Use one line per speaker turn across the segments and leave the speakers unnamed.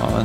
Ja,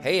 Hey,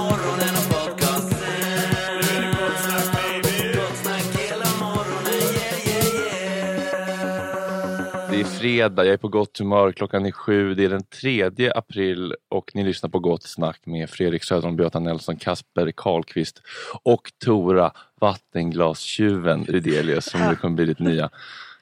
morgonen och podcasten. Nu är det gott snack baby. Gott snack hela morgonen, yeah yeah yeah.
Det är fredag, jag är på gott humör, klockan är sju, det är den 3 april och ni lyssnar på Gott snack med Fredrik Söderholm, Beata Nelson, Kasper Karlqvist och Tora Vattenglas-tjuven Rydelius som nu kommer bli ditt nya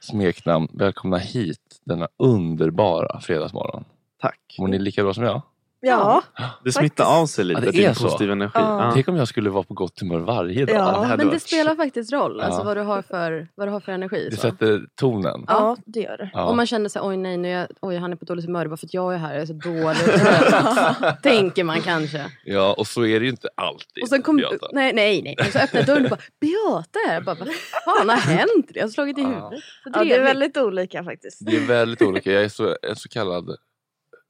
smeknamn. Välkomna hit denna underbara fredagsmorgon.
Tack.
Mår ni lika bra som jag?
Ja,
Det smittar av sig lite,
Ja, det
din
är så.
positiva energi.
Ja.
Ja.
Tänk om jag skulle vara på gott humör varje dag.
Ja,
det hade
Men det
varit-
spelar faktiskt roll, alltså
Ja.
vad du har för, vad du har för energi.
Det
Så.
sätter tonen.
ja det gör det.
Ja.
Om man känner så här, oj nej, nu är jag, oj, han är på dåligt humör bara för att jag är här. Jag är så dålig och trött." Tänker man kanske.
Ja, och så är det ju inte alltid.
Och sen kom,
Beata.
nej, nej, nej. Och så öppnar dörren och bara, Beata är här. Jag bara, vad fan har hänt? Jag har slagit i
Ja.
huvudet. Så
Ja, det är
trevligt.
väldigt olika faktiskt.
Det är väldigt olika. Jag är så, en så kallad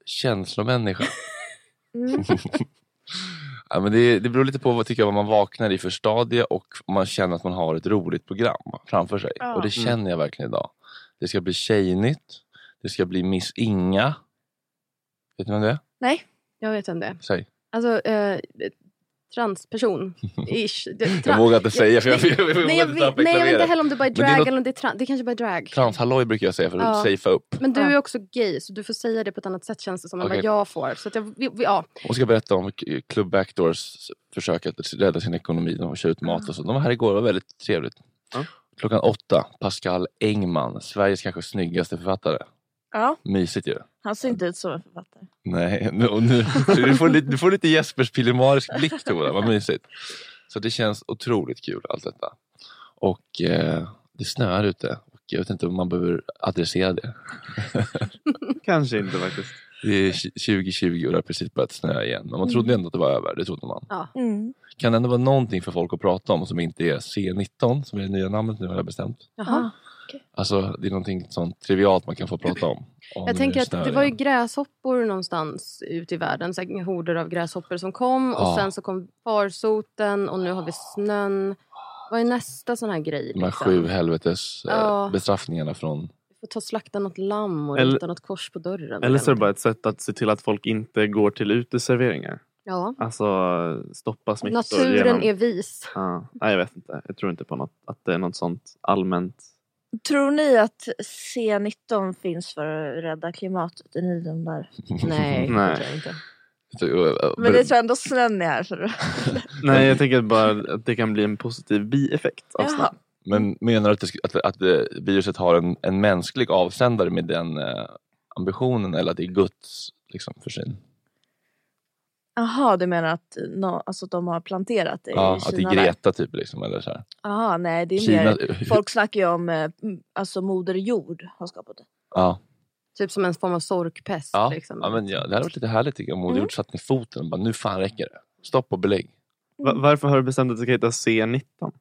känslomänniska.
Mm.
Ja, men det, det beror lite på vad, tycker jag, vad man vaknar i för stadie och om man känner att man har ett roligt program framför sig.
Ja.
Och det känner jag verkligen idag. Det ska bli Tjejnytt. Det ska bli Miss Inga. Vet ni vem det är?
Nej.
Jag vet vem det är.
Säg.
Alltså, eh, transperson. Ish. Det- tra-
Jag vågar inte säga för jag, jag,
nej, jag,
vågar
vet,
inte
nej, jag vet inte
deklarera.
heller om det bara är
det är
drag
något-
eller om det är trans. Det kanske bara är drag.
Transhalloj brukar jag säga för att
Ja.
safea upp.
Men du
Ja.
är också gay, så du får säga det på ett annat sätt känns det som än
Okej.
vad jag får. Så att jag, vi- vi- ja.
Hon ska berätta om k- Club Backdoors försök att rädda sin ekonomi. De kör ut mat och så. De var här igår, det var väldigt trevligt.
Ja.
Klockan åtta, Pascal Engman, Sveriges kanske snyggaste författare.
Ja,
Mysigt ju.
han ser inte ut som en författare.
Nej, nu, och nu, du, får lite, du får lite Jespers pillemarisk blick Tora, vad mysigt. Så det känns otroligt kul allt detta. Och eh, det snöar ute och jag vet inte om man behöver adressera det.
Kanske inte faktiskt.
Det är tj- 2020 och det har precis börjat snöa igen. Men man
Mm.
trodde ändå att det var över, det trodde man.
Mm.
Kan det ändå vara någonting för folk att prata om som inte är C19, som är det nya namnet nu har jag bestämt.
Jaha.
Alltså det är någonting sånt trivialt man kan få prata om. om
Jag tänker att
snöar
det var ju
igen.
gräshoppor någonstans ute i världen. Så här, horder av gräshoppor som kom.
Ja.
Och sen så kom farsoten och nu har vi snön. Vad är nästa sån här grej?
De här
liksom?
sju helvetes eh,
Ja.
bestraffningarna från
Vi får ta och slakta något lamm och
Eller-
rita något kors på dörren.
Eller så är det
någonting.
bara ett sätt att se till att folk inte går till uteserveringar.
Ja.
Alltså stoppa smittor.
Naturen
genom...
är vis.
Ja. Nej, jag vet inte. Jag tror inte på något, att det är något sånt allmänt.
Tror ni att C19 finns för att rädda klimatet? Är ni de där?
Nej,
Nej.
det tror jag inte.
Men det är så ändå snön är här. För... att-
Nej, jag tänker bara att det kan bli en positiv bieffekt av
Jaha.
snabbt.
Men menar du att, det, sk- att, att eh, viruset har en, en mänsklig avsändare med den eh, ambitionen eller att det är Guds liksom, försyn?
Jaha, du menar att nå- alltså, de har planterat det
Ja,
i
att det
Kina?
är
där?
Greta typ. Liksom, eller så här.
Jaha, nej det är
Kina,
mer... Folk snackar ju om eh, m- alltså moder jord har skapat det.
ja.
Typ som en form av sorkpest.
Ja.
Liksom.
Ja, men, ja, det hade varit lite härligt tycker jag. om hon
Mm.
hade gjort satt ner foten och bara nu fan räcker det. Stopp och belägg.
Mm.
Va- varför har du bestämt att det ska heta C19?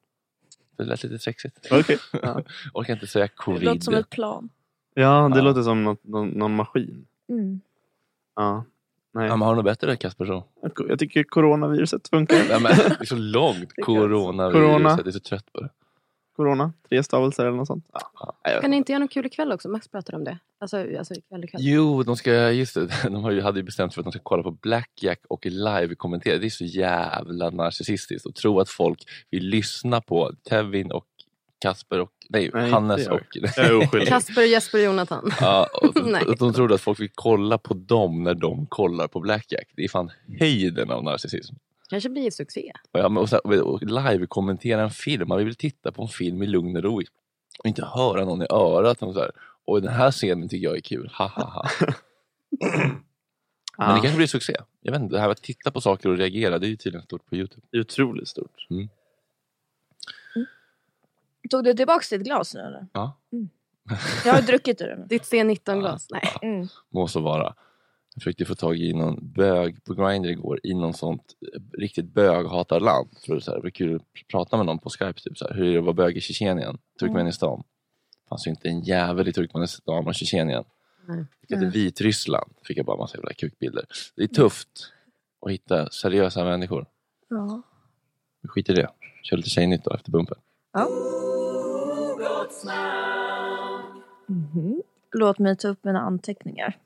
Det lät lite sexigt.
Okej. Ja.
Orkar inte säga
Det låter
covid.
som ett plan.
Ja, det
Ja.
låter som något, någon, någon maskin.
Mm.
Ja. Nej.
Ja, men har du något bättre Kasper? Så?
Jag tycker coronaviruset funkar.
Nej, men, det är så långt. Coronaviruset.
Corona.
Jag är så trött på det.
Corona, tre stavelser eller något sånt. Ja. Nej, jag vet
Kan ni inte göra något kul ikväll också? Max pratade om det. Alltså, alltså ikväll, ikväll.
Jo, de ska, just det. De har ju, hade ju bestämt sig för att de ska kolla på Blackjack och live-kommentera. Det är så jävla narcissistiskt att tro att folk vill lyssna på Tevin och Kasper och... Nej,
Nej, inte
Hannes
jag.
och...
Jag är oskyldig.
Kasper, Jesper och Jonathan.
Ja, och
Nej.
att de trodde att folk vill kolla på dem när de kollar på Blackjack. Det är fan höjden av narcissism.
kanske blir en succé.
Och, ja, men- och, så här- och live-kommentera en film. Man vill väl titta på en film i lugn och ro och inte höra någon i örat. Och, så här. och den här scenen tycker jag är kul. Ha, ha, ha.
Ja.
Men det kanske blir succé. Jag vet inte, det här med att titta på saker och reagera, det är ju tydligen stort på Youtube. Mm.
Det är otroligt stort.
Tog du tillbaka ditt glas nu eller?
Ja.
Mm. Jag har druckit ur det.
Ditt C19-glas? Nej.
Mm.
Må så vara. Jag försökte få tag i någon bög på Grindr igår i någon sånt eh, riktigt böghatarland. För att så här, det var kul att pr- prata med någon på Skype, typ så här, hur är det att vara bög i Tjetjenien, Turkmenistan.
Mm.
Det fanns ju inte en jävel i Turkmenistan och Tjetjenien.
Nej. Mm.
Fick jag till Vitryssland, fick jag bara massa jävla kukbilder. Det är tufft att hitta seriösa människor.
Ja.
Vi skiter i det. Kör lite tjejnytt då efter bumpen.
Mhm. Låt mig ta upp mina anteckningar.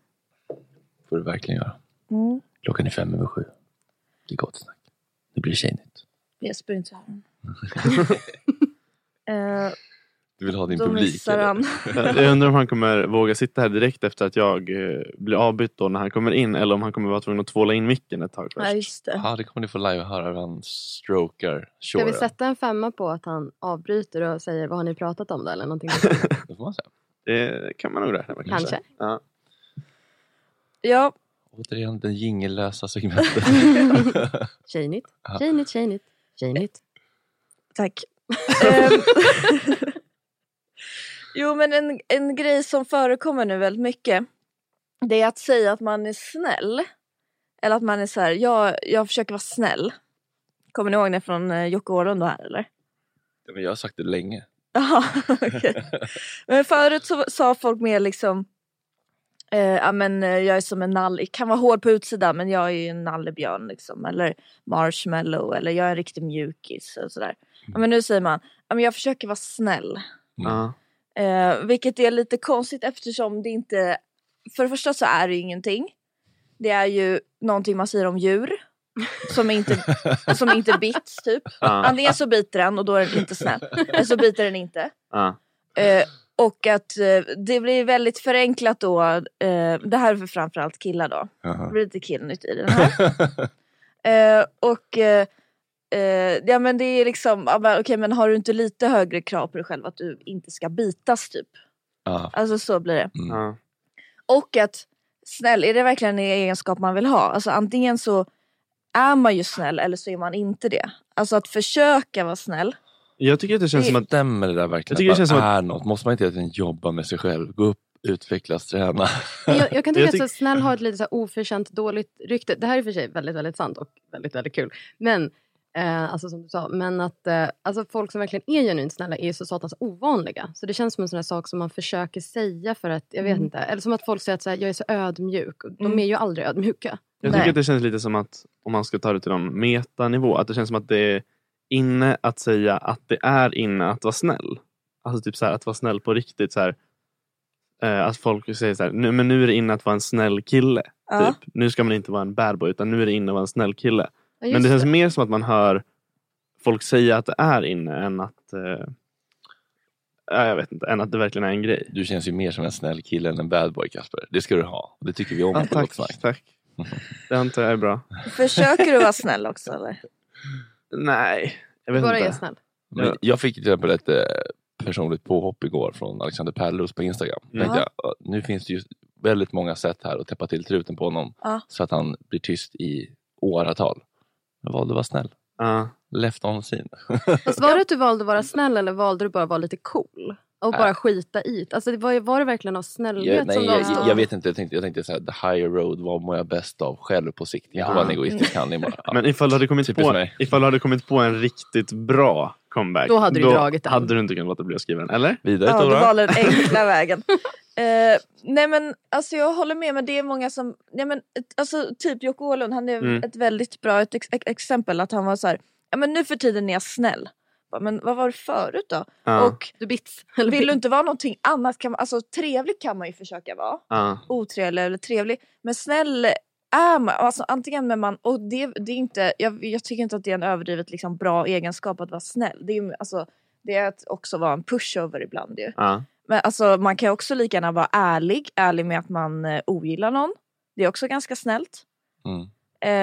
får du verkligen göra.
Mm.
Klockan är fem över sju. Det är gott snack. Nu blir det tjejnytt.
Jesper är inte här. eh,
Du vill ha din
då
publik?
missar
eller?
han.
Jag jag undrar om han kommer våga sitta här direkt efter att jag eh, blir avbytt då när han kommer in eller om han kommer vara tvungen att tvåla in micken ett tag
Ja
först.
just det.
Ja, det kommer ni få live höra hur han strokar
Ska vi
shoren.
sätta en femma på att han avbryter och säger vad har ni pratat om då? Eller någonting
Det får man säga.
Det kan man nog räkna med
kanske.
Ja.
Ja,
Återigen, den jingellösa segmentet.
Tjejnigt,
Ja.
tjejnigt, tjejnigt, tjejnigt.
Tack. Ehm, jo, men en, en grej som förekommer nu väldigt mycket det är att säga att man är snäll. Eller att man är så här, jag, jag försöker vara snäll. Kommer ni ihåg det från eh, Jocke Åhlund och här eller?
Ja, men jag har sagt det länge.
Jaha, okej. Men förut så sa folk mer liksom eh, ja, men eh, jag är som en nalle, kan vara hård på utsidan men jag är ju en nallebjörn liksom eller marshmallow eller jag är en riktig mjukis och sådär. Ja, men nu säger man, ja, men jag försöker vara snäll.
Ja.
Eh, vilket är lite konstigt eftersom det inte, för det första så är det ju ingenting. Det är ju någonting man säger om djur. Som inte, som inte bits typ.
Ja.
Antingen så biter den och då är den inte snäll. Eller så biter den inte.
Ja.
Eh, och att eh, det blir väldigt förenklat då. Eh, det här är för framförallt killar då.
Jaha.
Det blir lite killnytt i den här. eh, och eh, eh, ja men det är liksom, ja, men okej men har du inte lite högre krav på dig själv att du inte ska bitas typ?
Ja. mm.
Alltså så blir det.
Ja.
Och att snäll, är det verkligen en egenskap man vill ha? Alltså antingen så är man ju snäll eller så är man inte det. Alltså att försöka vara snäll.
Jag tycker att det
känns som
att-
Stämmer det där verkligen?
Jag tycker det
att man
känns som
är något? Måste man inte hela tiden jobba med sig själv? Gå upp, utvecklas, träna?
Men Jag, jag kan tycka
Jag
att
tyck-
så snäll har ett lite så här oförtjänt dåligt rykte. Det här är i och för sig väldigt, väldigt sant och väldigt, väldigt kul. Men, eh, alltså som du sa, men att eh, alltså folk som verkligen är genuint snälla är ju så satans ovanliga. Så det känns som en sån här sak som man försöker säga för att, jag vet
Mm.
inte. Eller som att folk säger att så här, jag är så ödmjuk. Och De
Mm.
är ju aldrig ödmjuka.
Jag tycker att det känns lite som att, om man ska ta det till någon metanivå, att det känns som att det är inne att säga att det är inne att vara snäll. Alltså typ så här, att vara snäll på riktigt. Så här, eh, att folk säger så här, nu, men nu är det inne att vara en snäll kille.
Ja.
Typ. Nu ska man inte vara en bad boy, utan nu är det inne att vara en snäll kille.
Ja,
men
just
det känns
det.
mer som att man hör folk säga att det är inne än att eh, ja, jag vet inte, än att det verkligen är en grej.
Du känns ju mer som en snäll kille än en bad boy Kasper. Det ska du ha. Det tycker vi om.
Ja,
på
tack,
Gott Snack.
tack. Det antar jag är bra.
Försöker du vara snäll också eller?
Nej, jag vet
Bara
inte.
är snäll.
Men jag fick till exempel ett eh, personligt påhopp igår från Alexander Pärleros på Instagram. Då
Mm.
Tänkte jag, "Ah, nu finns det ju väldigt många sätt här att täppa till truten på honom
Ja.
så att han blir tyst i åratal. Jag valde att vara snäll. Left on scene.
Fast var det att du valde att vara snäll eller valde du bara att vara lite cool? Och
Nej.
bara skita i det? Alltså, det var, var det verkligen av snällhet
Äh. Jag, nej,
som du
jag,
avstod?
jag vet inte, jag tänkte, jag tänkte så här, the higher road, vad mår jag bäst av själv på sikt? Jag
Ja.
var en egoistisk handling bara. Ja.
Men ifall du, hade kommit
Typiskt
på,
mig.
ifall du hade kommit på en riktigt bra comeback.
Då hade du dragit den.
hade du inte kunnat låta bli att skriva den, eller?
Vidare
Ja, du valde den enkla vägen. Eh, nej men alltså jag håller med men det är många som, nej men ett- alltså typ Jocke Åhlund han är
Mm.
ett väldigt bra ett ex- ex- exempel att han var så här, ja men nu för tiden är jag snäll. Bara, Men vad var det förut då?
Ja.
Och
du bits.
vill du inte vara någonting annat, kan, man- alltså trevlig kan man ju försöka vara.
Ja.
Otrevlig eller trevlig. Men snäll är man, alltså antingen med man, och det, det är inte, jag, jag tycker inte att det är en överdrivet liksom bra egenskap att vara snäll. Det är, ju- alltså, det är att också vara en pushover ibland ju.
Ja.
Men alltså, man kan ju också lika gärna vara ärlig, ärlig med att man eh, ogillar någon. Det är också ganska snällt.
Mm.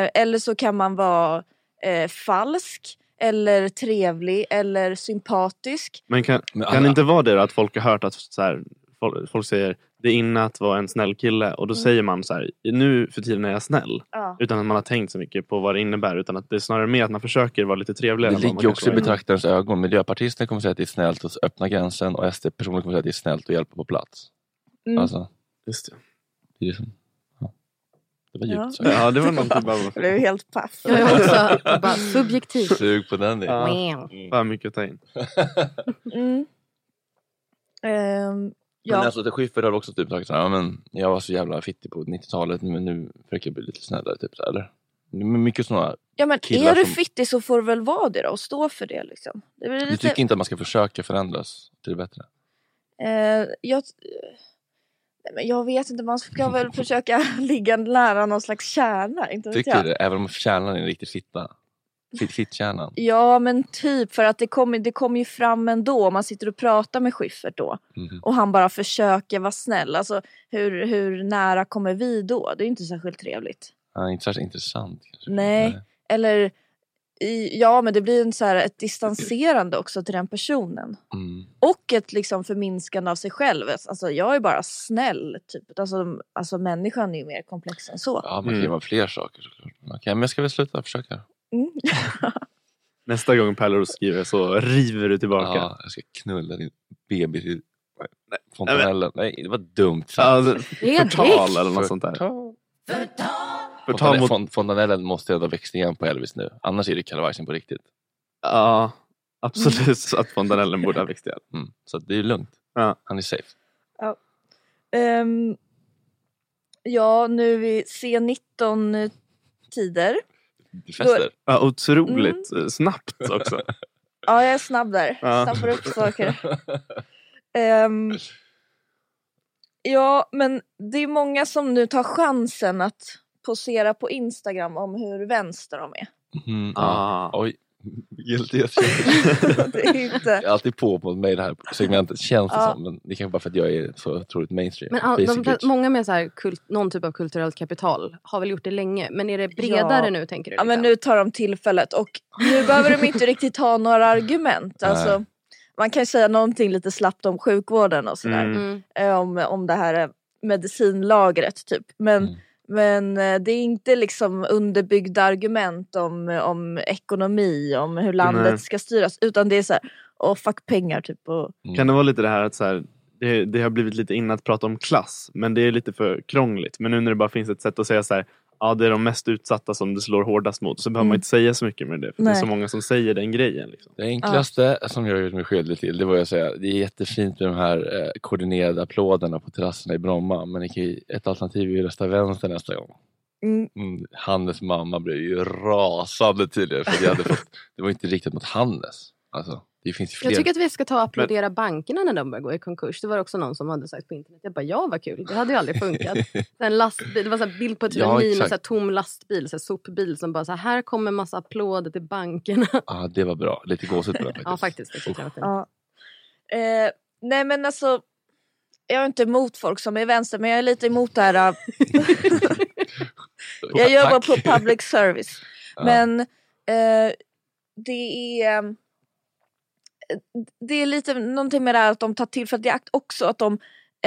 Eh, eller så kan man vara eh, falsk, eller trevlig, eller sympatisk.
Men kan, kan det inte vara det då, att folk har hört att så här, folk, folk säger det är inne att vara en snäll kille och då
Mm.
säger man så här, nu för tiden är jag snäll.
Ja.
Utan att man har tänkt så mycket på vad det innebär. Utan att det är snarare mer att man försöker vara lite trevligare.
Det
än vad man kanske
ligger också i
var innan.
betraktarens ögon. Miljöpartister kommer säga att det är snällt att öppna gränsen och SD-personer kommer säga att det är snällt att hjälpa på plats.
Mm.
Alltså,
Just det.
det, är det, som, ja. det var djupt sagt.
Ja, det var någonting
Jag blev helt paff.
Jag är också bara subjektiv.
Sug på den.
Ja.
Wow.
Fan, mycket att ta in.
Mm. Ehm, ja.
Men alltså, det Schyffert har också typ sagt såhär, ja, men jag var så jävla fittig på 90-talet men nu försöker jag bli lite snällare. Typ, så här, eller? Det är Mycket sådana
ja men
killar
är du
som-
fittig så får du väl vara det då och stå för det liksom. Det blir
Du
lite,
tycker inte att man ska försöka förändras till det bättre?
eh, jag, nej, men jag vet inte, man ska väl försöka ligga nära någon slags kärna. Inte vet
Tycker
jag.
du det? Även om kärnan är riktigt fitta? Fitt- Fittkärnan?
Ja men typ för att det kommer det kom ju fram ändå om man sitter och pratar med Schyffert då.
Mhm.
Och han bara försöker vara snäll. Alltså hur, hur nära kommer vi då? Det är ju inte särskilt trevligt.
typ, Ja, inte särskilt intressant.
Nej. Eller i, ja men det blir en, så här, ett distanserande också till den personen.
Mm.
Och ett liksom förminskande av sig själv. Alltså jag är bara snäll. Typ. Alltså, alltså människan är ju mer komplex än så.
Ja, man
Mm.
kan ju vara fler saker såklart. Okej, men jag ska väl sluta försöka.
Mm.
Nästa gång Pärlor skriver så river du tillbaka.
Ja, jag ska knulla din bebis i nej, fontanellen. Nej, det var dumt.
Alltså, förtal eller något sånt där. Förtal
Fontanell-
mot-
fon- Fontanellen måste ha växt igen på Elvis nu. Annars är det kalabajsen på riktigt.
Ja, absolut. Så att fontanellen borde ha växt igen.
Mm. Så att det är lugnt. Han är safe.
Ehm, ja, nu i C19-tider. fäster.
Ja, otroligt
Mm.
eh, snabbt också.
Ja, jag är snabb där.
Ja.
Snappar upp saker. Ehm, ja, men det är många som nu tar chansen att posera på Instagram om hur vänster de är.
Mm, ah. Oj. Giltighet.
Det är
Jag
inte...
är alltid på mot mig i det här segmentet känns det
Ja.
som. Men det kanske bara för att jag är så otroligt mainstream.
Men all,
Basic
de,
bitch.
flesta- många med så här kult, någon typ av kulturellt kapital har väl gjort det länge. Men är det bredare
Ja.
nu tänker du? liksom?
Ja, men nu tar de tillfället och nu behöver de inte riktigt ha några argument. Alltså,
Nej.
man kan säga någonting lite slappt om sjukvården och sådär.
Mm. Mm.
eh, Om, om det här eh, medicinlagret typ. Men,
Mm.
men eh, det är inte liksom underbyggda argument om, om ekonomi, om hur landet
Nej.
ska styras. Utan det är så här, åh fuck pengar typ. Och,
Mm.
Kan det vara lite det här att så här, det, det har blivit lite inne att prata om klass, men det är lite för krångligt. Men nu när det bara finns ett sätt att säga så här, ja det är de mest utsatta som det slår hårdast mot, så behöver man
Mm.
inte säga så mycket med det. För det är
Nej.
så många som säger den grejen. Liksom.
Det enklaste som jag har gjort mig skyldig till det var att säga det är jättefint med de här eh, koordinerade applåderna på terrasserna i Bromma men det kan ju, ett alternativ är ju att rösta vänster nästa gång.
Mm.
Mm, Hannes mamma blev ju rasande tydligen för att jag hade fått, det var inte riktat mot Hannes. Alltså, det finns ju fler.
Jag tycker att vi ska ta och applådera bankerna när de börjar gå i konkurs. Det var också någon som hade sagt på internet. Jag bara, ja vad kul. Det hade ju aldrig funkat. en lastbil, det var så här bild på ett
Ja,
ja, med så
exakt.
här tom lastbil, så här sopbil som bara så här, här kommer massa applåder till bankerna.
Ja, Ah, det var bra. Lite gåshud på det faktiskt.
ja faktiskt. Det tycker jag var fint.
ja. eh, nej men alltså, jag är inte emot folk som är vänster men jag är lite emot det här. eh, jag jobbar
Tack.
på public service.
Ja.
Men eh, det är eh, det är lite någonting med det här att de tar tillfället i akt också att de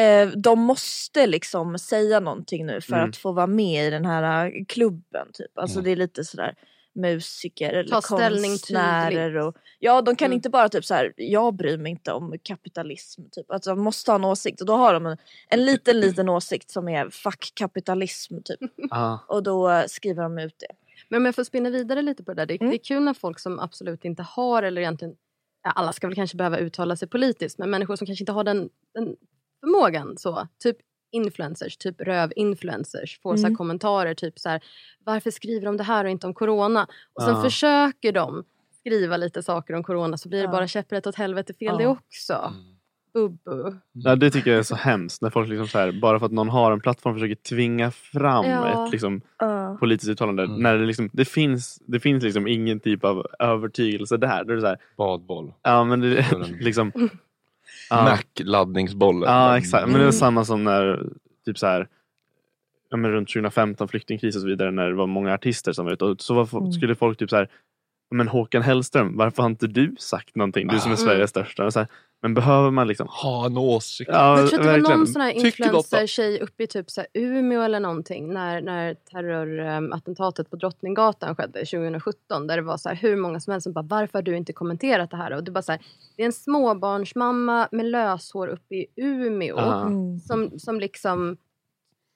eh, de måste liksom säga någonting nu för
Mm.
att få vara med i den här eh, klubben typ. Alltså det är lite sådär musiker eller
Ta ställning
konstnärer
tydligt. Mm.
och ja de kan inte bara typ så här. jag bryr mig inte om kapitalism typ. Alltså de måste ha en åsikt och då har de en, en liten liten åsikt som är fuck kapitalism typ.
Ah.
Och då skriver de ut det. Mm.
Men om jag får spinna vidare lite på det där. Det, det är kul när folk som absolut inte har eller egentligen, ja, alla ska väl kanske behöva uttala sig politiskt, men människor som kanske inte har den, den förmågan så. Typ influencers, typ röv-influencers får så här
Mm.
kommentarer typ så här varför skriver de det här och inte om corona? Och sen
Ja.
försöker de skriva lite saker om corona så blir det
Ja.
bara käpprätt åt helvete fel
Ja.
det också. Bubbu.
Ja, det tycker jag är så hemskt. När folk liksom så här, bara för att någon har en plattform försöker tvinga fram
Ja.
ett liksom,
Ja.
politiskt uttalande. När det, liksom, det finns, det finns liksom ingen typ av övertygelse där. Då är det så här,
Badboll.
Ja, men det, liksom, ja.
Mac-laddningsbollen.
Ja, exakt. Men det var samma som när typ så här, ja, men runt 2015, flyktingkris och så vidare, när det var många artister som var ute. Och så var, fo-
Mm.
skulle folk typ så här, "Ja, men Håkan Hellström, varför har inte du sagt någonting? Du som är
Mm.
Sveriges största. Och Så här, men behöver man liksom
ha en åsikt?
Ja,
jag tror att det var någon
verkligen.
sån här
Tycker något då?
influencer-tjej uppe i typ så här Umeå eller någonting när, när terrorattentatet på Drottninggatan skedde 2017 där det var så här hur många som helst som bara varför har du inte kommenterat det här? Och det, bara så här, det är en småbarnsmamma med löshår uppe i Umeå
Ah. Mm.
som, som liksom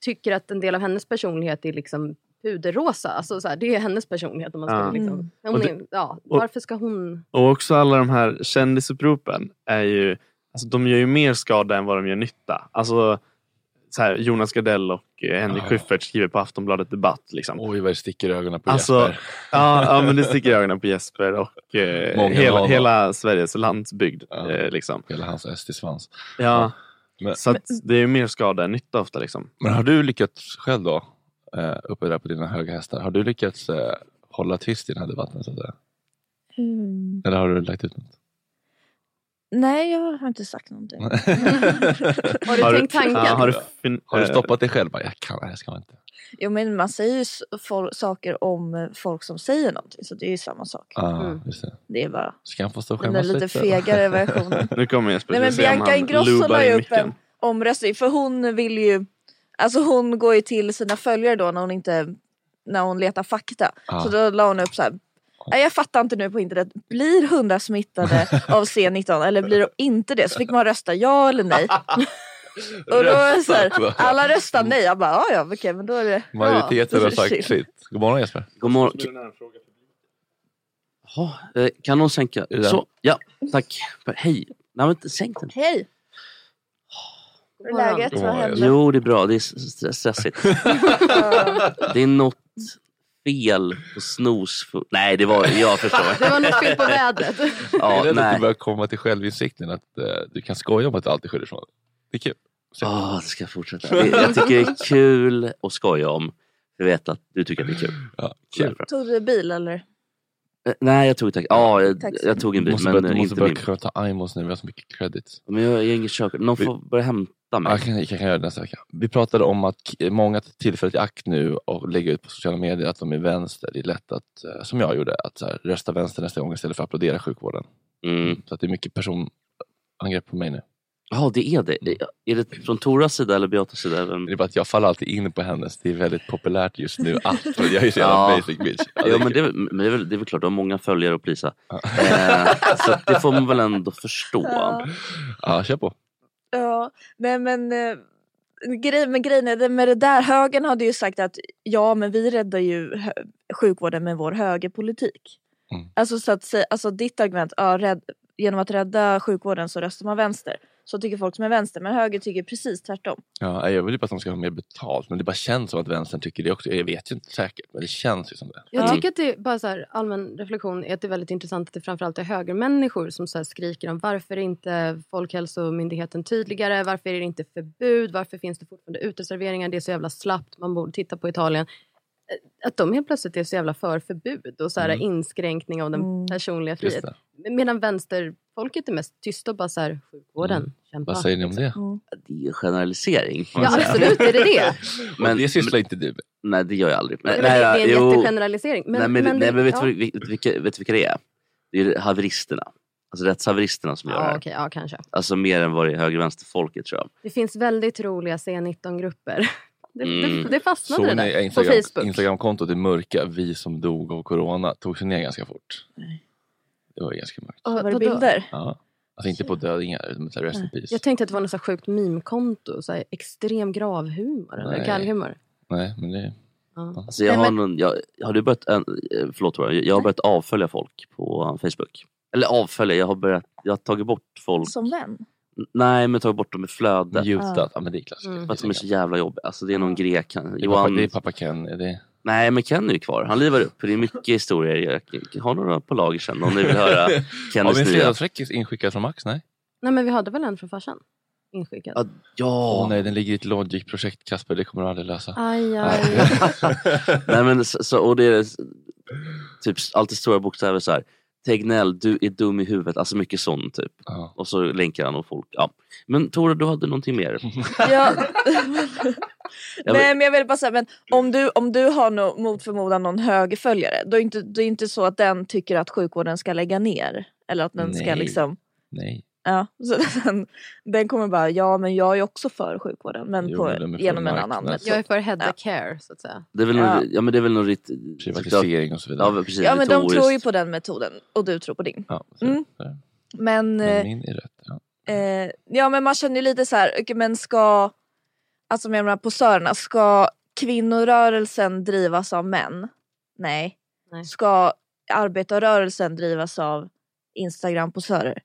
tycker att en del av hennes personlighet är liksom puderrosa. Alltså så här, det är hennes personlighet om man ska
Ja.
liksom,
Mm.
hon
Och det-
är, ja,
och-
varför ska hon
Och också alla de här kändisupropen är ju, alltså de gör ju mer skada än vad de gör nytta. Alltså så här, Jonas Gardell och eh, Henrik
Ja.
Schyffert skriver på Aftonbladet Debatt. Liksom.
Oj, vad det sticker i ögonen på
Alltså,
Jesper.
Ja, ja, men det sticker i ögonen på Jesper och eh,
Många
hela,
av dem.
hela Sveriges landsbygd. Eh, liksom.
Hela hans SD-svans.
Ja.
Men-
så att det är ju mer skada än nytta ofta. Liksom.
Men har du lyckats själv då, eh, uppe där på dina höga hästar, har du lyckats eh, hålla tyst i den här debatten? Så att säga?
Mm.
Eller har du lagt ut något?
Nej, jag har inte sagt någonting.
Har
du tänkt tanken?
ja, har, du fin-
har du
eh,
stoppat dig själv? Bara, Jag kan, jag ska inte.
Jo men man säger ju s- fol- saker om eh, folk som säger någonting så det är ju samma sak.
Ah,
Mm.
just det.
Det är bara
Ska han få stå och
Den
skämmas
där lite fegare versionen.
Nu kommer Jesper.
Nej
Vi
men
ser om
Bianca
han
Ingrosso
lubar
la
i
ju upp
micken.
en omröstning för hon vill ju, alltså hon går ju till sina följare då när hon inte, när hon letar fakta.
Ja.
Så då la hon upp så här. "Nej, Jag fattar inte nu på internet, blir hundar smittade av C19 eller blir de inte det? Så fick man rösta ja eller nej. Och då var det så här,
Röstat.
alla röstade nej. Jag bara, ja ja okej men då är det bra."
Majoriteten har
Chill.
sagt sitt. God morgon Jesper.
God morgon. Jaha, eh, kan någon sänka?
Är det den?
Så, ja, tack. Hej. Nej, men inte sänk den.
Hej! Hur är läget? Vad händer?
Jo, det är bra. Det är s- stre- stressigt. det är något fel på snus. Nej, det var... Jag förstår.
Det var något fel på vädret.
Ja,
jag är rädd att
nej.
du börjar komma till självinsikten att eh, du kan skoja om att du alltid skyller ifrån dig. Det är kul.
Ja, Ah, det ska jag fortsätta. Det- Jag tycker det är kul att skoja om. Jag vet att du tycker att det är kul.
Ja,
kul.
Tog du bil eller?
Eh, Nej, jag tog taxi. Ja, jag,
Taxi.
jag tog en bil.
Måste
men
börja- måste
inte
börja
min.
sköta Aimos nu, vi har så mycket credits.
Men jag, jag har inget körkort. Någon får börja hämta mig.
Jag kan, jag kan göra det nästa vecka. Vi pratade om att k- många tar tillfället i akt nu och lägger ut på sociala medier att de är vänster. Det är lätt att, eh, som jag gjorde, att så här, rösta vänster nästa gång istället för att applådera sjukvården. Så att det är mycket personangrepp på mig nu.
Mm.
Mm.
Ja, det är det. Är det från Toras sida eller Beatas sida? Det
är bara att jag faller alltid in på hennes. Det är väldigt populärt just nu att. för Jag är ju så jävla basic bitch. Ja, det
Ja,
är
men
kul.
det, är väl- men det, är väl, det är väl klart, du har många följare att plisa. Eh, så att det får man väl ändå förstå.
Ja.
Ja, kör på.
Ja, nej men eh, grej, men grejen är det med det där, högern hade ju sagt att ja men vi räddar ju hö- sjukvården med vår högerpolitik. Alltså så att säga, alltså ditt argument, ja, rädd, genom att rädda sjukvården så röstar man vänster. Så tycker folk som är vänster, men höger tycker precis tvärtom.
Ja, jag vill ju bara att de ska ha mer betalt, men det bara känns som att vänstern tycker det också. Jag vet ju inte säkert, men det känns ju som det.
Jag tycker att det är bara så här, allmän reflektion är att det är väldigt intressant att det framförallt är högermänniskor som så här skriker om varför är inte Folkhälsomyndigheten tydligare? Varför är det inte förbud? Varför finns det fortfarande uteserveringar? Det är så jävla slappt. Man borde titta på Italien. Eh, Att de helt plötsligt är så jävla för förbud och så här
Mm.
inskränkning av den personliga
Just
friheten. Medan vänsterfolket är mest tysta och bara så här, sjukvården,
Mm.
kämpa.
Vad säger ni om det?
Mm.
Det är ju generalisering. får
Ja,
man säga.
absolut är det det.
Men,
det sysslar inte du med?
Nej, det gör jag aldrig.
Men det- det är en jättegeneralisering. Men-
Men, nej, men,
men det-
nej, men vet,
ja.
du, vil- vilka, vet du vilka det är? Det är haveristerna. Alltså rättshaveristerna som gör det
Ja,
här.
okej, ja, kanske.
Alltså mer än vad det är höger-vänster-folket tror jag.
Det finns väldigt roliga C19-grupper. Det, det, det fastnade
Mm. Såg
det
ni
där
Instagram,
på Facebook.
Instagramkontot Det mörka, vi som dog av corona, togs ju ner ganska fort. Det var ju ganska mörkt.
Oh, var det
Vadå?
bilder?
Ja. Alltså inte på dödingar, utan så här rest in peace.
Jag tänkte att det var något så här sjukt meme-konto. Så här extrem gravhumor eller
Nej.
gallhumor.
Nej, men det...
Ja.
Alltså jag
Nej,
har,
men-
någon, jag, har du börjat, en- eh, förlåt Tora, jag har börjat avfölja folk på eh, Facebook. Eller avfölja, jag har börjat, jag har tagit bort folk.
Som vem?
Nej men tagit bort dem i flödet.
Mutat,
ja men det är klassiskt.
För att de är så jävla jobbiga. Alltså det är någon grek. Han,
Det är, pappa,
Johan,
det är pappa Ken. Är det...
Nej men Ken är ju kvar, han livar upp. Det är mycket historier. Jag- Jag har några på lager sen om ni vill höra
Har vi en
Kennys nya.
fredagsfräckis inskickad från Max? Nej?
Nej men vi hade väl en från farsan? Inskickad.
Ja!
Åh nej, den ligger i ett Logic-projekt Kasper, det kommer du aldrig lösa.
Aj, aj.
Nej men så, så- och det är s- typ alltid stora bokstäver så här. Tegnell, du är dum i huvudet. Alltså mycket sånt typ.
Eh.
Och så länkar han och folk. Ja. Men Tora, du hade någonting mer?
Ja.
Jag
Nej
vet-
men jag vill bara säga, men om du, om du har no, mot förmodan någon högerföljare, då är inte, det är inte så att den tycker att sjukvården ska lägga ner. Eller att den ska
Nej.
liksom
Nej.
Ja, så den, den kommer bara, ja men jag är också för sjukvården men
Jo,
på,
men de är för
genom en annan
marknads-
metod.
Jag är för Hedda Care så att säga.
Det är väl
Ja.
ja. ja men det är väl något ritt...
Privatisering och så vidare.
Ja men precis.
Ja men de
retoriskt.
tror ju på den metoden och du tror på din.
Ja,
Mm. Men, eh,
Men min är rätt. Ja.
eh, ja men man känner ju lite så här, okej, men ska, alltså med de här posörerna, ska kvinnorörelsen drivas av män? Nej. Ska arbetarrörelsen drivas av Instagram-posörer?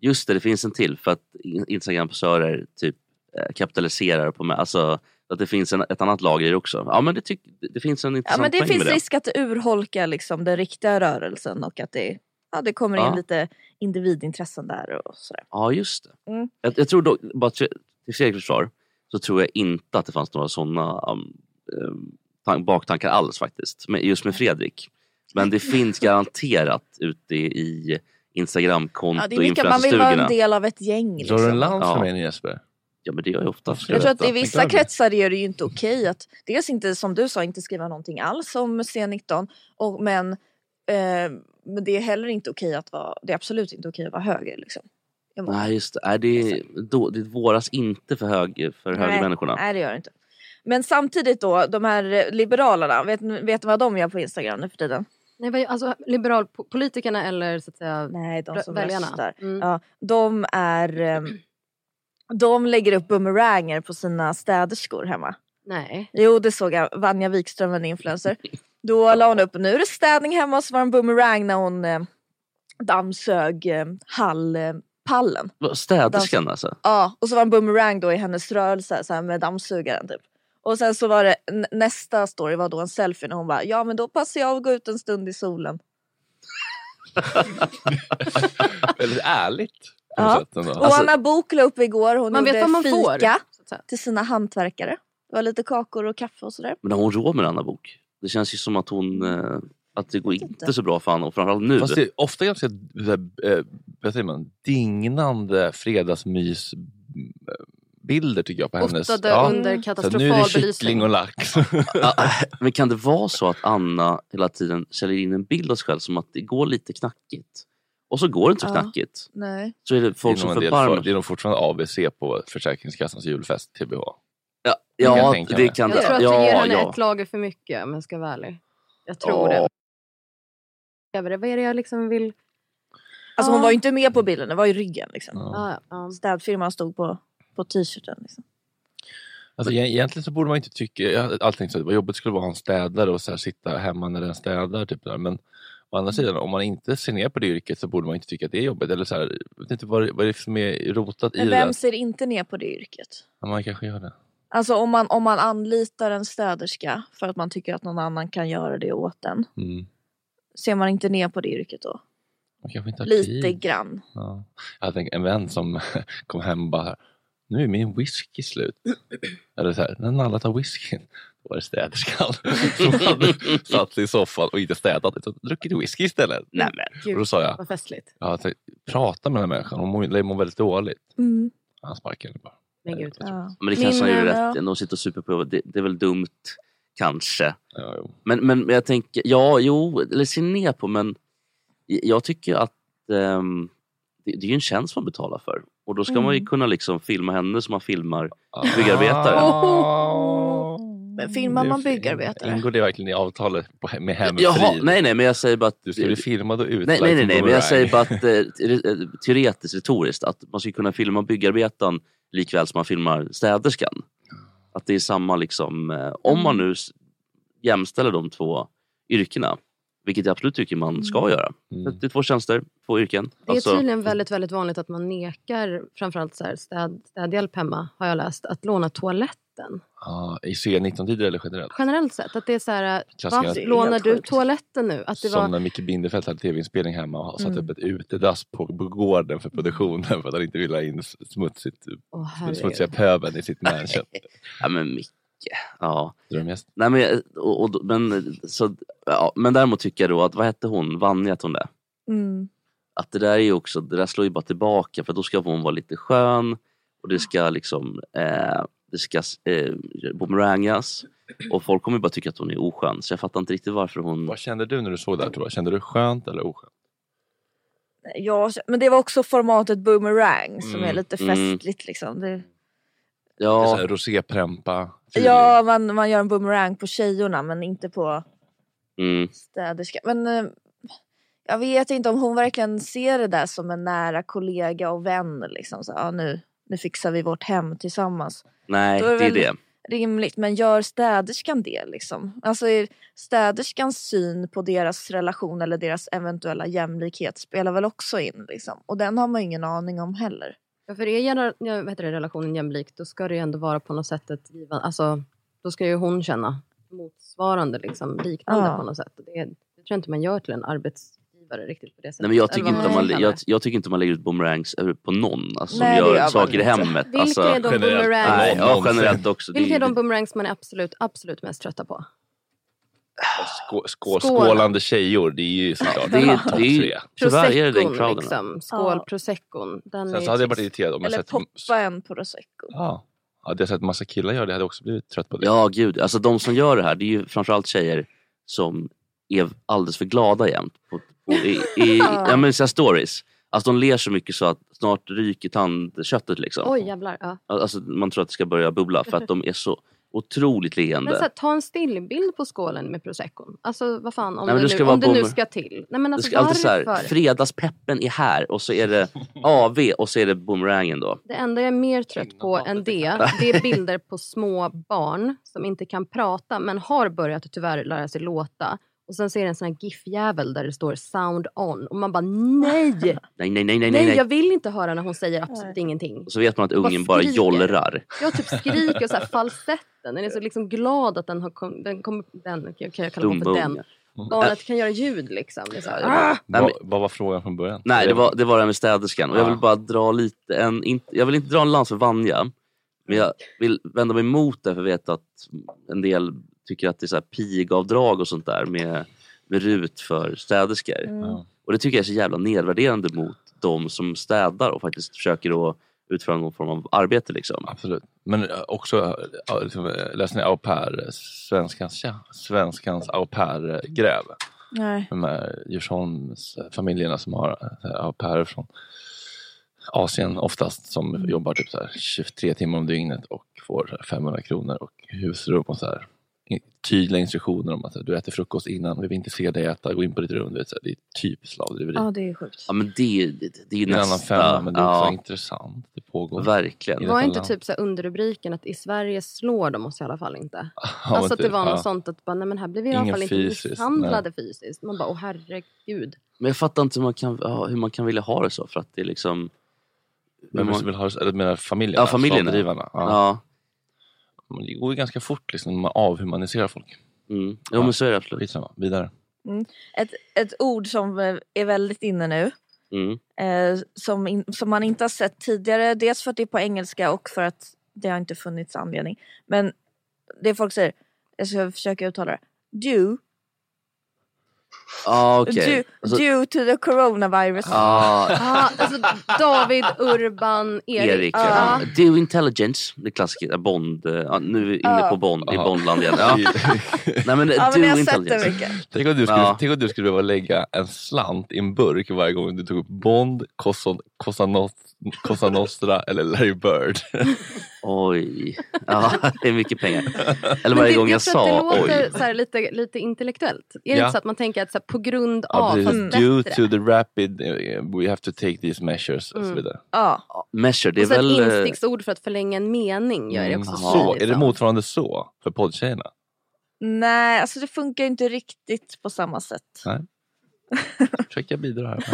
Just det, det finns en till för att in- Instagram-posörer typ eh, kapitaliserar på mig. Alltså att det finns en, ett annat lager i det också. Ja men det, tyck, det finns en
Ja
intressant
men det
poäng
finns
med det.
risk att det urholkar liksom den riktiga rörelsen och att det, ja, det kommer in
Ja.
lite individintressen där och sådär.
Ja just det.
Mm.
Jag, jag tror dock, bara till, till Fredriks försvar, så tror jag inte att det fanns några sådana um, um, tan- baktankar alls faktiskt. Men just med Fredrik. Men det finns garanterat ute i Instagramkonto
Ja, det är
och
mycket, man vill vara en
influencerstugorna.
del av ett gäng. Liksom.
Drar du en lans för mig nu Jesper?
Ja, men det gör jag ofta. ska
Jag tror att
veta.
i vissa kretsar är det ju inte okej att dels inte som du sa inte skriva någonting alls om C19 och, men, eh, men det är heller inte okej att vara, det är absolut inte okej att vara höger liksom. Jag må-
Nej, just det. Nej, det, är, då, det våras inte för, hög, för högermänniskorna.
Nej, nej det gör det inte. Men samtidigt då, de här eh, liberalerna, vet, ni- vet ni vad de gör på Instagram nu för tiden?
Nej, vad- alltså, liberalpolitikerna eller så att säga
Nej, de som
väljarna?
röstar.
Mm.
Ja, de är, eh, de lägger upp boomeranger på sina städerskor hemma.
Nej.
Jo, det såg jag. Vanja Wikström, en influencer. Då la hon upp, nu är det städning hemma och så var det en boomerang när hon eh, dammsög eh, hallpallen.
Vad, Städerskan alltså?
Ja, och så var en boomerang då i hennes rörelse så här med dammsugaren typ. Och sen så var det n- nästa story var då en selfie när hon bara ja men då passar jag att gå ut en stund i solen.
Väldigt ärligt. på något
Ja.
sätt ändå.
Alltså,
Alltså,
Och
alltså-
Anna Bok la upp igår, hon
Man vet
gjorde
vad man får,
fika till sina hantverkare. Det var lite kakor och kaffe och sådär.
Men har hon råd med Anna Bok? Det känns ju som att hon... eh, Att det går inte så bra för Anna, och framförallt nu.
Fast det är ofta ganska så här, eh, vad säger man, dignande fredagsmysbilder tycker jag på
Ofta
hennes. Så
där under
här, Nu är
katastrofal
det kyckling
belysning.
och lax.
äh, Men kan det vara så att Anna hela tiden säljer in en bild av sig själv som att det går lite knackigt? Och så går det inte så
Ja.
knackigt.
Nej.
Så är det folk
det är
som
nog en del
förbarmar
för- Det är nog fortfarande ABC på Försäkringskassans julfest, TBH.
Ja,
Jag
ja,
tänka
det
mig.
kan
Jag tror att du ger henne ett lager för mycket om jag ska vara ärlig. Jag tror det. Över det. Vad är det jag liksom vill...
Alltså hon
Ja.
var ju inte med på bilden, det var ju ryggen liksom.
Ja, ja.
Städfirman stod på, på t-shirten. Liksom.
Alltså, e- egentligen så borde man inte tycka, jag hade alltid tänkt så här, vad jobbigt det skulle vara att ha en städare och så här, sitta hemma när den städar. Typ där. Men å andra sidan, om man inte ser ner på det yrket så borde man inte tycka att det är jobbigt. Eller så här, jag vet inte vad, det- vad det är som är rotat i
Men
det där.
vem ser inte ner på det yrket?
Ja, man kanske gör det.
Alltså om man, om man anlitar en städerska för att man tycker att någon annan kan göra det åt en.
Mm.
Ser man inte ner på det yrket då?
Man kanske inte har tid.
Lite grann.
Ja. Jag hade en- en vän som kom hem och bara, nu är min whisky slut. Eller så här, när alla tar whiskyn, då var det städerskan som hade satt sig i soffan och inte städat utan druckit whisky istället.
Nej, men.
Och då sa jag,
Vad festligt.
jag har tänkt, prata med den här människan, hon mår, lär må väldigt dåligt.
Mm.
Han sparkade henne bara.
Men gud.
Men det kanske han
Min,
gör
eh,
rätt i. De sitter och super på jobbet. Det, det är väl dumt, kanske. men, men jag tänker, ja, jo, eller se ner på, men j- jag tycker att ehm, det, det är ju en tjänst man betalar för. Och då ska man ju
Mm.
kunna liksom filma henne som man filmar
Ah.
byggarbetare.
Men filmar
Det
man byggarbetare?
Ingår det verkligen i avtalet på, med Hemfrid?
Jaha, nej, nej, men jag säger bara att...
Du ska bli filmad och utlagd
Nej, nej, nej,
som
nej men jag
boomerang.
säger bara att eh, te- eh, teoretiskt, retoriskt, att man ska kunna filma byggarbetaren likväl som man filmar städerskan. Att det är samma liksom, eh, om man nu s- jämställer de två yrkena, vilket jag absolut tycker man ska göra. För att Det är två tjänster, två yrken.
Det är
Alltså,
tydligen väldigt, väldigt vanligt att man nekar, framförallt så här städ, städhjälp hemma, har jag läst, att låna toaletten.
Ja, I C19-tider eller generellt?
Generellt sett, att det är så här,
Klassiker.
va?
Det är
Lånar
helt
du
sjukt.
toaletten nu? Att det
Som
var,
när Micke Bindefeld hade tv-inspelning hemma och satte
Mm.
upp ett utedass på på gården för produktionen för att han inte ville ha in s- smutsigt,
Åh,
den
herregud.
smutsiga pöbeln i sitt mansion.
ja, men Micke. Ja.
Drömgäst.
Nej, men, jag- och, och, men, så, ja, men däremot tycker jag då att, vad hette hon, Vanja hette hon det?
Mm.
att det där är ju också, det där slår ju bara tillbaka för då ska hon vara lite skön och det ska liksom, eh, det ska eh, boomerangas och folk kommer ju bara tycka att hon är oskön så jag fattar inte riktigt varför hon... Vad
kände du när du såg det här tror jag? Kände du skönt eller oskönt?
Ja, men det var också formatet boomerang som
Mm.
är lite
Mm.
festligt liksom. Det,
Ja.
Roséprempa.
ja, man, man gör en boomerang på tjejorna men inte på
Mm.
städerska. Men eh, jag vet inte om hon verkligen ser det där som en nära kollega och vän. Liksom. Så, ja, nu, nu fixar vi vårt hem tillsammans.
Nej,
Då
det är
väl
det.
Rimligt, men gör städerskan det liksom? Alltså är städerskans syn på deras relation eller deras eventuella jämlikhet spelar väl också in liksom? Och den har man ju ingen aning om heller.
Ja, för är gener- ja, vad heter det, relationen jämlik, då ska det ju ändå vara på något sätt ett givande, alltså, då ska ju hon känna motsvarande, liksom, liknande
Ja.
på något sätt. Och Det, det tror jag inte man gör till en arbetsgivare riktigt på det sättet.
Nej, men jag,
Eller
tycker
vad
inte
man
man,
kallar
jag, jag tycker inte man lägger ut boomerangs över- på någon alltså, som
Nej, det
gör
gör man
saker i
inte.
hemmet.
Vilka
alltså,
är de Generellt. boomerangs?
Nej, ja, generellt också.
Vilka är
det,
de boomerangs man är absolut, absolut mest trötta på?
Skå, skå, skålande tjejor, det är ju såklart det är, topp tre. Tyvärr är det den crowden.
liksom. Skål proseccon. Den är
Sen
ju
så hade jag varit
trist.
irriterad om jag
Eller
sett...
poppa en prosecco.
Ja. Hade jag sett massa killar göra det hade jag också blivit trött på det.
Ja, gud. Alltså de som gör det här, det är ju framförallt tjejer som är alldeles för glada jämt. På, på, i, i, ja, men sina stories. Alltså de ler så mycket så att snart ryker tandköttet liksom.
Oj jävlar. Ja.
Alltså man tror att det ska börja bubbla för att de är så otroligt leende.
Men så här, ta en stillbild på skålen med proseccon. Alltså vad fan om,
Nej, men
det,
det ska
nu,
vara
om det nu
bomber.
ska till. Nej men
det
alltså
ska alltid så här,
varför?
fredagspeppen är här och så är det AV och så är det boomerangen då.
Det enda jag är mer trött på än det, det är bilder på små barn som inte kan prata men har börjat tyvärr lära sig låta. Och sen ser det en sån här GIF-jävel där det står sound on och man bara nej! Nej,
Nej, nej, nej, nej, nej.
jag vill inte höra när hon säger absolut ingenting.
Och så vet man att ungen
Bara
bara
skriker.
jollrar.
Jag typ skriker och så här falsetten, den är så liksom glad att den har kom, den kom, den, kan jag kalla honom för
Dumbo
den.
unge.
Barnet kan göra ljud liksom. Det är så
Mm.
här, "Ah!"
Nej, men-
Vad var frågan från början?
Nej, det var det, var det här med städerskan. Och jag vill
Ja.
bara dra lite, en, inte, jag vill inte dra en lans för Vanja. Men jag vill vända mig emot det för jag vet att en del tycker att det är så här pigavdrag och sånt där med, med RUT för städerskor.
Mm. Ja.
Och det tycker jag är så jävla nedvärderande mot de som städar och faktiskt försöker att utföra någon form av arbete. Liksom.
Absolut. Men eh, också, eh, liksom, eh, läste ni au pair, eh, svenskans, tja, svenskans au eh, pair-gräv?
Nej.
De här Djursholms-familjerna som har eh, au pairer från Asien oftast som
Mm.
jobbar typ så här 23 timmar om dygnet och får 500 kronor och husrum och så här i- tydliga instruktioner om att så här, du äter frukost innan, vi vill inte se dig äta, gå in på ditt rum. Du vet, så här, det är typ slavdriveri.
Ja, det är sjukt.
Ja, men det, det, det är ju
Det är en annan
nästa.
femma men det är också
ja.
intressant. Det pågår.
Verkligen.
i detta
Var inte
land.
typ så här underrubriken att i Sverige slår de oss i alla fall inte?
men
alltså att det
typ,
var något
ja.
sånt att bara, nej men här blir vi i
Ingen
alla fall inte
fysiskt,
misshandlade fysiskt. Man bara, åh herregud.
Men jag fattar inte hur man kan, ja, hur man kan vilja ha det så för att det är liksom...
Vem som vill ha det så? Eller menar familjerna?
Ja, familjerna.
slavdrivarna, Ja.
Ja.
Men Det går ju ganska fort liksom, när man avhumaniserar folk.
Mm. Jo men så är det absolut.
Skitsamma, vidare.
Mm. Ett, ett ord som eh, är väldigt inne nu.
Mm.
eh, som, in, som man inte har sett tidigare. Dels för att det är på engelska och för att det har inte funnits anledning. Men det folk säger, jag ska försöka uttala det. Due,
Ja okej.
due,
Alltså-
due to the coronavirus.
Ah.
Ja, alltså David, Urban, Erik.
Erik.
Ja.
Ja. Do intelligence, det klassiska Bond. eh, Ja, nu är vi inne
Ja.
på Bond, i
Ja.
Bondland igen. Ja. Nej men,
Ja,
do
men jag har sett det
intelligence.
mycket.
Tänk om, du skulle,
Ja.
tänk om du skulle behöva lägga en slant i en burk varje gång du tog upp Bond, Cosa, Cosa, Nost- Cosa Nostra eller Larry Bird.
Oj, ja, det är mycket pengar. Eller
Men
varje
det-
gång jag,
tror att
sa
Det låter
oj.
så här, lite, lite intellektuellt. Är det
Ja.
inte så att man tänker att så här, på grund
Ja,
av,
precis.
fast
Due
bättre.
to the rapid, eh, we have to take these measures och så
Mm.
vidare.
Ja.
Measure, det är
Och sen
väl... eh,
insticksord för att förlänga en mening gör det
Mm.
också Liksom.
Så,
väldigt
är det
sant.
motsvarande så för poddtjejerna?
Nej, alltså det funkar ju inte riktigt på samma sätt.
Nej. Försöker jag bidra här.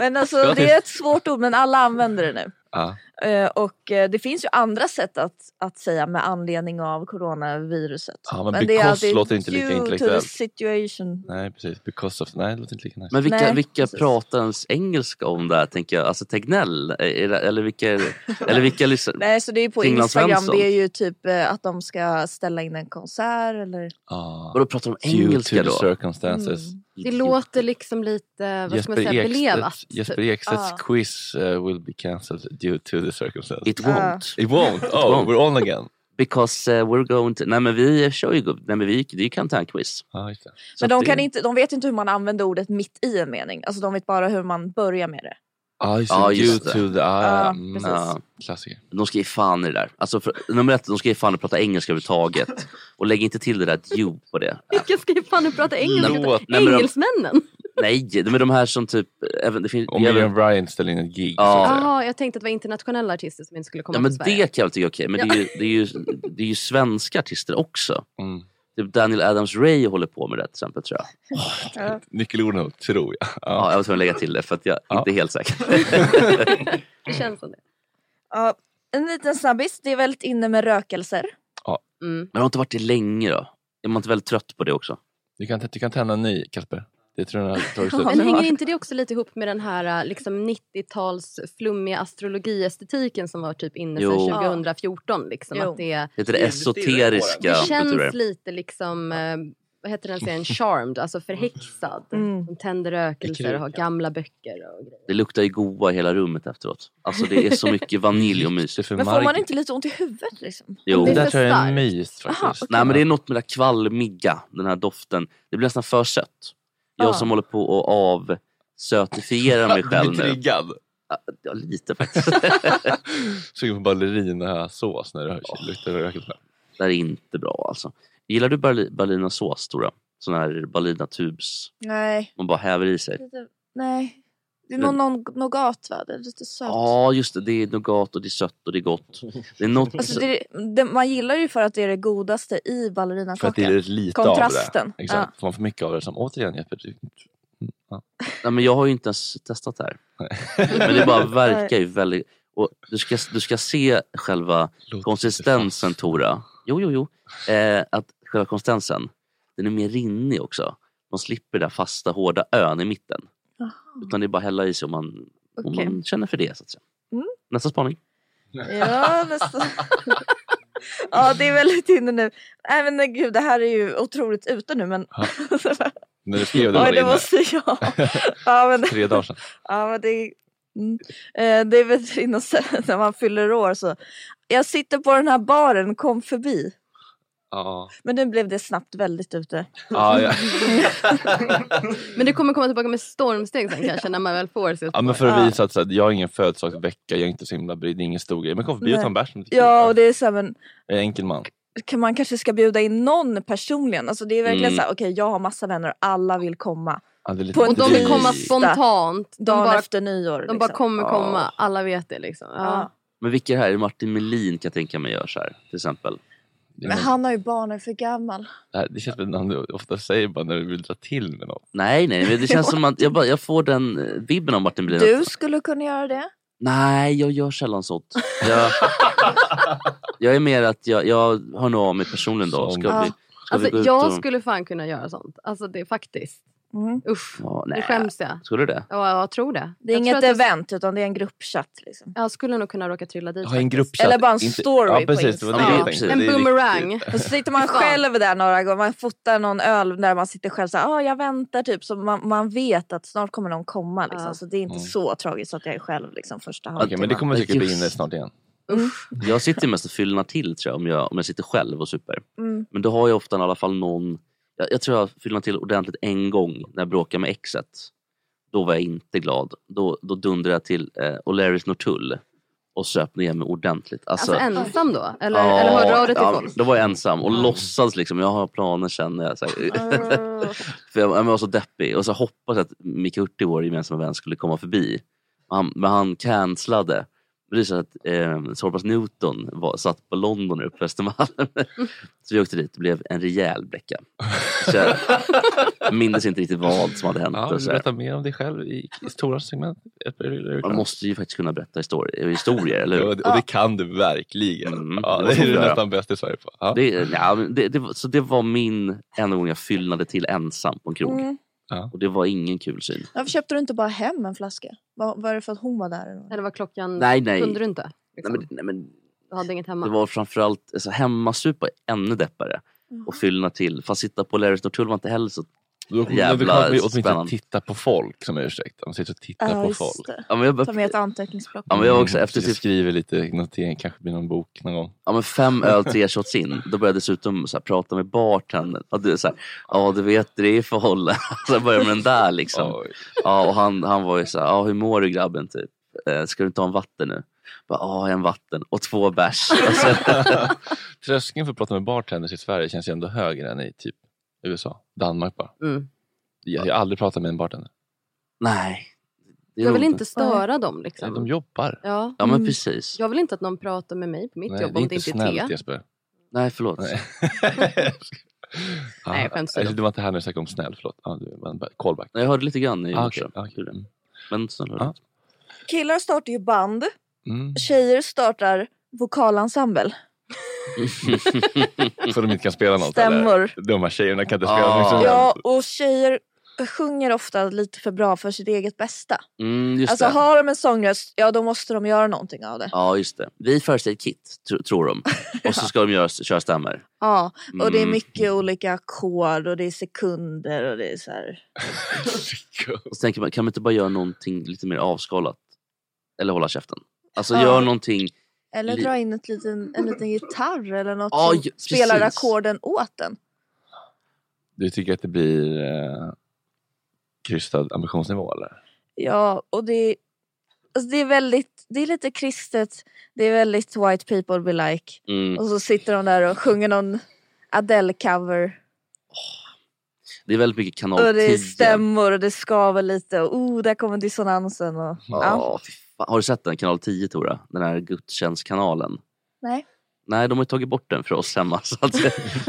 Men alltså
Grattis.
det är ett svårt ord men alla använder det nu.
Ja.
Eh, och eh, det finns ju andra sätt att, att säga med anledning av coronaviruset.
Ja, men because låter inte lika
due to the
intellektuellt.
situation.
Nej precis, because of... Nej, det låter inte lika nice.
Men vilka,
Nej,
vilka
precis.
pratar ens engelska om det här tänker jag? Alltså Tegnell? eh, är det- Eller vilka, är det- eller vilka lyssnar?
Nej, så det är på
Tingland
Instagram.
typ Svensson.
Det är ju typ eh, att de ska ställa in en konsert eller...
Ah.
Och då pratar de
Due
engelska
to
då?
the circumstances.
Mm.
Det låter liksom lite, vad ska man
Jesper,
säga, belevat. typ.
Ekstedts, Jesper Ekstedts
Ja.
quiz eh, will be cancelled due to the circumstances.
It
Ah.
won't.
It won't. Oh,
won't.
we're on again.
Because eh, we're going to... Nej men vi kör ju... gubb- Nej men vi, det är ju countdown-quiz.
Ah, just det.
Så
Men de,
att
kan
det-
inte, de vet inte hur man använder ordet mitt i en mening. Alltså de vet bara hur man börjar med det.
Ah, just det.
Ja,
due
just det.
to the... Ah,
Ja,
mm,
precis.
ah, klassiker.
De ska ge fan i det där. Alltså för, nummer ett, de ska ge fan i att prata engelska överhuvudtaget. Och lägg inte till det där jo på det.
Vilka ska ju fan nu prata engelska?
Låt- Nej, men de-
Engelsmännen?
Nej, det- men de här som typ... Även, det finns,
Om
det är
Miriam
även,
Bryant ställer in ett gig.
Ja.
så att säga.
Jaha, jag tänkte att det var internationella artister som inte skulle komma
ja, men
till
det
Sverige.
kan jag väl tycka är okej. Men det är, ju, det, är ju, det är ju svenska artister också.
Mm.
Typ Daniel Adams-Ray håller på med det till exempel tror jag.
Nyckelorden, tror jag.
Ja, jag var tvungen att lägga till det för att jag inte är helt säker.
Det känns som det.
Ja, en liten snabbis. Det är väldigt inne med rökelser.
Mm.
Men har inte varit det länge då? Är man inte väldigt trött på det också?
Du kan, du kan tända en ny, Kasper. Det tror jag har tagits upp.
Men hänger inte det också lite ihop med den här äh, liksom 90-tals flummiga astrologiestetiken som var typ inne
Jo.
sedan 2014? Liksom,
Jo.
att det,
Heter det esoteriska?
det
kulturer?
känns lite liksom äh, vad heter den serien, Charmed, alltså förhäxad.
Mm.
De tänder rökelser och har gamla böcker och grejer.
Det luktar ju goa i hela rummet efteråt. Alltså det är så mycket vanilj och mys.
Men får man inte lite ont i huvudet liksom?
Jo.
Om är för starkt?
mys
faktiskt. Aha, okej.
Nej men det är något med det där kvalmiga, den här doften. Det blir nästan för sött. Jag
Ah.
som håller på att avsötifiera mig
Du
själv
blir
nu.
triggad.
Ja, lite faktiskt.
Sugen på ballerinasås när du oh. luktar röken.
Det här är inte bra alltså. Gillar du berli- berlinasås Tora? Sån här berlinatubs.
Nej.
Man bara häver i sig.
Lite- Nej. Det är nog någon nougat va? Det är lite sött.
Ja just det, det är nougat och det är sött och det är gott. Det är något...
Alltså det, är- det, man gillar ju för att det är det godaste i ballerinakocken.
För att det är lite
Kontrasten.
av det. Exakt. Får man för mycket av det som återigen Jesper, du-
Nej, men jag har ju inte ens testat det här. Men det bara verkar
Nej.
ju väldigt... Och du, ska, du ska se själva konsistensen Tora. Jo, jo, jo. Eh, att själva konsistensen, den är mer rinnig också. Man slipper den där fasta hårda ön i mitten.
Jaha.
Utan det är bara hälla i sig om man, om
Okej.
man känner för det. Så att säga.
Mm.
Nästa spaning.
Ja, nästan. ja, det är väldigt inne nu. Nej men nej, gud, det här är ju otroligt ute nu men...
När du skrev det var
Oj,
det
det
inne.
måste jag. Ja, men...
Tre dagar sedan.
Ja, men det, mm. eh, det är väl in och säga när man fyller år så. Jag sitter på den här baren, kom förbi.
Ja.
Men nu blev det snabbt väldigt ute.
Ja, ja.
Men det kommer komma tillbaka med stormsteg sen kanske när man väl får sitt
ja, men
svar.
för att visa att så här, jag har ingen födelsedagsvecka, jag är inte så himla brydd, det är ingen stor grej. Men kom förbi och ta en bärs. om du-
Ja, och det är så här, men
Jag är enkel man.
kan man kanske ska bjuda in någon personligen. Alltså det är verkligen
Mm.
så här, okej jag har massa vänner och alla vill komma.
Ja, det är lite
På
Och de vill komma
Tisdag.
spontant. De
Dagen
bara,
efter nyår.
de bara
liksom.
kommer
Ja.
komma, alla vet det liksom. Ja.
Men vilka är det här? Är det Martin Melin kan jag tänka mig gör så här till exempel.
Men han har ju barn, han är för gammal.
Det, här, det känns som att du ofta säger bara när du vill dra till med något.
Nej, nej, men det känns som att jag, bara, jag får den eh, vibben av Martin Melin.
Du skulle kunna göra det.
Nej, jag gör sällan sånt. Jag, jag är mer att jag, jag hör nog av mig personligen då. Ska
Ja.
vi, ska
Alltså,
vi gå ut
jag
och...
skulle fan kunna göra sånt. Alltså det är faktiskt. Usch,
Ja,
nu
nej.
skäms jag.
Skulle du det?
Ja, jag tror det.
Mm. Det är
jag tror
inget
att jag-
event utan det är en gruppchatt. Liksom.
Jag skulle nog kunna råka trilla dit.
Ha en
faktiskt.
gruppchatt, Eller bara en inte- story ja, på precis, det var det Instagram. jag
Ja,
tänkte.
En
Det är riktigt-
boomerang.
Och så sitter man själv där några gånger, man fotar någon öl där man sitter själv så här, ah, jag väntar typ. Så man, man vet att snart kommer någon komma liksom. Så det är inte
Mm.
så tragiskt att jag är själv liksom första
Okej,
halvtimmen.
men det kommer säkert bli inne
snart igen.
Jag sitter ju mest och fyllnar till tror jag om, jag om jag sitter själv och super.
Mm.
Men då har jag ofta i alla fall någon... Jag, jag tror jag fyllnar till ordentligt en gång när jag bråkade med exet. Då var jag inte glad. Då, då dundrade jag till eh, O'Learys Norrtull och söp ner mig ordentligt.
Alltså ensam då? Eller, eller hörde du av dig till
ja,
folk?
Då var jag ensam och låtsades liksom, jag har planer sen. När jag, så här,
Ah.
för jag, jag var så deppig och så hoppades jag att Micke Hurtig, vår gemensamma vän, skulle komma förbi. Men han, men han cancellade. Men Det är så att eh, Sorbas Newton var, satt på London uppe på Östermalm. så vi åkte dit, det blev en rejäl bläcka. Så jag, jag minns inte riktigt vad som hade hänt.
Ja,
och
vill du
så här.
berätta mer om dig själv i, i stora segment? Jesper, är du- är du
Man
klar?
måste ju faktiskt kunna berätta histori- historier, eller hur?
Ja,
Mm,
och det- och det kan du verkligen. Ja, det
var så
är du
jag gör.
nästan bäst i Sverige på. Ja.
Det, ja, men det, det, var- så det var min enda gång jag fyllnade till ensam på en krog.
Mm.
Och det var ingen kul syn.
Varför köpte du inte bara hem en flaska? Var, var det för att hon var där? Eller,
eller var klockan?
Nej, nej.
Kunde du inte?
Nej, men, nej, men,
Liksom. Du hade inget hemma?
det var framförallt alltså, hemmasupa är ännu deppare.
Mm.
Och fyllna till. Fast sitta på Larrys Norrtull var inte heller så
Då kommer du
jävla
kan vi åtminstone
spännande.
titta på folk som ursäkt. Man sitter och tittar
Ja,
på
just
folk.
det.
Ja, men jag bara-
Ta med ett anteckningsblock.
Ja, men jag också, efter
jag
typ-
skriver lite notering, kanske blir någon bok någon gång.
Ja, men fem öl, tre shots in. Då började jag dessutom så här, prata med bartendern. Ja, du, är så här, ja, du vet det är förhållanden. Så jag började med den där liksom. Ja, och han, han var ju så här, ja, hur mår du grabben? Typ. Eh, ska du inte ha en vatten nu? Bara, ja, en vatten och två bärs. Och sen-
Alltså, Tröskeln för att prata med bartenders i Sverige känns ju ändå högre än i typ USA, Danmark bara.
Mm.
Jag, jag har aldrig pratat med en bartender.
Nej.
Jag vill inte störa dem liksom.
De jobbar.
Ja.
Ja, men
Mm.
precis.
Jag vill inte att någon pratar med mig på mitt
Nej,
jobb
det är
om det
inte
inte är
snällt,
te.
Jesper.
Nej, förlåt.
Nej, jag skäms åsido.
Du var inte här när du snackade om snäll, förlåt. Ja, du var en callback.
Jag hörde lite grann i
Ah,
morse. Men snälla. hörde inte.
Killar startar ju band,
Mm.
tjejer startar vokalensemble.
Så de inte kan spela något?
Stämmor.
Eller? De här tjejerna kan inte spela något instrument.
Ja, och tjejer sjunger ofta lite för bra för sitt eget bästa.
Mm, just
alltså
det.
har de en sångröst, ja då måste de göra någonting av det.
Ja, just det. Vi är First Aid Kit, tr- tror de. Och så ska de göra, köra stammar.
Ja, och det är
Mm.
mycket olika ackord och det är sekunder och det är så här.
Och så tänker man, kan man inte bara göra någonting lite mer avskalat? Eller hålla käften. Alltså
Ja.
gör någonting.
Eller
Li-
dra in ett liten, en liten gitarr eller något
Ja,
som
ju-
spelar
precis.
ackorden åt den.
Du tycker att det blir eh, krystad ambitionsnivå eller?
Ja, och det, alltså det är väldigt, det är lite kristet, det är väldigt white people be like.
Mm.
Och så sitter de där och sjunger någon Adele-cover.
Det är väldigt mycket kanal
och det är
10.
stämmor och det skaver lite och oh, där kommer dissonansen och
Ja, fy fan. Har du sett den? Kanal 10 Tora? Den här gudstjänstkanalen.
Nej.
Nej, de har ju tagit bort den för oss hemma. Så att jag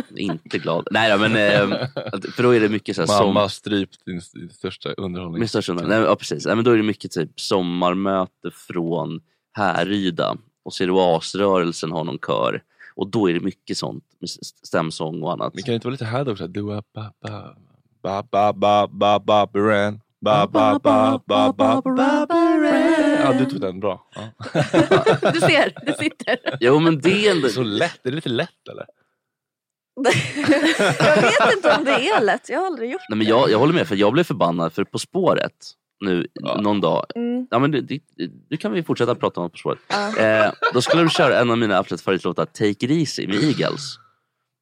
är inte glad. Nej, då, men, eh, att- för då är det mycket så här som...
Mamma har strypt din, din största underhållning.
Med största undantag. Nej, ja, precis. Nej, men då är det mycket typ sommarmöte från Härryda och så är det Oasrörelsen har någon kör. Och då är det mycket sånt med s- stämsång och annat.
Men kan det inte vara lite här också? Du är ba ba ba ba ba ba ba Buran. ba ba ba ba ba ba Ja, du tog den bra. Ja.
Du ser, det sitter.
Jo men det är ändå...
Så lätt, är det lite lätt eller?
jag vet inte om det är lätt, jag har aldrig gjort
Nej, men jag, jag håller med, för jag blev förbannad för På spåret nu någon dag.
Mm.
Ja, men du, du, du kan vi fortsätta prata om På spåret.
Ja.
Eh, då skulle de köra en av mina absolut favoritlåtar, Take It Easy med Eagles.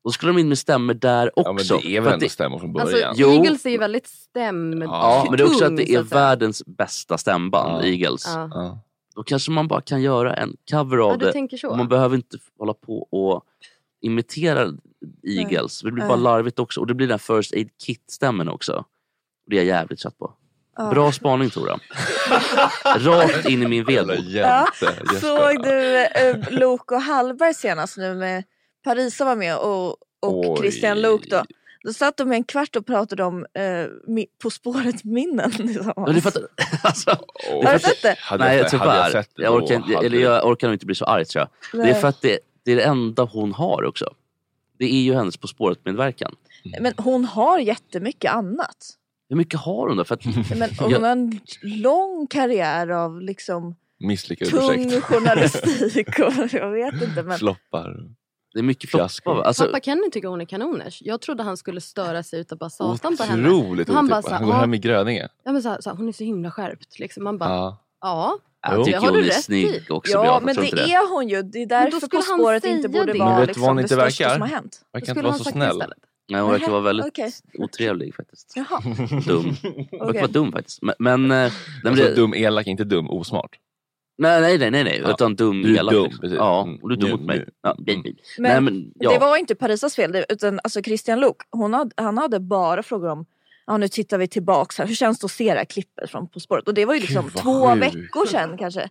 Då skulle de in med stämmer där också.
men det är väl
För att
ändå stämmor från början?
Alltså,
Jo,
Eagles är ju väldigt stämd.
Ja, men det är också att
tung,
det
så
är
säga.
världens bästa stämband, Eagles.
Ja.
Då kanske man bara kan göra en cover
Ja,
av
du
det.
tänker så.
Och Man behöver inte hålla på och imitera Eagles. Det blir bara
Nej.
larvigt också. Och det blir den här First Aid Kit-stämmen också. Och det är jag jävligt trött på.
Ja.
Bra spaning Tora. Rakt in i min vedbod.
Ja, Såg du eh, Lok och Hallberg senast nu med Parisa var med och, och
Oj.
Christian Lok då. Då satt de en kvart och pratade om eh, mi- På Liksom. spåret-minnen tillsammans.
Men du fattar, alltså,
Har du sett det?
Hade jag
Nej
inte- hade jag
tyvärr.
sett det
jag,
då
orkar, inte,
hade
eller jag orkar nog inte bli så arg tror jag. Det är
Nej.
för att det, det är det enda hon har också. Det är ju hennes På spåret-medverkan.
Men hon har jättemycket annat.
Hur mycket har hon då? För att,
Men och hon har en lång karriär av liksom
Misslyckade
tung
projekt.
journalistik och jag vet inte. Men...
Floppar.
Det är mycket floppar. va? Alltså,
Pappa Kenny tycker hon är kanoners. Jag trodde han skulle störa sig utav bara satan på henne.
otroligt
Men han bara
otippat. Han
så här,
går
"Ja."
hem i gröningen.
Ja, men så här, så här, hon är så himla skärpt. Liksom. Man bara,
Ja.
ja. ja
Jag tycker
har
hon
du
är
rätt i.
snygg också,
ja,
Beata,
men
tror
det,
inte det?
är hon ju. Det är
Men då
därför På
skulle han
spåret inte
säga
borde
det.
vara
Men vet du vad
liksom,
hon
det
inte
största
verkar?
som har hänt.
Verkar
Då skulle
inte vara
han
så
sagt
snäll.
istället.
Nej, hon verkar
Nähä,
vara väldigt
okej.
otrevlig faktiskt.
Jaha.
Dum. Hon verkar vara dum faktiskt. Men, men, eh, nej, men
Alltså,
det,
dum, elak, inte dum, osmart.
nej, nej, nej, nej, nej.
Ja.
utan dum,
Du är
elak.
dum,
liksom.
precis.
Ja,
Mm.
och du är dum
Nu-
mot mig.
nu.
Ja, bi- bi.
Men,
nej, men, ja.
Det var inte Parisas fel, det- utan alltså Christian Luuk, hon hade, han hade bara frågor om Ja, nu tittar vi tillbaks här. Hur känns det att se det här klippet från På spåret? Och det var ju liksom
Gud, vad
två
sjukt.
veckor sedan kanske.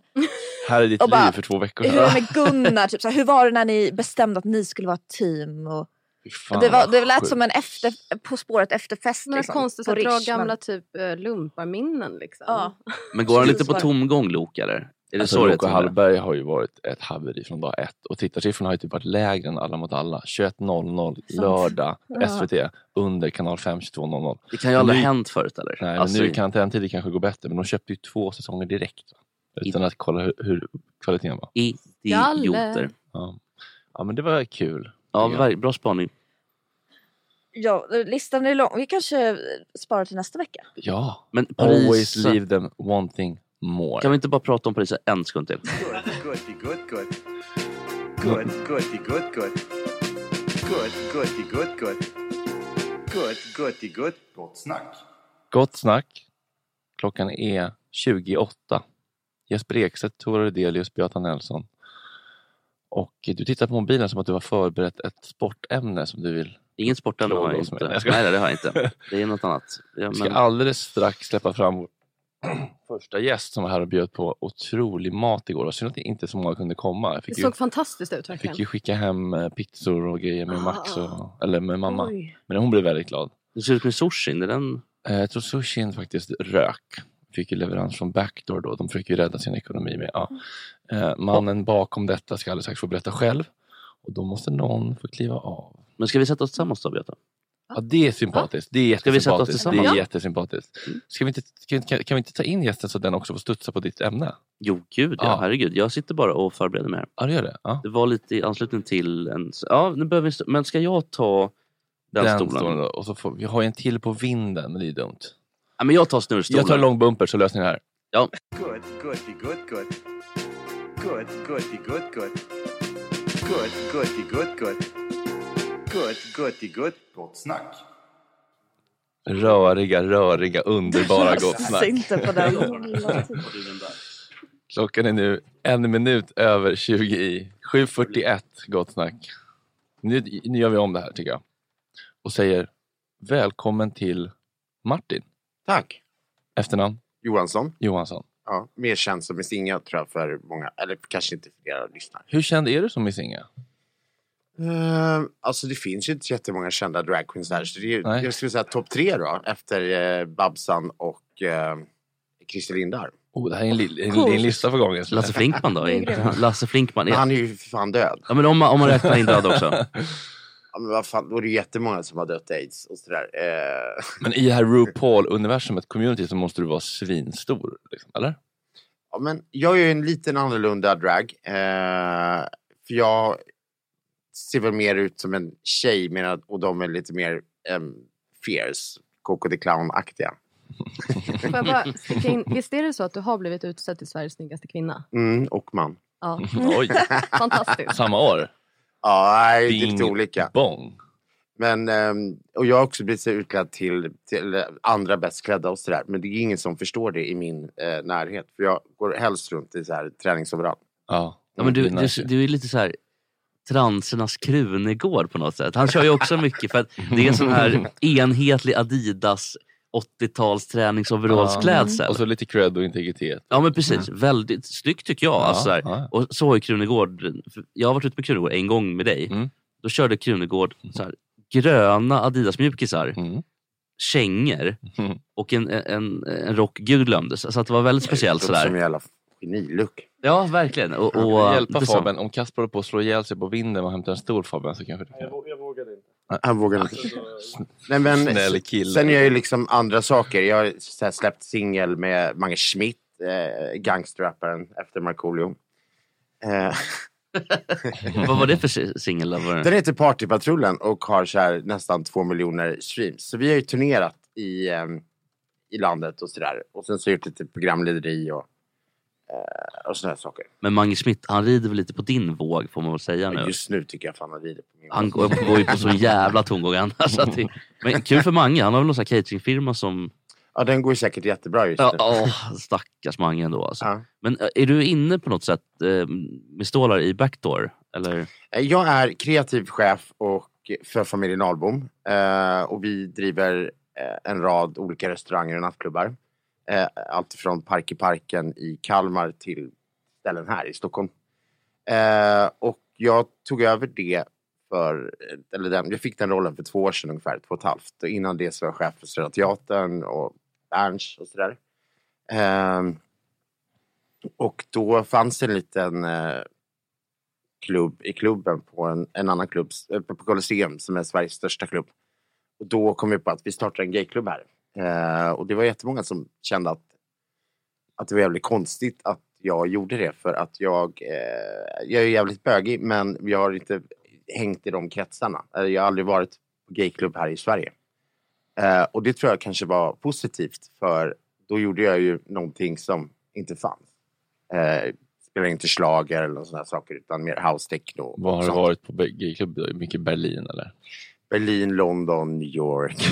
Här är ditt
Och bara,
liv för två veckor
Hur är det
sedan.
med Gunnar? Typ, så här, hur var det när ni bestämde att ni skulle vara ett team? Och,
Fy fan,
det, var,
vad
det lät
sjukt.
som en efter, På spåret efterfest.
Några
liksom,
konstiga
på
att dra
Rish, men-
gamla typ eh, lumparminnen. Liksom. Ja.
men går han lite på
Precis.
tomgång, Lok, eller? Är det
Alltså,
så det
Loke
tror jag?
Hallberg har ju varit ett haveri från dag ett och tittarsiffrorna har ju typ varit lägre än Alla mot alla. 21.00 lördag,
Ja.
SVT, under kanal 5, 22.00.
Det kan ju aldrig
Nu-
ha hänt förut, eller?
Nej, men
Alltså,
nu i karantäntider kanske går bättre, men de köpte ju två säsonger direkt. Va? Utan att kolla hur, hur kvaliteten var.
Idioter.
Ja. ja, men det var kul.
Ja, ver- bra spaning.
Ja, listan är lång. Vi kanske sparar till nästa vecka.
Ja,
men
Paris...
Paris-
Always leave them wanting more.
Kan vi inte bara prata om Paris en sekund till?
Goody, good, good. Good, goody, good, good. Good, goody, good, good. Good, goody, good. Gott snack.
Gott snack. Klockan är 28. Jesper Ekstedt, Tora Rydelius, Beata Nelson. Och du tittar på mobilen som att du har förberett ett sportämne som du vill...
Ingen sportämne har jag inte. Nej, det har jag inte. Det är något annat. Ja,
Vi ska
men-
alldeles strax släppa fram vår första gäst som var här och bjöd på otrolig mat igår. Det var Synd att det inte så många kunde komma. Jag
Det
fick, ju,
såg fantastiskt ut verkligen.
fick ju skicka hem eh, pizzor och grejer med Max och, eller med mamma.
Oj.
Men hon blev väldigt glad. Eh,
Det ser ut med sushin, är den...
Jag tror sushin faktiskt rök. Fick ju leverans från Backdoor då. De försöker ju rädda sin ekonomi med. Ja. Eh, Mannen bakom detta ska alldeles strax få berätta själv. Och då måste någon få kliva av.
Men ska vi sätta oss tillsammans då, Beata?
Ja, det är sympatiskt. Det är
Ska vi sätta oss
jättesympatiskt. Det är
tillsammans?
jättesympatiskt. Ska vi inte, kan, kan kan vi inte ta in gästen så att den också får studsa på ditt ämne?
Jo, gud ja.
Ja.
Herregud. Jag sitter bara och förbereder mig här.
Ja, det gör det. Ja.
Det var lite i anslutning till en... Ja, nu behöver vi... stå- Men ska jag ta den,
Den
stolen?
stolen då. Och så får, vi har ju en till på vinden, men det är dumt.
Ja, men jag tar snurrstolen.
Jag tar lång bumper så löser ni det här.
Ja.
Good, goody, good, good. Good, goody, good, good. Good, goody, good, good. Good, goody, good. Gott snack.
Röriga, röriga, underbara gott snack. Klockan är nu en minut över 20 i. 7.41, gott snack. Nu, nu gör vi om det här tycker jag. Och säger välkommen till Martin.
Tack.
Efternamn?
Johansson.
Johansson.
Ja, mer känd som Missinga tror jag för många, eller kanske inte för flera lyssnare.
Hur känd är du som Miss Inga?
Uh, alltså det finns ju inte jättemånga kända dragqueens här. Så det är, ju-
Nej.
jag skulle säga topp tre då, efter eh, Babsan och eh, Christer Lindar.
Oh, det här är en, li- en, en lista för gången.
Lasse Flinckman då? Lasse Flinckman
Men han är ju för fan död.
Ja, men om man, om man räknar in död också.
ja, men vad fan, då är det ju jättemånga som har dött i aids och sådär. Eh,
Men i det här RuPaul-universumet, community, så måste du vara svinstor. Liksom, eller?
Ja, men jag är ju en liten annorlunda drag. Eh, för jag ser väl mer ut som en tjej medan, och de är lite mer um, fierce, Coco the Clown-aktiga.
Får jag bara sticka in, visst är det så att du har blivit utsedd till Sveriges snyggaste kvinna?
Mm, och man.
Ja.
Oj.
Fantastiskt.
Samma år?
Ja, nej, det är
Ding
lite olika.
Bong.
Men, ehm, och jag har också blivit så utklädd till, till andra bäst klädda och sådär. Men det är ingen som förstår det i min eh, närhet. För jag går helst runt i så här träningsoverall.
Ja,
Ja, men du, du, du är lite så här transernas Krunegård på något sätt. Han kör ju också mycket för att det är en sån här enhetlig Adidas 80-tals träningsoverallsklädsel.
Ja. Och så lite cred och integritet.
Ja men precis, väldigt snyggt tycker jag.
Ja,
alltså, så här.
ja.
Och så har ju Krunegård, för jag har varit ute på Krunegård en gång med dig. Då körde Krunegård så här, gröna Adidas-mjukisar, kängor och en, en, en rock gud glömdes. Så att det var väldigt speciellt.
Det
Så
låter som en
där.
jävla geniluck.
Ja verkligen. Och,
Kan du
och,
hjälpa
detsamma.
Fabian, om Kasper håller på att slå ihjäl sig på vinden och hämtar en stor Fabian så kanske du kan...
Jag vågade inte. Alltså,
Han vågar inte. Nej, men,
Snäll
s-
kille.
Sen gör jag ju liksom andra saker. Jag har så här släppt singel med Mange Schmidt, eh, gangsterrapparen efter Markoolio. Eh,
Vad var det för si- singel? då? Var det-
den heter Partypatrullen och har så här nästan två miljoner streams. Så vi har ju turnerat i, eh, i landet och sådär. Och sen så har jag gjort lite programlederi och, eh, och sådana saker.
Men Mange Schmidt, han rider väl lite på din våg får man väl säga nu.
Just nu tycker jag fan han rider på min
Han går, går ju på sån jävla tomgång annars. Att det, men kul för Mange, han har väl någon sån här cateringfirma som...
Ja, den går ju säkert jättebra just
Ja,
nu.
åh, stackars Mange ändå alltså. Men ä, är du inne på något sätt eh, med stålar i backdoor? Eller?
Eh, Jag är kreativ chef och för familjen Ahlbom. Eh, och vi driver eh, en rad olika restauranger och nattklubbar. Eh, allt ifrån Park i parken i Kalmar till ställen här i Stockholm. Eh, och jag tog över det för, eller den, jag fick den rollen för två år sedan ungefär, två och ett halvt. Och innan det så var jag chef för Södra Teatern och Berns och sådär. Ehm, och då fanns det en liten eh, klubb i klubben på en, en annan klubb, eh, på på Colosseum som är Sveriges största klubb. Och då kom vi på att vi startar en gayklubb här. Eh, och det var jättemånga som kände att, att det var jävligt konstigt att jag gjorde det för att jag, eh, jag är jävligt bögig men jag har inte hängt i de kretsarna. Eh, Jag har aldrig varit på gayklubb här i Sverige. Eh, och det tror jag kanske var positivt för då gjorde jag ju någonting som inte fanns. Eh, spelar inte schlager eller sådana saker utan mer house techno. och
Vad har du
sånt.
varit på gayklubb? då? Mycket Berlin eller? Mhm.
Berlin, London, New York.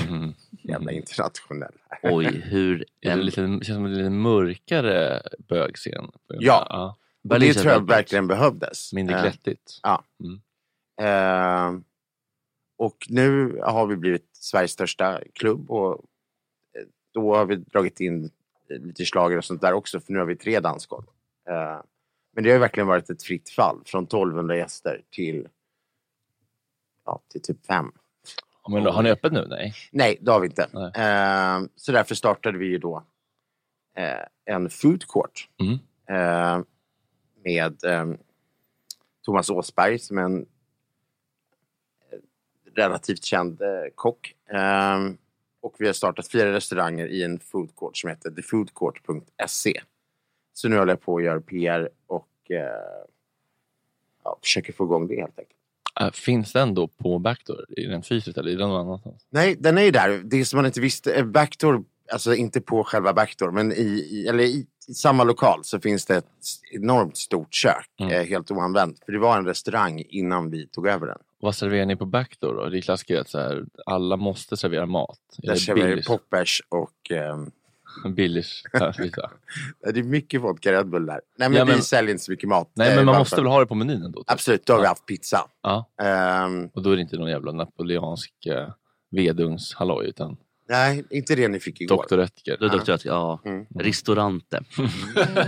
Jävla internationell.
Oj, hur...
Är det, lite, känns som en lite mörkare bögscen.
Ja, och det
Berlin känns
tror jag
väldigt-
verkligen behövdes.
Mindre
Eh,
glättigt. Mm.
Ja. Eh, och nu har vi blivit Sveriges största klubb och eh, då har vi dragit in eh, lite schlager och sånt där också för nu har vi tre dansgolv. Eh, men det har ju verkligen varit ett fritt fall från 1200 gäster till, ja, till typ fem.
Ja, Men då, har ni öppet nu? Nej.
Nej, det har vi inte. Eh, så därför startade vi ju då eh, en food court eh, med eh, Thomas Åsberg som är en eh, relativt känd eh, kock. Ehm, och vi har startat fyra restauranger i en food court som heter thefoodcourt.se. E. Så nu håller jag på och gör PR och eh, ja, försöker få igång det helt enkelt.
Äh, Finns den då på Backdoor? Är den fysiskt eller är den någon annanstans?
Nej, den är ju där. Det som man inte visste, eh, Backdoor, alltså inte på själva Backdoor, men i, i, eller i, i samma lokal så finns det ett enormt stort kök,
Mm.
eh, helt oanvänt. För det var en restaurang innan vi tog över den.
Vad serverar ni på Backdoor då? Det är klassiker att så här, alla måste servera mat. Är
Där
det
serverar vi
Billys?
poppers och... ehm,
Billys. Ja, visst, ja.
det är mycket vodka Red Bull där. Nej, men,
Ja, men-
vi säljer inte så mycket mat.
Nej,
eh,
men man
varför?
måste väl ha det på menyn ändå?
Absolut, då har vi
Ja.
haft pizza.
Ja.
Ehm,
Och då är det inte någon jävla napoleansk uh, vedugnshalloj utan
Nej, inte det ni fick igår.
Dr. Oetker. Mm.
Det är Dr. Oetker, ja.
Mm.
Ristorante.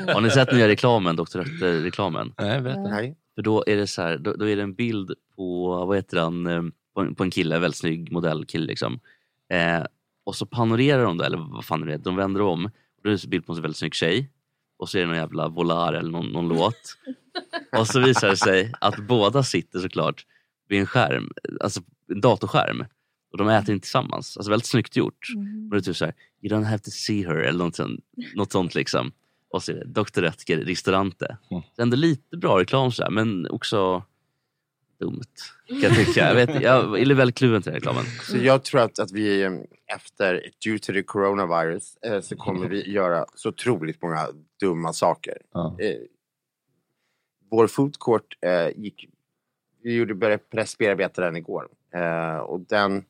Har ni sett nya reklamen, Dr. Oetker-reklamen?
Nej, berätta.
Nej.
För då är det så här, då, då är det en bild på, vad heter han, eh, på en, på en kille, en väldigt snygg modellkille liksom. Eh, och så panorerar de då, eller vad fan är det de vänder om. Och då är det en bild på en väldigt snygg tjej. Och så är det någon jävla volar eller någon, någon låt. Och så visar det sig att båda sitter såklart vid en skärm, alltså en datorskärm. Och de äter inte tillsammans. Alltså väldigt snyggt gjort.
Mm.
Och det är typ så här, you don't have to see her eller något sånt, något sånt liksom. Och så är det Dr. Oetker, restaurante.
Mm.
Så ändå lite bra reklam så här, men också dumt. Kan jag tycka. Jag, vet, jag är väldigt kluven till den här reklamen.
Så jag tror att, att vi eh, efter due to the coronavirus eh, så kommer vi göra så otroligt många dumma saker.
Ja.
Eh, vår food court eh, gick, vi gjorde, började pressbearbeta den igår eh, och den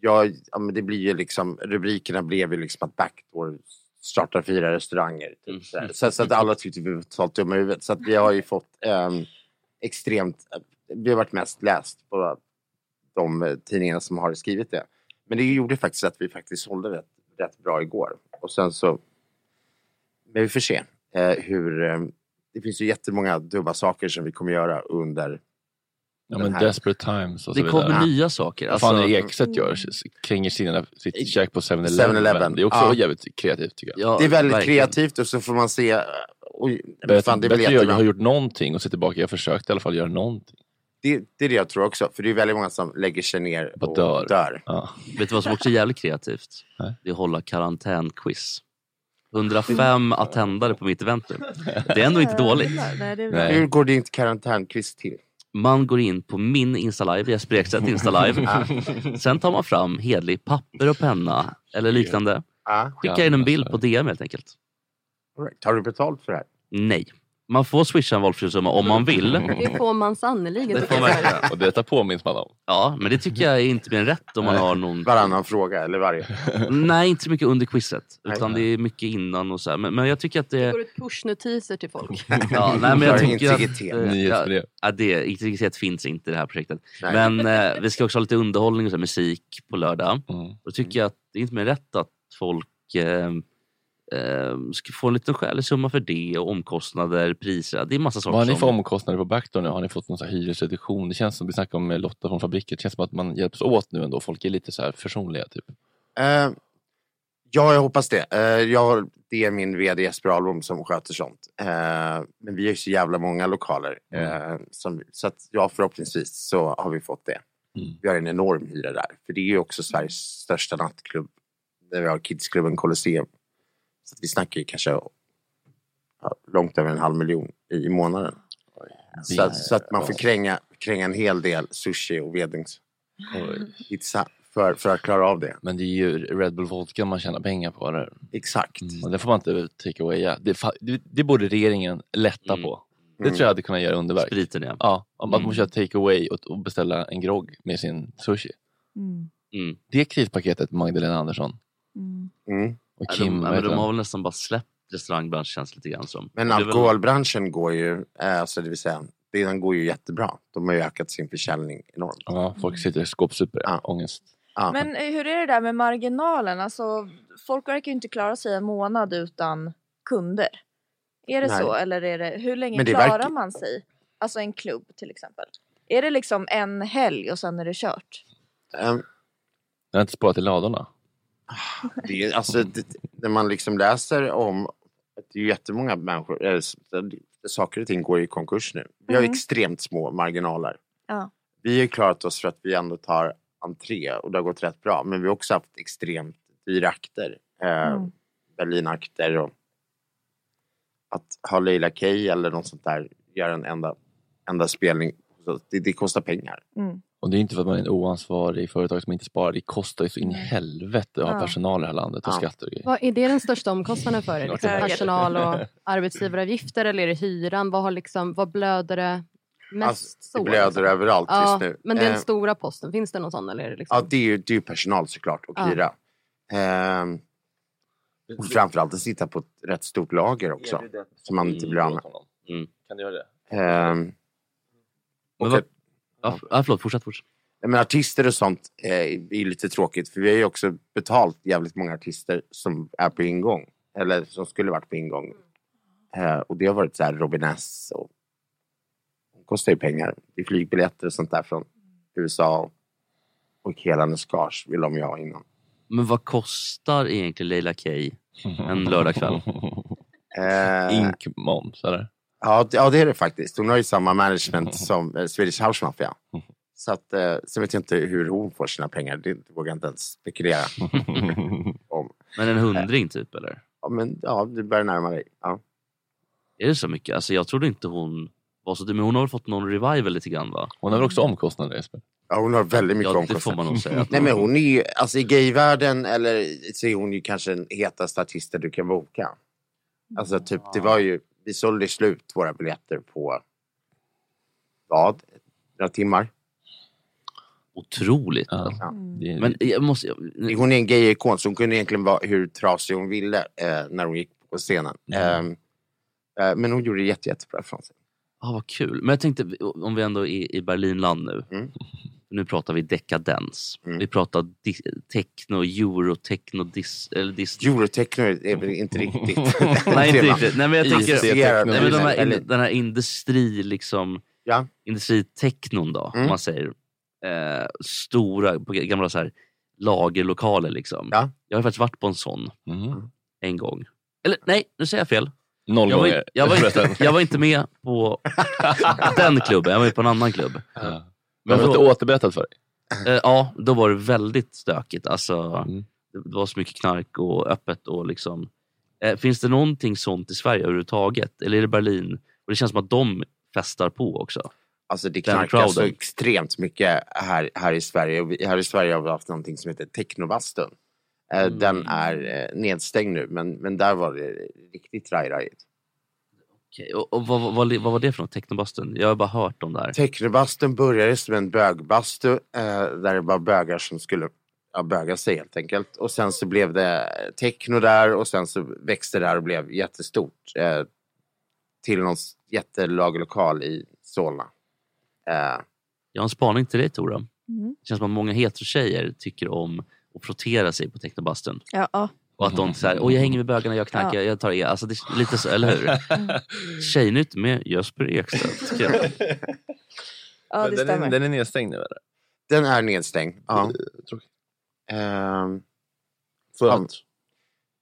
ja, ja, men det blir ju liksom, rubrikerna blev ju liksom att Backdoor startar fyra restauranger. Typ, sådär. så, så att alla tyckte vi var totalt dumma i huvudet. Så att vi har ju fått ehm, extremt, eh, vi har varit mest läst på de eh, tidningarna som har skrivit det. Men det gjorde faktiskt att vi faktiskt sålde rätt, rätt bra igår. Och sen så, men vi får se eh, hur, eh, det finns ju jättemånga dumma saker som vi kommer göra under
Ja,
den
men
här-
desperate times och så
Det
vidare.
kommer nya saker,
Vad fan
alltså-
är Ekstedt gör? Kränger sina,
Eh,
sitt käk på 7-Eleven.
7-Eleven,
Det är också
ja.
jävligt kreativt tycker jag.
det är väldigt kreativt och så får man se... eh, Oj, men
Bättre,
fan, det, är väl
bättre jag
jättebra.
har gjort någonting och se tillbaka. Jag försökte i alla fall göra någonting.
det, det är det jag tror också. För det är väldigt många som lägger sig ner och, dör.
Vet du vad som också är jävligt kreativt? Det är att hålla karantänquiz. 105 attendare på mitt event nu. Det är ändå inte dåligt.
Nej, det är
Nej.
Hur går din karantänquiz till?
Man går in på min Insta-live, Jesper Ekstedt Insta-live. Sen tar man fram hederlig papper och penna eller liknande.
Ja.
Skickar in en bild på DM helt enkelt.
All right. Har du betalt för det här?
Nej. Man får swisha en valfri summa om man vill.
Det får man sannerligen. tycker jag.
Och detta påminns man om.
Ja, men det tycker jag är inte mer än rätt om man har någon...
Varannan fråga eller varje?
Nej, inte så mycket under quizet. Utan
Nej.
det är mycket innan och så här. Men, men jag tycker att
Det
Eh,
det...
går ut pushnotiser till folk.
Mm.
Ja, nej, men jag
För
tycker
integritet.
Att, eh,
Nyhetsbrev.
ja, ja, det, integritet finns inte i det här projektet.
Nej.
Men eh, vi ska också ha lite underhållning och så här, musik på lördag. Då tycker jag att det är inte mer rätt att folk eh, eh, ska få en liten skälig summa för det och omkostnader, priser. Det är massa saker.
Vad har ni
som-
för omkostnader på Backdoor nu? Har ni fått någon så här hyresreduktion? Det känns som, vi snackade om med Lotta från fabriken, det känns som att man hjälps åt nu ändå. Folk är lite så här försonliga typ.
Eh, ja, jag hoppas det. Eh, jag, har- det är min vd Jesper Ahlbom som sköter sånt. Eh, men vi har ju så jävla många lokaler.
Mm.
Eh, som, så att, ja, förhoppningsvis så har vi fått det.
Mm.
Vi har en enorm hyra där. För det är ju också Sveriges största nattklubb. Där vi har kidsklubben Colosseum. Så att vi snackar ju kanske ja, långt över en halv miljon i, i månaden. Så, att- så att man får kränga, kränga en hel del sushi och vedings.
Mm.
Mm.
Pizza för, för att klara av det.
Men det är ju Red Bull Vodka man tjänar pengar på. Eller?
Exakt.
Mm. och Det får man inte take away. Det, fa- det, det borde regeringen lätta på. Det
Mm.
tror jag hade kunnat göra underverk.
Mm. Spriten ja.
ja om att man
Mm.
kör take away och, och beställa en grogg med sin sushi.
Mm.
Det krispaketet Magdalena Andersson.
Mm.
Mm.
Och
Ja,
Kim,
de, ja,
vad
men
heter
de
han?
har väl nästan bara släppt restaurangbranschen känns lite grann som.
Men
Det är väl-
alkoholbranschen går ju, eh, alltså det vill säga, den går ju jättebra. De har ju ökat sin försäljning enormt.
Ja, folk sitter i skåpsuper, ja. ångest.
Men eh, hur är det där med marginalen? Alltså, folk verkar ju inte klara sig en månad utan kunder. Är det
Nej.
så? Eller är det, hur länge
Men det
klarar
verkar-
man sig? Alltså en klubb till exempel. Är det liksom en helg och sen är det kört?
Ehm.
Jag har inte sparat i ladorna.
Det är, alltså, det, när man liksom läser om, att det är ju jättemånga människor, eh, s- saker och ting går i konkurs nu. Vi har ju
Mm.
extremt små marginaler.
Ja.
Vi har ju klarat oss för att vi ändå tar entré och det har gått rätt bra. Men vi har också haft extremt dyra akter. Eh,
Mm.
Berlinakter och att ha Leila K eller något sånt där, göra en enda, enda spelning, så det, det kostar pengar.
Mm.
Och det är inte för att man är en oansvarig företag som inte sparar. Det kostar ju så in i helvete att ha
Ja.
personal i det här landet och
Ja.
skatter och grejer.
Vad är det den största omkostnaden för er? Liksom
Säkert.
personal och arbetsgivaravgifter eller är det hyran? Vad, har liksom, vad blöder det mest?
Alltså,
så,
det blöder
liksom?
överallt
ja,
just nu.
Men det är den
Eh,
stora posten. Finns det någon sån? Eller är det liksom?
Ja, det är ju det är ju personal såklart och
Ja.
hyra. Ehm, och framförallt att sitta på ett rätt stort lager också.
Erbjudet.
Som man inte blir av med.
Mm. Kan du göra det?
Ehm, och typ-
Ja, f- ja, förlåt, fortsätt. fortsätt.
Nej, men artister och sånt eh, är ju lite tråkigt för vi har ju också betalt jävligt många artister som är på ingång. Eller som skulle varit på ingång. Eh, och det har varit så här Robin S och hon kostar ju pengar. Det är flygbiljetter och sånt där från USA och, och hela Neskars vill de ju ha innan.
Men vad kostar egentligen Leila K en lördagkväll?
Inkmoms eller?
Eh,
Mm.
Ja, det- ja, det är det faktiskt. Hon har ju samma management som eh, Swedish House Mafia. Så att, eh, sen vet jag inte hur hon får sina pengar. Det vågar jag inte ens spekulera
Mm.
om. Eh,
Men en hundring typ eller?
Ja, men, ja du börjar närma dig. Ja.
Är det så mycket? Alltså jag trodde inte hon var så dyr, men hon har väl fått någon revival lite grann va?
Hon har väl också omkostnader Jesper?
Ja, hon har väldigt mycket
ja, det får
omkostnader.
man nog säga.
Nej, men hon är ju, alltså, I gayvärlden eller, så är hon ju kanske den hetaste artisten du kan boka. Alltså, typ, det var ju, vi sålde slut våra biljetter på vad? Några timmar?
Otroligt.
Ja.
Men jag måste...
Hon är en gay-ikon så hon kunde egentligen vara hur trasig hon ville eh, när hon gick på scenen. Ehm, eh, men hon gjorde jätte, jättebra ifrån sig.
Ah, vad kul. Men jag tänkte, om vi ändå är i Berlinland nu.
Mm.
Nu pratar vi dekadens. Vi pratar di- techno, eurotechno, dis, eller dis...
Eurotechno är väl inte riktigt...
nej, inte riktigt. Nej, men jag tänker...
Associerar-
Nej, men de här,
Eller-
den här industri, liksom,
ja.
industritechnon då,
Mm.
om man säger. Eh, stora, på gamla så här, lagerlokaler liksom. Jag har faktiskt varit på en sån.
Mm.
Mm.
En gång. Eller nej, nu säger jag fel.
Noll
jag var,
gånger,
jag, var inte,
förresten.
jag var inte med på den klubben, jag var ju på en annan klubb.
Men var det inte återberättat för dig?
Eh, ja, då var det väldigt stökigt. Alltså,
Mm.
det, det var så mycket knark och öppet. Och liksom, eh, finns det någonting sånt i Sverige överhuvudtaget? Eller är det Berlin? Och Det känns som att de festar på också.
Alltså det
Den
knarkas så
crowden.
extremt mycket här, här i Sverige. Och vi, här i Sverige har vi haft någonting som heter Technobastun. Eh,
Mm.
Den är eh, nedstängd nu, men, men där var det riktigt rajrajigt.
Okej, Och, och vad, vad, vad, vad var det för något? Technobastun? Jag har bara hört om det här.
Technobastun började som en bögbastu eh, där det var bögar som skulle ja, böga sig helt enkelt. Och sen så blev det techno där och sen så växte det här och blev jättestort. Eh, till någon s- jättelagerlokal i Solna. Eh,
Jag har en spaning till dig Tora.
Mm.
Det känns som att många heterotjejer tycker om att protera sig på technobastun.
Ja, ja.
Och att de säger åh jag hänger med bögarna, jag knarkar,
Ja.
jag tar E. Alltså, det är lite så, eller hur? Tjejnytt med Jesper Ekstedt. Kul.
Ja, det
den, är,
stämmer.
den är nedstängd nu eller? Mm.
Den är nedstängd. Ja. Ehm,
För
Ja.
att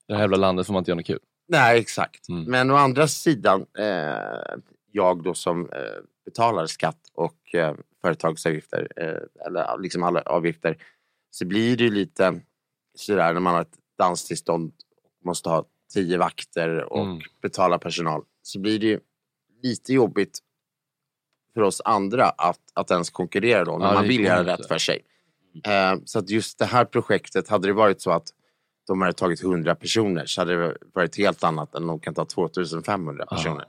det här jävla landet får man inte göra något kul. Mm.
Nej, exakt. Men å andra sidan, eh, jag då som eh, betalar skatt och eh, företagsavgifter, eh, eller liksom alla avgifter, så blir det ju lite sådär när man har ett danstillstånd och måste ha tio vakter och
Mm.
betala personal, så blir det ju lite jobbigt för oss andra att, att ens konkurrera då, när
Ja,
man
det
vill
går
göra
inte. Mm.
rätt för sig. Eh, så att just det här projektet, hade det varit så att de hade tagit 100 personer så hade det varit helt annat än de kan ta 2500 personer.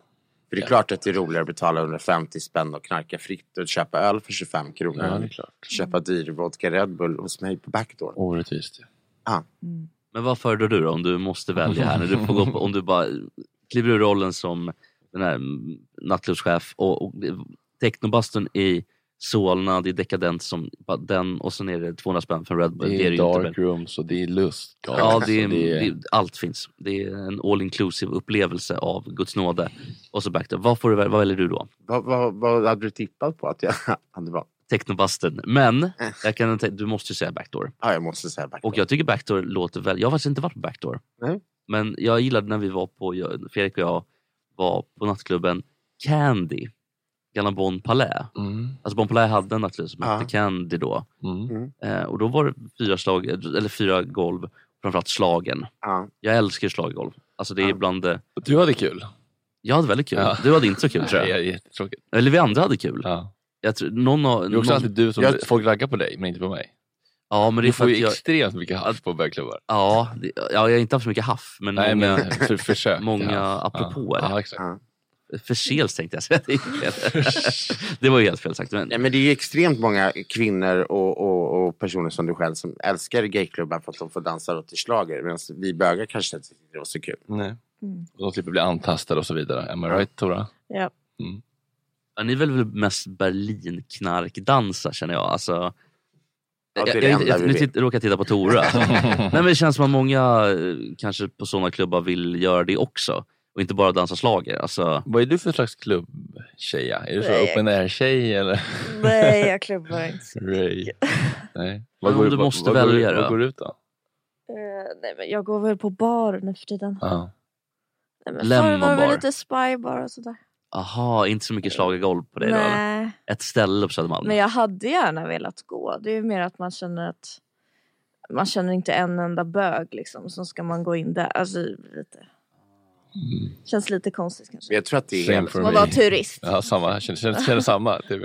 För det är klart att det är roligare att betala 150 spänn och knarka fritt och köpa öl för 25 kronor.
Ja, det är klart.
Köpa dyr vodka Red Bull hos mig på Backdoor.
Orättvist.
Ja.
Men vad föredrar du då om du måste välja här? När du får gå på, om du bara kliver ur rollen som den här mm, nattklubbschef och, och technobastun i Solna, det är dekadent som bara den och sen är det 200 spänn för en Red Bull.
Det är
ju inte,
dark rooms och det är lust.
Ja, det är,
Alltså, det
det
är-
är, allt finns. Det är en all inclusive upplevelse av Guds nåde. Och så back to, vad, får du, väl- vad väljer du då?
Vad, vad, vad hade du tippat på att jag hade valt? Eh.
Technobasten. Men jag kan, inte- du måste ju säga backdoor.
Ja, jag måste säga backdoor.
Och jag tycker backdoor låter väl... Jag har faktiskt inte varit på backdoor.
Nej.
Men jag gillade när vi var på, jag- Fredrik och jag var på nattklubben Candy gamla Bon Palais. Alltså Bon Palais hade en nattklubb som hette Candy då.
Mm.
Eh, och då var det fyra, slag, eller fyra golv, framförallt slagen. Jag älskar slagolv. Alltså det är bland det...
Du hade kul.
Jag hade väldigt kul.
Ja.
Du hade inte så kul tror
Nej,
jag.
är jättetråkigt.
Eller vi andra hade kul. Jag tror, någon av,
Det är också
någon...
alltid du som... Folk raggar på dig, men inte på mig.
Ja, men det
du
är
får
för
ju
att jag...
extremt mycket haff på bögklubbar.
Ja, det, ja, jag har inte haft så mycket haff. Men
Nej,
många,
men för- försök till
många
haff.
apropåer.
Ja, ja, exakt.
Förseelse tänkte jag säga. Det är fel. det var ju helt fel sagt. Men...
Nej, men det är ju extremt många kvinnor och, och, och personer som du själv som älskar gayklubbar för att de får dansa åt schlager. Medan vi bögar kanske inte tycker det var så kul.
Nej.
Mm.
Och de slipper bli antastade och så vidare. Am I right Tora?
Ja.
Ja, ni är väl mest Berlin-knarkdansar känner jag. Alltså,
Ja, det är
jag,
det
jag,
enda
jag,
vi
nu
vill.
titt, råkar jag titta på Tora. Nej, men det känns som att många eh, kanske på sådana klubbar vill göra det också. Och inte bara dansa schlager. Alltså...
Vad är du för slags klubbtjeja? Är du så
Nej, jag-
open air-tjej eller?
Nej, jag klubbar inte.
Ray. Nej.
Men om
går-
du måste
vad, går-
välja då?
Vad går det ut då?
Eh, nej, men jag går väl på bar nu för tiden.
Ja.
Nej, men förr
Lemon
var det väl
bar.
lite spybar och sådär.
Aha, inte så mycket schlagergolv på dig då? eller?
Nej.
Ett ställe på Södermalm?
Men jag hade gärna velat gå. Det är ju mer att man känner att man känner inte en enda bög liksom. Så ska man gå in där. Alltså lite. Känns lite konstigt kanske.
Jag tror att det
Mm. Same
är...
for
Man
me.
var turist.
Ja, samma. Jag känner, känner, känner samma. Typ.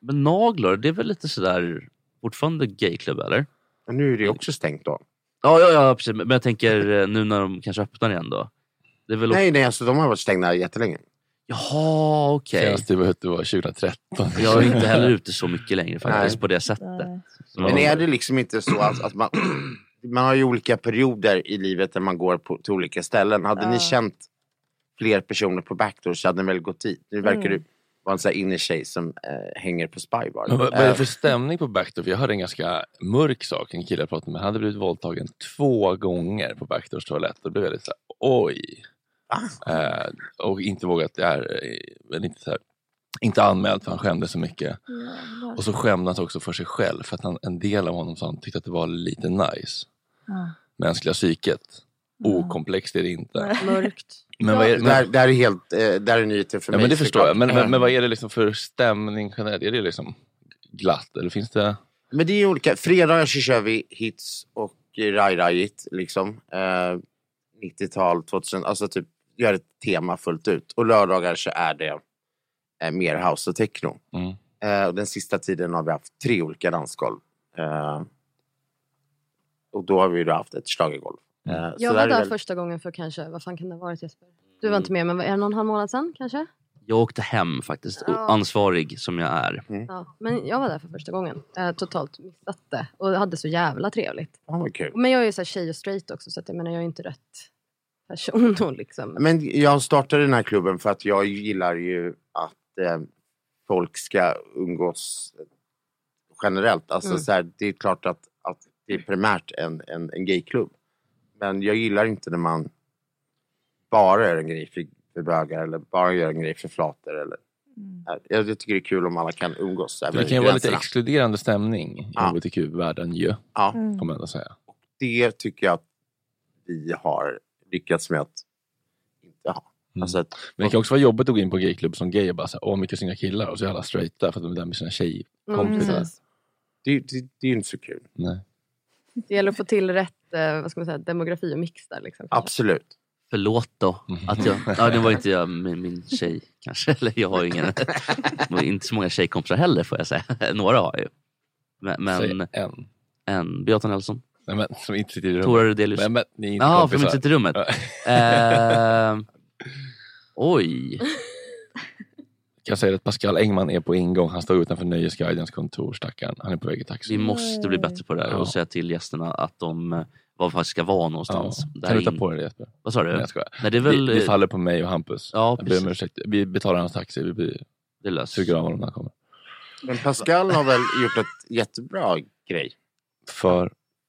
Men naglar, det är väl lite sådär fortfarande gayklubb eller?
Nu är det också stängt då.
Ja, ja, ja precis. Men jag tänker eh, nu när de kanske öppnar igen då. Det är väl
Nej, nej, alltså de har varit stängda jättelänge.
Jaha, okej.
Senast du var ute var 2013.
Jag är inte heller ute så mycket längre faktiskt på det sättet. Så-
Men är det liksom inte så att, att man... Man har ju olika perioder i livet där man går på, till olika ställen. Hade ni
Ja.
känt fler personer på Backdoor så hade ni väl gått dit. Nu verkar
Mm.
du vara en sån här innertjej som eh, hänger på Spybar.
Men Vad vad är det för
Eh,
stämning på Backdoor? För jag hörde en ganska mörk sak. En kille jag pratade med. Han hade blivit våldtagen två gånger på Backdoors toalett. Det blev väldigt så här, oj.
Ah.
Eh, och inte vågat, det är, eh, inte, så här, inte anmält för han skämdes så mycket. Och så skämdes han också för sig själv. För att han, en del av honom sa han tyckte att det var lite nice.
Ja.
Mänskliga psyket. Okomplext är det inte.
Mörkt.
Men vad är, men,
där, där är helt, eh, där är nyheter för
ja,
mig.
men det förstår jag.
såklart. Eh.
Men, men, men vad är det liksom för stämning generellt? Är det liksom glatt eller finns det...
Men det är ju olika. Fredagar så kör vi hits och raj-rajigt. Liksom. Eh, 90-tal, 2000. Alltså typ gör ett tema fullt ut. Och lördagar så är det eh, mer house och techno.
Mm.
Eh, och den sista tiden har vi haft tre olika dansgolv. Eh, och då har vi då haft ett schlagergolv. Eh,
Mm. Jag
så där
var
är
där
väl- Mm.
första gången för kanske, vad fan kan det ha varit Jesper? Du var inte med, men vad- är det någon halv månad sedan kanske?
Jag åkte hem faktiskt,
Ja.
och ansvarig som jag är.
Mm.
Ja, men jag var där för första gången. Eh, totalt missat det. Och hade så jävla trevligt.
Ja, vad kul.
Men jag är ju så här tjej och straight också så att jag menar jag är ju inte rätt person då liksom.
Men jag startade den här klubben för att jag gillar ju att eh, folk ska umgås generellt. Alltså,
Mm.
så här, det är klart att, att det är primärt en, en, en gayklubb. Men jag gillar inte när man bara gör en grej för, för bögar eller bara gör en grej för flator. Eller, jag, jag tycker det är kul om alla kan umgås. Så här,
För det
över
kan ju vara lite
gränserna.
exkluderande stämning i hbtq-världen ju.
Ja.
Mm.
Får man ändå säga.
det tycker jag att vi har lyckats med att inte ha. Alltså att
Mm. Men det kan också vara jobbigt att gå in på en gayklubb som gay och bara såhär, åh mycket sina killar och så är alla straighta för att de är där med sina tjejkompisar.
Mm, precis.
det, det, det är ju inte så kul.
Nej.
Det gäller att få till rätt eh, vad ska man säga, demografi och mix där liksom.
Absolut.
Förlåt då.
Mm.
Att jag, ja, det var inte jag, min, min tjej kanske. Eller jag har ju ingen, inte så många tjejkompisar heller får jag säga. Några har jag ju. Men, men
Säg en.
En. Beata Nelson.
Nej, men, som inte sitter i rummet.
Tora Rudelius.
Nej, men ni är inte
Jaha, för
kompisar.
de inte sitter i rummet. Ehm, oj.
Kan jag säga att Pascal Engman är på ingång. Han står utanför Nöjesguidens kontor stackaren. Han är på väg i taxi.
Vi måste bli bättre på det här och säga till gästerna att de eh, var faktiskt ska vara någonstans.
Ja.
Där
Kan du ta
in-
på dig det Jesper?
Vad sa du?
Nej, jag skojar.
Nej, det är väl-
det, det faller på mig och Hampus.
Ja,
jag ber om
precis.
ursäkt. Vi betalar hans taxi. Vi blir,
det löser.
suger av honom när han kommer.
Men Pascal har väl gjort ett jättebra grej.
För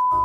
a-"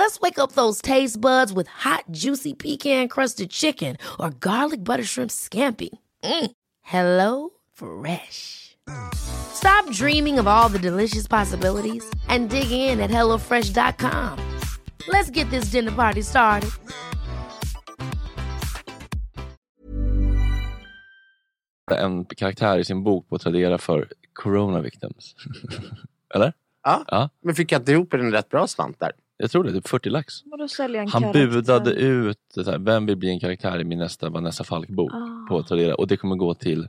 Let's wake up those taste buds with hot, juicy pecan-crusted chicken or garlic butter shrimp scampi. Mm. Hello Fresh. Stop dreaming of all the delicious possibilities and dig in at hellofresh.com. Let's get this dinner party started.
en karaktär i sin bok på Tradera för corona victims. Eller?
Ja.
Men fick jag inte ihop en rätt bra slant där? Jag tror det, typ 40 lax.
Vadå sälja en
Han
karaktär?
budade ut, så här, vem vill bli en karaktär i min nästa Vanessa Falk-bok
Ah.
på Tradera. Och det kommer gå till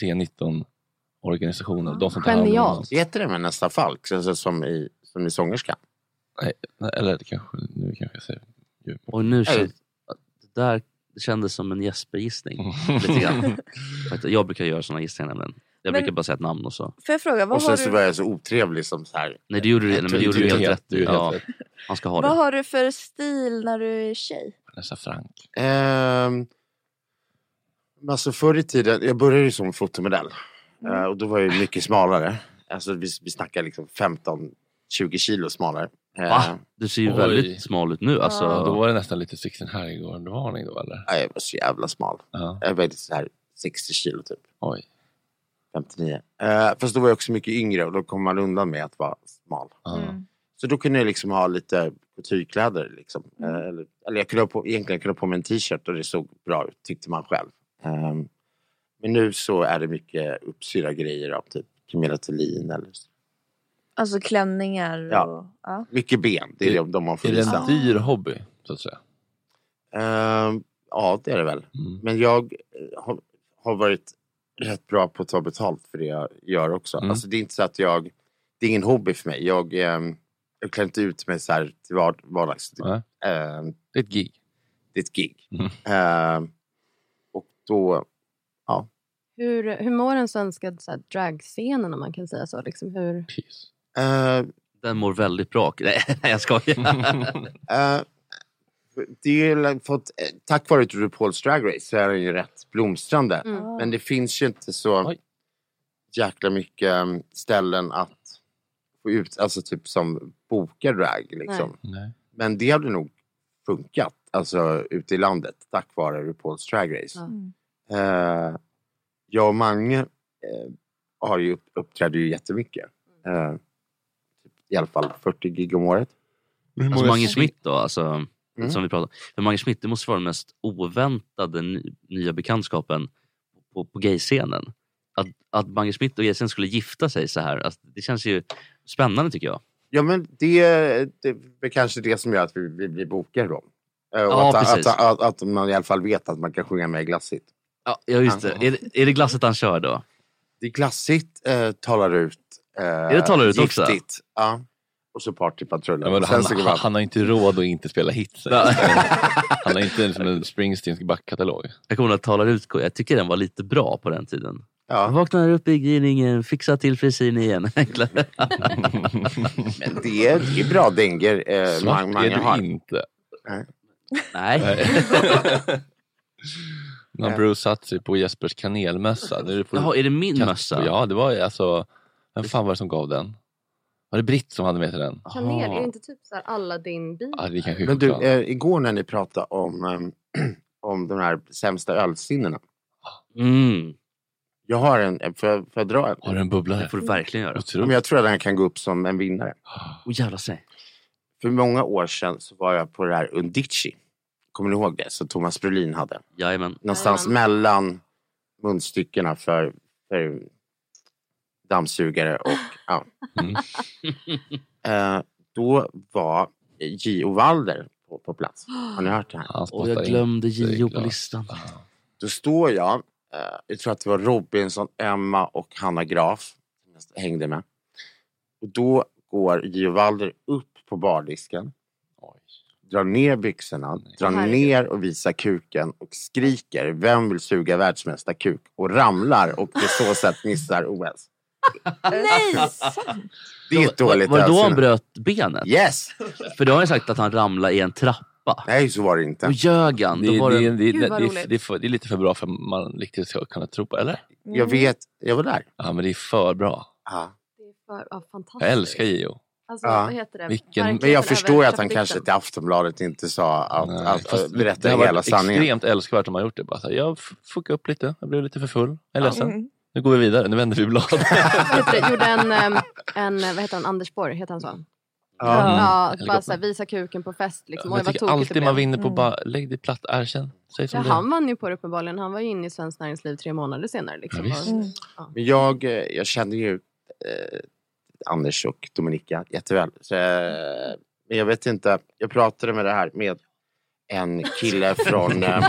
C19-organisationen. De som tar hand om honom.
Heter det med nästa Falk? Så- så- Som i, som i sångerskan?
Nej, nej, eller det kanske, nu kanske jag säger djur.
Och nu känns, det där kändes som en Jesper-gissning. lite grann. För att Jag brukar göra såna gissningar nämligen. Jag
Men-
brukar bara säga ett namn och så.
Får jag fråga, vad
och
har du-
var
jag så otrevlig som så här.
Nej det gjorde du,
Jag
nej, men
tror
det gjorde
du
du
är
helt
helt-
rätt.
du är helt
Ja,
rätt.
man ska ha
Vad
det.
har du för stil när du är tjej?
Vanessa Frank.
Ehm, men alltså förr i tiden, jag började ju som fotomodell.
Mm.
Eh, och då var jag ju mycket smalare. Alltså vi, vi snackar liksom 15-20 kilo smalare. Eh,
Va? Du ser ju
Oj.
väldigt smal ut nu. Alltså,
Ja.
Då var det nästan lite Sixten Herrgården-varning då eller?
Nej, jag var så jävla smal. Jag vägde så här 60 kilo typ.
Oj.
59. Eh, fast då var jag också mycket yngre och då kom man undan med att vara smal. Så då kunde jag liksom ha lite couturekläder. Liksom. Eh, eller, eller jag kunde ha på, egentligen kunde ha på mig en t-shirt och det såg bra ut tyckte man själv. Ehm, men nu så är det mycket uppsydda grejer av typ Camilla Thulin eller så.
Alltså klänningar och...
Ja.
Ja.
Mycket ben, det är det de har för
Är det
visa.
en dyr hobby så att säga?
Ehm, ja, det är det väl.
Mm.
Men jag eh, har, har varit rätt bra på att ta betalt för det jag gör också.
Mm.
Alltså, det är inte så att jag... Det är ingen hobby för mig. Jag, ehm, jag klär inte ut mig så här till vard- vardags.
Nej.
Ehm,
det är ett gig.
Det är ett gig.
Mm.
Ehm, och då... Ja.
Hur, hur mår den svenska så här, dragscenen om man kan säga så? Liksom, hur...
Typ.
eh,
Den mår väldigt bra. Nej, jag skojar.
Eh, det är ju like fått, eh, tack vare RuPaul's Drag Race så är den ju rätt blomstrande.
Mm.
Men det finns ju inte så jäkla mycket mm, ställen att få ut, alltså typ som bokar drag liksom.
Nej.
Men det hade nog funkat, alltså ute i landet, tack vare RuPaul's Drag Race.
Mm.
Eh, jag och Mange eh, har ju, upp- uppträder ju jättemycket. Eh, typ, I alla fall 40 gig om året.
Alltså Mange Schmidt då, alltså,
Mm.
som vi pratade om. För Mange Schmidt, det måste vara den mest oväntade ny, nya bekantskapen på, på gayscenen. Att, att Mange Schmidt och gayscenen skulle gifta sig så här, alltså, det känns ju spännande tycker jag.
Ja men det, det är kanske det som gör att vi, vi blir bokade då. Eh, Och
Ja,
att, att,
precis.
att, att, att man i alla fall vet att man kan sjunga med i glassigt.
Ja, ja just det. Är, det- är det glasset han kör då?
Det är glassigt, eh, talar ut. Eh,
Är det talar ut också?
giftigt. Ja. Och så
Ja,
partypatrullen.
men
Sen
han,
så går
han,
man-
han har inte råd att inte spela hits. han har inte ens en Springsteens backkatalog.
Jag kommer ihåg att talar ut, jag tycker den var lite bra på den tiden.
Ja.
Jag vaknar upp i gryningen, fixar till frisyren igen.
Men det är, det är bra dänger eh,
Svart
man, man
är du
har.
inte.
Nej.
Nej.
När Bruce satt sig på Jespers kanelmössa. Nu är det på
Jaha, är det min
Kat-
mössa?
Ja, det var ju alltså... Vem fan var det som gav den? Var det Britt som hade med sig den?
Kanel, är
Jaha.
det inte typ så här Aladdin-bil?
Ja, det kanske är
Men du,
choklad.
eh, igår när ni pratade om, eh, om de här sämsta ölsinnena. Jag har en, eh, får jag, får jag dra en?
Mm. Har du en bubblare? Det
får du verkligen göra.
Men jag tror att den kan gå upp som en vinnare.
Oh, jävlar sig.
För många år sedan så var jag på det här Undici Kommer ni ihåg det? Så Thomas Brolin hade.
Jajamän.
Någonstans mellan munstyckena för, för dammsugare och... ja. Eh, då var J.O. Walder på, på plats. Har ni hört det här?
Och jag glömde Gio på listan.
Då står jag, eh, jag tror att det var Robinson, Emma och Hanna Graf som jag hängde med. Och då går Gio Walder upp på bardisken, drar ner byxorna, drar
Herregud.
ner och visar kuken och skriker Vem vill suga världsmästarkuk? Och ramlar och på så sätt missar OS.
Nej!
Det är ett dåligt
Var det då han
ödsel.
bröt benet?
Yes!
För då har jag sagt att han ramlade i en trappa.
Nej, så var det inte.
Då ljög han. Då
Det,
var
det, det,
det...
det, det, det, är för, det är lite för bra för att man riktigt ska kunna tro på, eller?
Jag
Mm.
vet, jag var där.
Ja, men det är för bra.
För, ja, fantastiskt.
Jag älskar Gio.
Alltså, vad heter det? Vilken- Parken
Men jag
över
förstår ju att han
trapplikten.
kanske till Aftonbladet inte sa att, att,
Eh, Fast
att berätta
det har
hela
varit
sanningen.
extremt älskvärt om man har gjort det. Bara så här, jag f- fuckade upp lite, jag blev lite för full. Jag är
Ja.
ledsen.
Mm.
Nu går vi vidare, nu vänder vi blad.
Heter det- Gjorde en, ehm, en, vad heter han, Anders Borg, heter han så?
Ja.
Ja,
Mm.
bara såhär, visa kuken på fest liksom.
Men
Oj,
jag
vad
tycker
tokigt det
alltid
blev.
man vinner på liksom.
Mm.
bara, lägg dig platt, erkänn. Säg
Ja,
som det är.
han vann ju på det uppenbarligen. Han var ju inne i Svenskt Näringsliv tre månader senare. Liksom.
Ja, visst.
Och-
Mm. Men jag, eh, jag kände ju eh, Anders och Dominika jätteväl. Så, eh, men jag vet inte, jag pratade med det här med en kille från, eh,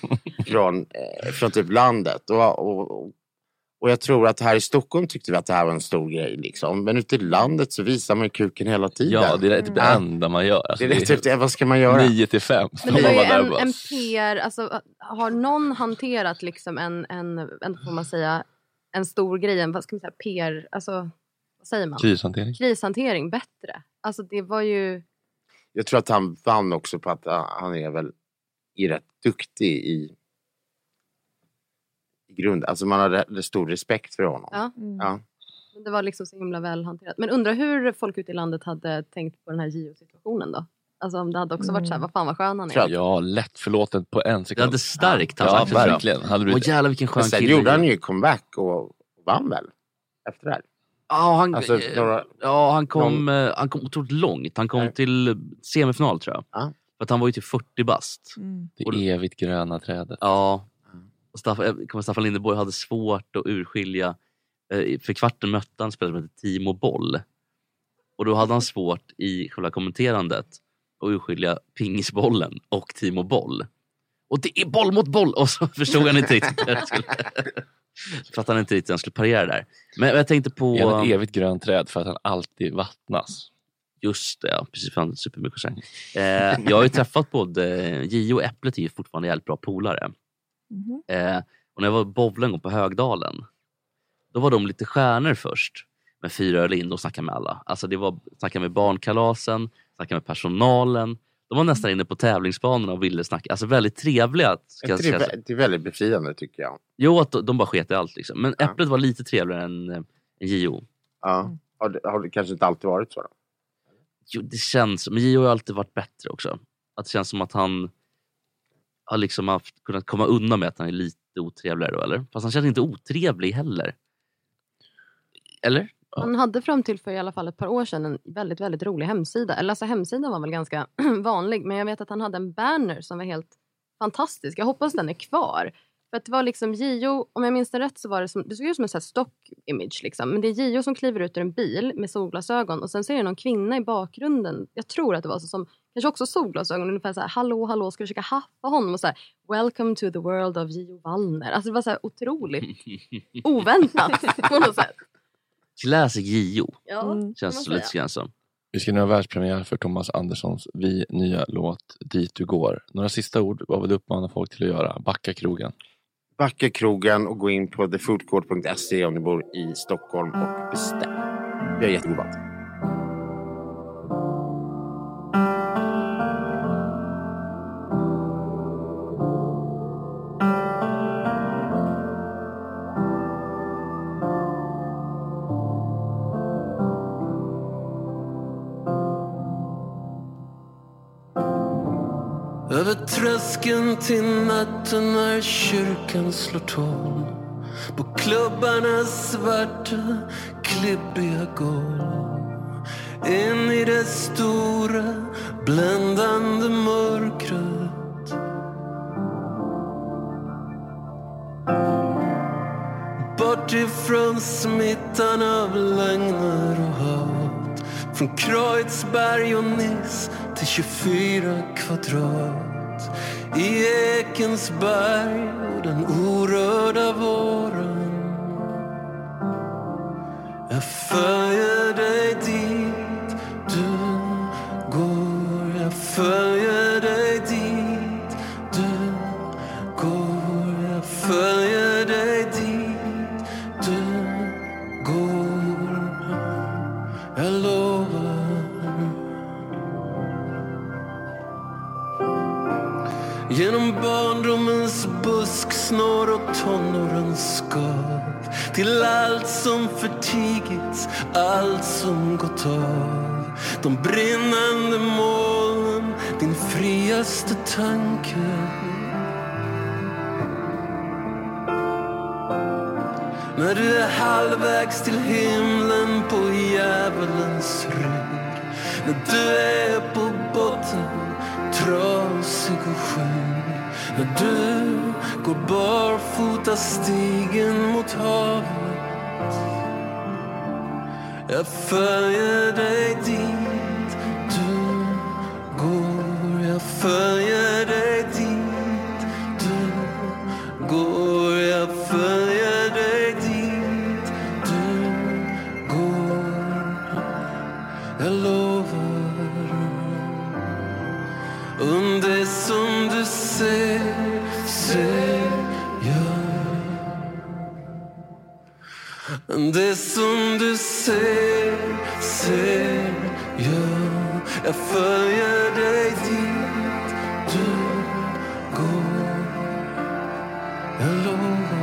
från, eh, från typ landet. Och, och, och- och jag tror att här i Stockholm tyckte vi att det här var en stor grej. Liksom. Men ute i landet så visar man ju kuken hela tiden.
Ja, det är typ det
Ja.
enda man gör. Alltså,
det är typ det, vad ska man göra?
9 till 5.
Mm. Men det var ju en, en PR, alltså, har någon hanterat liksom en, en, en, får man säga, en stor grej, en, vad ska man säga, PR, alltså vad säger man?
Krishantering.
Krishantering bättre. Alltså det var ju,
Jag tror att han vann också på att ah, han är väl är rätt duktig i, i grund. Alltså man har re- stor respekt för honom.
ja.
Mm.
Ja.
Men det var liksom så himla väl hanterat. Men undrar hur folk ute i landet hade tänkt på den här JO-situationen då? Alltså om det hade också varit så här, vad fan vad skön han är.
Ja, lätt förlåten på en sekund.
Det hade stärkt
Ja,
hans
ja
axelslag.
verkligen. Han Hade blivit...
Och jävlar vilken skön
Men sen
kille.
gjorde han ju comeback och vann väl efter det här.
Ja, han,
Alltså,
eh,
några-
ja, han kom, eh, han kom otroligt långt. Han kom till semifinal tror jag. För att han var ju typ 40 bast.
Det evigt gröna trädet.
Ja. Och Staffan, jag kommer ihåg Staffan Linderborg hade svårt att urskilja. eh, För kvarten mötte han en spelare som hette Timo Boll. Och då hade han svårt i själva kommenterandet att urskilja pingisbollen och Timo Boll. Och det är boll mot boll! Och så förstod han inte riktigt. hur han skulle- Fattade han inte riktigt hur han skulle parera det där. Men jag tänkte på... eh,
Är han ett evigt grönt träd för att han alltid vattnas?
Just det, ja. precis. För han är supermycket säng. Eh, jag har ju träffat både Gio och eh, Äpplet är ju fortfarande jävligt bra polare. Eh, och när jag var bowling en gång på Högdalen, då var de lite stjärnor först. Med fyra öl in och snackade med alla. Alltså det var snacka med barnkalasen, snacka med personalen. De var nästan inne på tävlingsbanorna och ville snacka. Alltså väldigt trevliga. Ska jag
det,
säga.
är, det är väldigt befriande tycker jag.
Jo, att de de bara sket i allt. Liksom. Men Äpplet var lite trevligare än eh, än Gio.
Ja. Har, det, har det kanske inte alltid varit så? Då?
Jo, det känns som. Men Gio har ju alltid varit bättre också. Att det känns som att han har liksom haft, kunnat komma undan med att han är lite otrevligare då, eller? Fast han känns inte otrevlig heller. Eller?
Han hade fram till för i alla fall ett par år sedan en väldigt, väldigt rolig hemsida. Eller alltså hemsidan var väl ganska vanlig, men jag vet att han hade en banner som var helt fantastisk. Jag hoppas den är kvar. För att det var liksom Gio, om jag minns det rätt så var det som, det såg ut som en sån här stock-image liksom. Men det är Gio som kliver ut ur en bil med solglasögon och sen ser jag någon kvinna i bakgrunden. Jag tror att det var så som, kanske också solglasögon, ungefär så här hallå, hallå, ska försöka haffa honom och så här welcome to the world of Gio Wallner. Alltså det var så här otroligt oväntat på något sätt.
Classic Gio.
Ja,
Mm.
kan man
Känns det
säga.
lite grann som.
Vi ska nu ha världspremiär för Thomas Anderssons Vi nya låt Dit du går. Några sista ord, vad vill du uppmana folk till att göra? Backa krogen.
Backa krogen och gå in på thefoodcourt.se om ni bor i Stockholm och beställ. Vi har jättegod mat.
Över tröskeln till natten när kyrkan slår tolv På klubbarnas svarta, klibbiga golv In i det stora, bländande mörkret
bort ifrån smittan av lögner och hat. Från Kreuzberg och Niss till 24 kvadrat. I Ekensberg och den orörda våren. Jag följer dig dit du går. Jag följer dig dit du går. Jag följer dig dit du går. Jag lovar. Genom barndomens busksnår och tonårens skav Till allt som förtigits, allt som gått av De brinnande molnen, din friaste tanke När du är halvvägs till himlen på djävulens rygg När du är på botten, trasig och skygg När du går barfota stigen mot havet Jag följer dig dit du går Jag följer dig dit du går Jag följer dig dit du går Jag lovar Om det som du ser, ser jag Det som du ser, ser jag Jag följer dig dit du går Jag lovar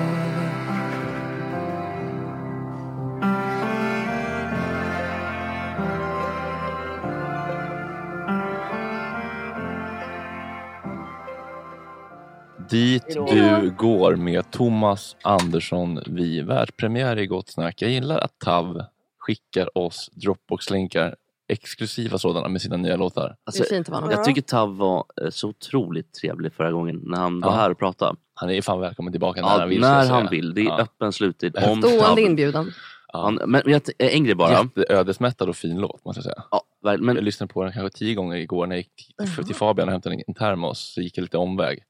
Dit du går med Thomas Andersson Vi världspremiär i Gott Snack. Jag gillar att Tav skickar oss Dropbox-länkar, exklusiva sådana med sina nya låtar.
Alltså, Det är fint av honom.
Jag tycker Tav var eh, så otroligt trevlig förra gången när han var
Ja.
här och pratade.
Han är fan välkommen tillbaka
när han vill.
ska jag
När
säga.
han vill. Det är
Ja.
öppen sluttid. Om Tav
Stående inbjudan.
Han, men men jag, en grej bara.
Jätteödesmättad och fin låt måste jag säga.
men... Mm.
Jag lyssnade på den kanske tio gånger igår när jag gick till,
Jaha.
till Fabian och hämtade en- en termos. Så gick jag lite omväg.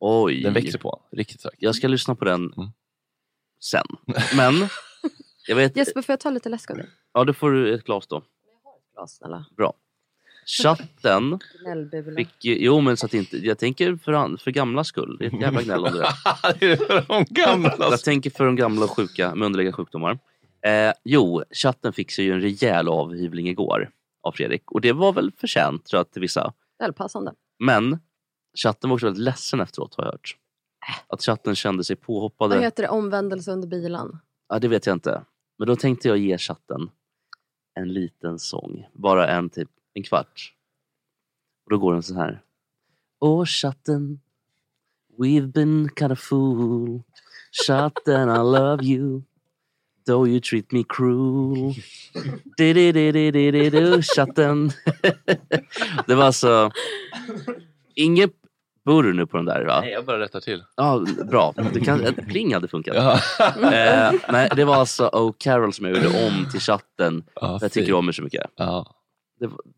Oj.
Den växer på riktigt starkt. Mm.
Jag ska lyssna på den sen. Men, jag vet,
Jesper, får jag ta lite läsk av dig?
ja då får du ett glas då.
Glas, snälla.
Bra. Chatten
Gnällbula.
fick, jo men så att inte, jag tänker för, han- för gamla skull, det är ett jävla gnäll om det
där. för de gamla?
Jag tänker för de gamla och sjuka med underliggande sjukdomar. Eh, jo, chatten fick sig ju en rejäl avhyvling igår av Fredrik och det var väl förtjänt tror jag till vissa.
Välpassande.
Men chatten var också väldigt ledsen efteråt har jag hört. Att chatten kände sig påhoppade.
Vad heter det? Omvändelse under bilan.
Ja, det vet jag inte. Men då tänkte jag ge chatten en liten sång. Bara en typ, en kvart. Och då går den så här. Åh chatten, we've been kind of fool. Chatten, I love you. Though you treat me cruel. Di-di-di-di-di-di-du, chatten. det var alltså... Inget burr nu på den där va?
Nej, jag bara rättar till.
Ja, bra. Det kan, ett pling hade funkat. eh, nej, det var alltså O'Carroll som jag gjorde om till chatten. jag tycker om er så mycket. Det, var-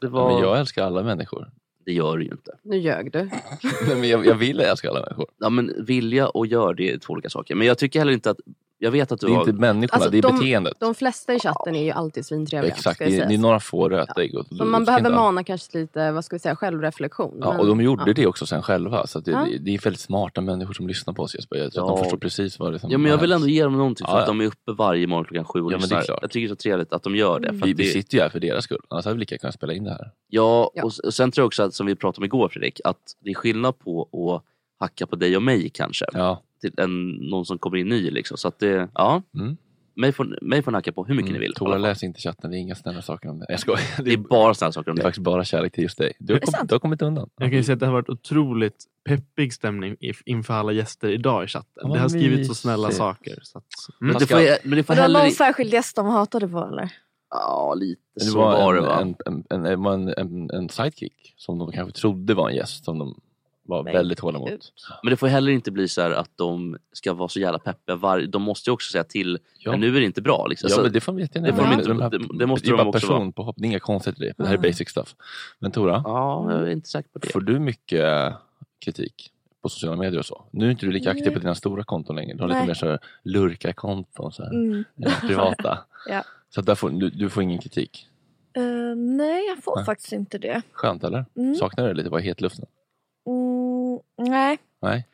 det var...
Men jag älskar alla människor.
Det gör du ju inte.
Nu ljög du.
Nej, men jag, jag vill älska alla människor.
Ja, men vilja och gör, det är två olika saker. Men jag tycker heller inte att... Jag vet att du
Det är
har-
inte människorna, det är beteendet.
Alltså, De flesta i chatten är ju alltid svintrevliga.
Exakt,
ska jag
det är,
säga.
det är några få rötägg. och-
Så man
och-
behöver
och-
mana kanske lite, vad ska vi säga, självreflektion.
Ja,
Men-
och de gjorde
ja.
det också sen själva. Så att det,
Ja.
det är väldigt smarta människor som lyssnar på oss Jesper. Jag tror att
Ja.
de förstår precis vad det är som
Ja, men jag vill
har hänt.
ändå ge dem någonting för
Ja,
att
ja.
de är uppe varje morgon klockan sju och
Ja, men det är
lyssnar.
klart.
Jag tycker det är så trevligt att de gör det.
Vi,
att det...
vi sitter ju här för deras skull. Annars hade vi lika gärna kunnat spela in det här.
Ja, och s- och sen tror jag också att, som vi pratade om igår Fredrik, att det är skillnad på att hacka på dig och mig kanske. Till en, någon som kommer in ny liksom. Så att det, ja.
Mm.
Mig, får, mig får ni hacka på hur mycket ni vill.
Tora läs inte chatten, det är inga snälla saker om det. Jag skojar.
Det är bara snälla saker om
det. är faktiskt bara kärlek till just dig. Du har,
Är det
kom,
sant?
du har kommit undan.
Jag kan ju säga att det har varit otroligt peppig stämning if- inför alla gäster idag i chatten.
Vad
det har skrivits så
mysigt. Mm.
snälla saker. Så att, Mm.
Men det får jag- men det
Var det någon särskild gäst de hatade på eller?
Ja, lite
Det
så
var,
var det
en,
va?
En, en, en, det var en, en, en sidekick som de kanske trodde var en gäst. Som de, var väldigt hårda mot.
Men det får heller inte bli så här att de ska vara så jävla peppiga. Var, de måste ju också säga till,
Ja.
men nu är det inte bra. Liksom.
Ja,
Så-
men det får de jättegärna
det får de
göra.
inte-
De här-
det- Det måste
det är
de
bara
också vara.
person på hopp. Det är inga konstigheter i det. Det här är
Nej.
basic stuff. Men Tora,
ja, jag är inte säker på det.
får du mycket eh, kritik på sociala medier och så? Nu är inte du lika aktiv
Nej.
på dina stora konton längre. Du har
Nej.
lite mer så här lurkarkonton, så här,
Mm.
eh, privata.
Ja.
Så att där får, du, du får ingen kritik.
Eh, nej, jag får
Nej.
faktiskt inte det.
Skönt eller?
Mm.
Saknar du det lite? Bara hetluften?
Mm, nej,
Nej?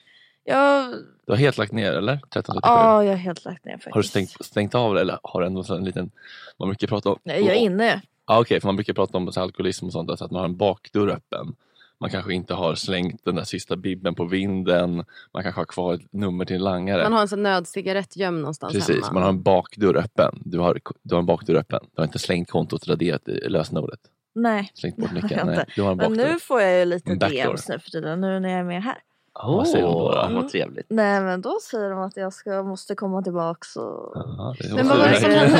jag...
Du har helt lagt ner eller? 1377?
Ja, jag har helt lagt ner faktiskt.
Har du stängt, stängt av det eller har du ändå så här en liten... Man brukar prata om...
Nej, jag är inne.
Ja, Okej, för man brukar prata om så här alkoholism och sånt där, så att man har en bakdörr öppen. Man kanske inte har slängt den där sista bibben på vinden. Man kanske har kvar ett nummer till en langare.
Man har en sån nödcigarett gömd någonstans
Precis,
hemma.
man har en bakdörr öppen. Du har, du har en bakdörr öppen. Du har inte slängt kontot, raderat i- lösenordet.
Nej.
Slängt bort
det har jag
nyckeln. Nej,
inte.
du har en
Men
bakdörr.
nu får jag ju lite
En backdoor.
DMs nu för tiden, nu när jag är med här.
Åh, vad säger hon då? då?
Åh, vad trevligt.
Nej men då säger de att jag ska, måste komma tillbaks och...
Men vad var det som hände?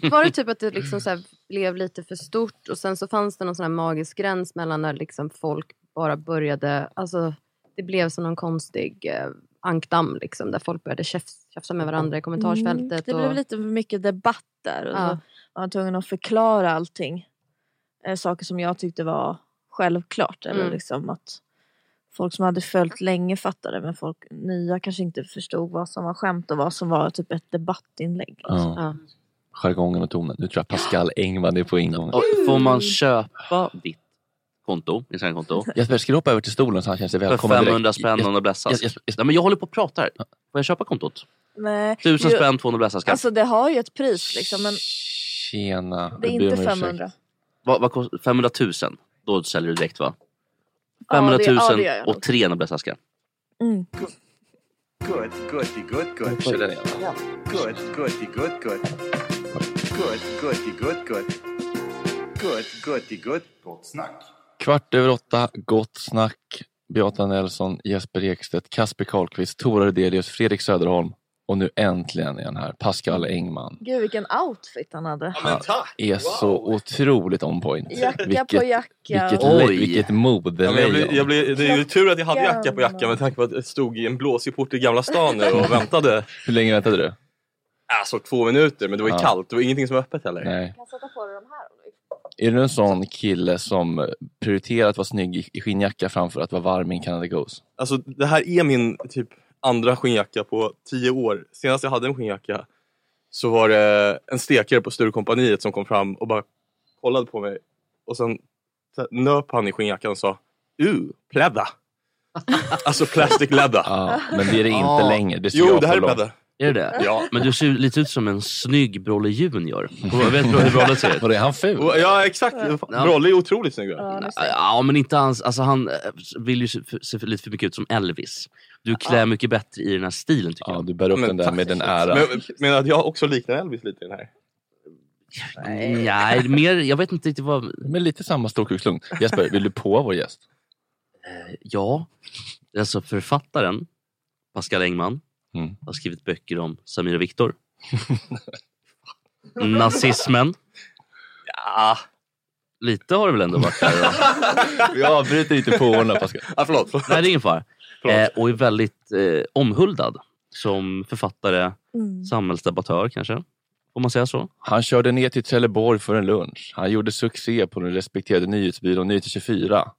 det, var det typ att det liksom så här blev lite för stort och sen så fanns det någon sån här magisk gräns mellan när liksom folk bara började, alltså det blev som någon konstig eh, ankdamm liksom där folk började tjafs, tjafsa med varandra i kommentarsfältet.
Mm, det blev
och,
lite för mycket debatt där och
Ja.
då var jag tvungen att förklara allting. Eh, saker som jag tyckte var självklart eller
Mm.
liksom att folk som hade följt länge fattade men folk nya kanske inte förstod vad som var skämt och vad som var typ ett debattinlägg. liksom.
Ja. Jargongen och tonen. Nu tror jag Pascal Engman är på ingången.
Och får man köpa ditt konto, Instagramkonto?
Jesper, ska du hoppa över till stolen så han känner sig
För
välkommen
500
direkt?
spänn och några blässas. Nej, men jag håller på och pratar. Får jag köpa kontot?
Nej,
1000
ju-
spänn, 200 blässas kanske.
Alltså det har ju ett pris liksom men
Tjena.
det är inte 500.
Vad, vad kostar, 500 000? Då säljer du direkt va?
Ja,
500
det-
000
ja, det gör jag
och 300 blässaskar.
Mm.
Good, goody, good, good.
Kör den igen.
Good, goody, good, good. Good, goody, good, good. Good, goody, good. Gott snack.
Kvart över åtta, gott snack. Beata Nelson, Jesper Ekstedt, Kasper Karlqvist, Tora Redelius, Fredrik Söderholm och nu äntligen är han här, Pascal Engman.
Gud vilken outfit han hade.
Han är så otroligt on point.
Jacka
vilket,
på jacka.
Vilket,
Oj.
le, vilket
Ja, men jag
modelejon.
blir, jag blir, det är ju tur att jag hade jacka på jacka med tanke på att jag stod i en blåsig port i Gamla stan nu och väntade.
Hur länge väntade du?
Alltså två minuter, men det var ju
Ja.
kallt. Det var ingenting som var öppet heller.
Nej.
Kan sätta på dig de här?
Är du en sån kille som prioriterar att vara snygg i- i skinnjacka framför att vara varm i en Canada Goose?
Alltså det här är min typ andra skinnjacka på tio år. Senast jag hade en skinnjacka så var det en stekare på Sturecompagniet som kom fram och bara kollade på mig. Och sen så här nöp han i skinnjackan och sa Uh, plädda! alltså plastic leather.
Ja, men det är det inte
Ja.
längre. Det ser
jo,
jag
det här
på
är
långt.
plädda.
Är det det?
Ja.
Men du ser ju lite ut som en snygg Brolle Junior. Jag vet du hur Brolle ser ut?
Var det han ful?
Ja, exakt. Brolle är otroligt snygg. va?
Ja, men inte hans. Alltså, han eh, vill ju se, se för, lite för mycket ut som Elvis. Du klär mycket bättre i den här stilen tycker jag.
Du bär upp den där med den äran.
Men, men att jag också liknar Elvis lite i den här.
Nej, mer, jag vet inte riktigt vad...
Men lite samma storkukslugn. Jesper, vill du på vår gäst?
Eh, Ja, alltså författaren Pascal Engman
Mm.
har skrivit böcker om Samir och Viktor. Nazismen.
Ja.
Lite har det väl ändå varit där. va?
Vi avbryter inte påorna Pascal.
Ja, förlåt,
Nej, det är ingen fara. Eh, och är väldigt eh, omhuldad som författare,
Mm.
samhällsdebattör kanske. Får man säga så?
Han körde ner till Trelleborg för en lunch. Han gjorde succé på den respekterade nyhetsbyrån Nyheter24.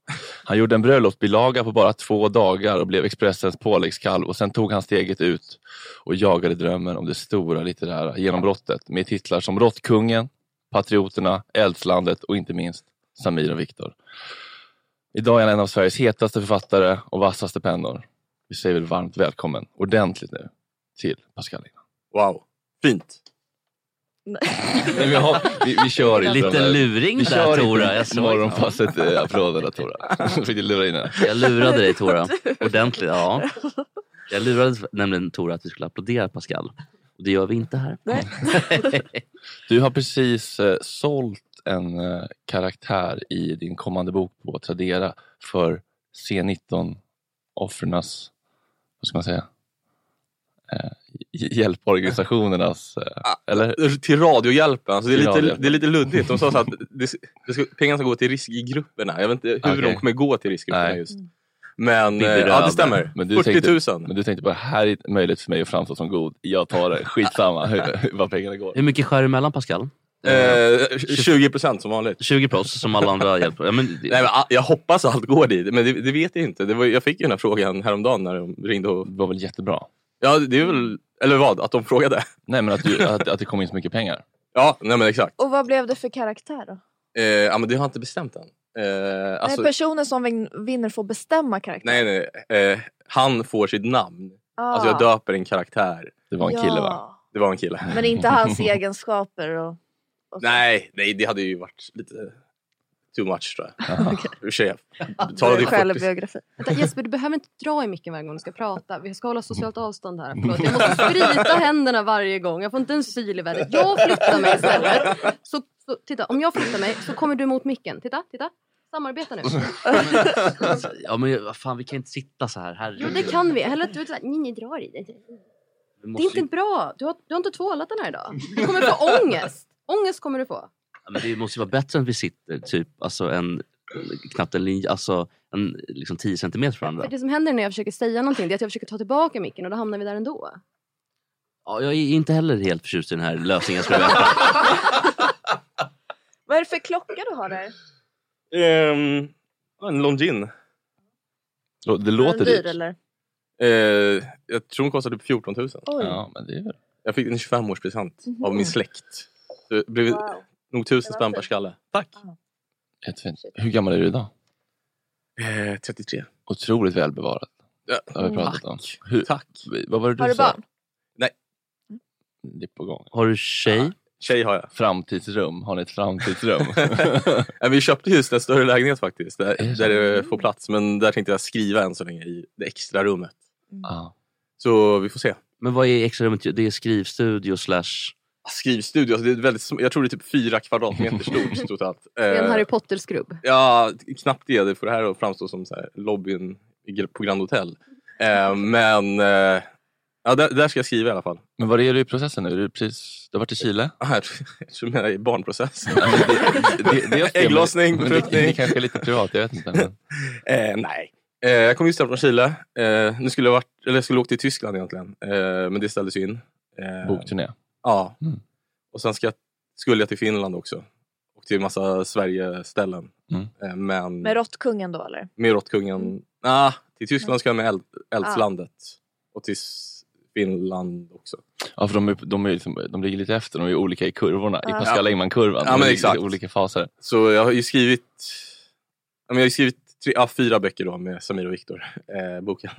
Han gjorde en bröllopsbilaga på bara två dagar och blev Expressens påläggskalv och sen tog han steget ut och jagade drömmen om det stora litterära genombrottet med titlar som Råttkungen, Patrioterna, Eldslandet och inte minst Samir och Viktor. Idag är han en av Sveriges hetaste författare och vassaste pennor. Vi säger väl varmt välkommen, ordentligt nu, till Pascal Lindman.
Wow, fint.
Nej, vi, har, vi, vi kör inte
Liten
de där-
luring
vi
där,
kör inte
Tora. Jag såg.
Morgonpasset eh, applåderna Tora. Fick du lura in henne.
Jag lurade dig Tora. Ordentligt, ja. Jag lurade nämligen Tora att vi skulle applådera Pascal. Och det gör vi inte här.
Du har precis eh, sålt en eh, karaktär i din kommande bok på Tradera för C19-offrenas, vad ska man säga, eh, hj- hjälporganisationernas, eh, eller?
Ah, Till Radiohjälpen, alltså det, är
Till
lite,
Radiohjälpen.
det är lite luddigt. De sa så att det, det ska, pengarna ska gå till riskgrupperna. Jag vet inte hur
Okej.
Mm.
de kommer gå till riskgrupperna
Nej.
just. Men eh,
Bibi
ja, det
Röd.
stämmer.
Men du
40 000.
Tänkte, men du tänkte bara, här är möjligt för mig att framstå som god. Jag tar det. Skitsamma hur, hur- vad pengarna går.
Hur mycket skär du mellan Pascal?
Eh, 20 procent som vanligt.
20 procent som alla andra hjälper. Ja, men,
Nej, men, ah, jag hoppas allt går dit, men det, det vet jag inte. Det var, jag fick ju den här frågan häromdagen när de ringde. Och... Det
var väl jättebra?
Ja, det är väl... Eller vad? Att de frågade?
Nej, men att, du, att, att det kom in så mycket pengar.
Ja, nej men exakt.
Och vad blev det för karaktär då?
Eh, ja, men det har jag inte bestämt än. Eh, alltså,
Nej, personen som vin- vinner får bestämma karaktär.
nej, nej. Eh, han får sitt namn.
Ah.
Alltså jag döper en karaktär.
Det
var en Ja. kille, va?
Det var en kille.
Mm.
Men inte hans egenskaper och...
Nej, nej, det hade ju varit lite too much tror jag. Ursäkta.
Ja,
Talade ju 40
Självbiografi.
Vänta, Jesper, du behöver inte dra i micken varje gång du ska prata. Vi ska hålla socialt avstånd här. Förlåt, jag måste sprita händerna varje gång. Jag får inte en syl i världen. Jag flyttar mig istället. Så, så, titta, om jag flyttar mig så kommer du mot micken. Titta, titta. Samarbeta nu.
ja, men vad fan, vi kan inte sitta så här. Herregud.
Jo, det kan vi. Eller att du är såhär, nej, nej, drar i det.
Vi
Det är
måste,
inte
ju-
bra. Du har, du har inte tvålat den här idag. Du kommer få ångest. Ångest kommer du få.
ja, men det måste ju vara bättre än vi sitter typ alltså en, knappt en linje, alltså en, liksom 10 centimeter från
För
varandra.
det som händer när jag försöker säga någonting det är att jag försöker ta tillbaka micken och då hamnar vi där ändå.
Ja, jag är inte heller helt förtjust i den här lösningen. Ska jag berätta.
Vad är det för klocka du har där?
Ehm, ja, en Longin.
Det
Är den dyr eller?
Eh, jag tror hon kostade typ 14 000.
Oj.
Ja, men det är...
Jag fick en 25-årspresent
Mhm.
av min släkt. Så Det blev
Wow.
nog tusen
Det var
spänn
fint.
per skalle. Tack!
Jättefint. Hur gammal är du idag?
Eh, 33.
Otroligt välbevarad. Det har vi pratat om. Hur,
Tack.
Vad var det du
Har du
sa? Mm,
barn?
Det är på gång.
Har du tjej?
Tjej har jag.
Framtidsrum. Har ni ett framtidsrum?
Ja, vi köpte just en större lägenhet faktiskt, där, där det får plats. Men där tänkte jag skriva än så länge i det extra rummet.
Mm.
Ja.
Så vi får se.
Men vad är extra rummet? Det är skrivstudio slash...
Skrivstudio, alltså det är ett väldigt, sm- jag tror det är typ fyra kvadratmeter stort totalt.
Det är en
Eh,
Harry Potter-skrubb.
Ja, knappt det. Det får det här att framstå som så här, lobbyn i- på Grand Hotel. Eh, men eh, ja, där, där ska jag skriva i alla fall.
Men var är du i processen nu? Är du, precis, du har varit i Chile?
Ah, jag tror jag tror du menar i barnprocessen.
det- det är fel, men-
Ägglossning,
men det-
befruktning.
det kanske är lite privat, jag vet inte, men-
eh, nej. Eh, jag kom just hem från Chile. Eh, nu skulle jag, varit, eller jag skulle åkt till Tyskland egentligen, eh, men det ställdes ju in. Eh,
Bokturné.
Ja.
Mm.
Och sen ska jag, skulle jag till Finland också. Och till massa Sverige-ställen.
Mm.
Eh, men
Med råttkungen då eller?
med råttkungen. Ah, till Tyskland ska jag med eld, eldslandet. Och till s- Finland också.
Ja, för de, är, de, är liksom, de ligger lite efter, de är olika i kurvorna. I
Ja.
Pascal
Ja.
Engman-kurvan.
Ja,
De
men
är
exakt.
lite olika faser.
Så jag har ju skrivit, ja, men jag har ju skrivit tre, ja, fyra böcker då med Samir och Viktor, eh, boken.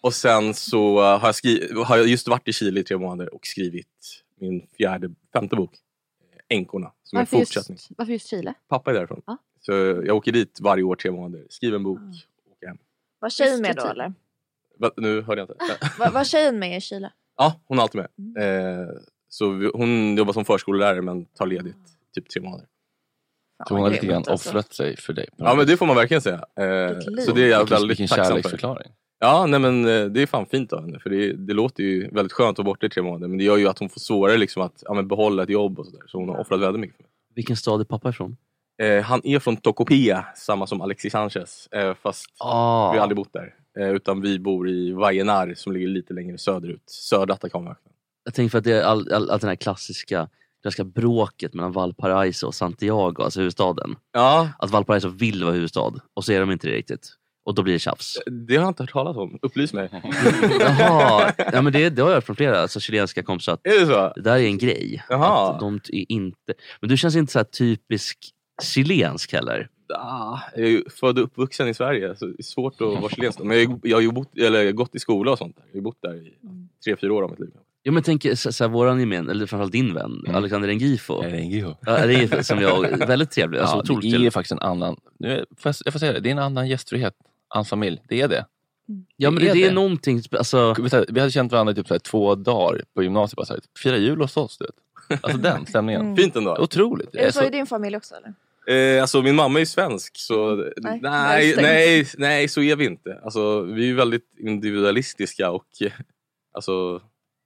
Och sen så eh, har jag, skri- har jag just varit i Chile i tre månader och skrivit min fjärde, femte bok, eh, Änkorna, som är en
Varför just,
fortsättning.
varför just Chile?
Pappa är därifrån.
Ja.
Så jag åker dit varje år tre månader, skriver en bok.
Var tjejen
Just
med
det,
då
typ.
eller?
Va, nu hörde jag inte.
Var, var tjejen med i Chile?
Ja, hon är alltid med.
Mm.
Eh, så vi, hon jobbar som förskollärare men tar ledigt
Ah.
typ tre månader.
Så hon har lite grann
alltså.
alltså.
offrat sig för dig.
Ja men det får man verkligen säga. Eh,
Ditt liv.
så det är jag
Vilken-
väldigt
vilken
tacksam
kärleksförklaring.
för. Ja nej men eh, det är fan fint av henne för det, det låter ju väldigt skönt att vara borta i tre månader men det gör ju att hon får svårare liksom att ja, men behålla ett jobb och sådär. Så hon har offrat väldigt mycket.
Vilken stad är pappa ifrån?
Eh, han är från Tocopilla, samma som Alexis Sanchez. Eh, fast
Ah.
vi har aldrig bott där. Eh, utan vi bor i Vallenar som ligger lite längre söderut. Södra Atacamaöknen.
Jag tänker för att det är allt all, all det här klassiska, klassiska bråket mellan Valparaiso och Santiago, alltså huvudstaden.
Ja.
Att Valparaiso vill vara huvudstad och så är de inte det riktigt. Och då blir det tjafs.
Det har jag inte hört talas om. Upplys mig.
Jaha, ja, men det, det har jag hört från flera alltså, chilenska kompisar. Att
är det, så?
det där är en grej.
Jaha.
Att de t- är inte, men du känns inte så här typisk chilensk heller.
Ah, jag är ju född och uppvuxen i Sverige så det är svårt att vara chilensk. Men jag, har ju- jag har ju bott, eller jag har gått i skola och sånt. där. Jag har ju bott där i tre, fyra år av mitt liv.
Ja, men tänk så, så här, våran gemen, eller framförallt din vän,
Mm.
Alexander Engifo. Ja, Rengifo, som jag, väldigt trevlig. Alltså,
Ja,
otroligt
det är
trevlig.
faktiskt en annan... Nu, är- får jag, jag får säga det, det är en annan gästfrihet. Annan familj, det är det.
Ja, men det, är någonting... Alltså...
Vi hade känt varandra i typ så här två dagar på gymnasiet. Bara så här, fira jul hos oss, du vet. Alltså den stämningen.
Mm.
Fint ändå.
Otroligt.
Är det så i din familj också eller?
Eh, alltså min mamma är ju svensk så
Mm. Nej,
nej,
där är
nej,
stängt.
nej, så är vi inte. Alltså, vi är ju väldigt individualistiska och eh, alltså,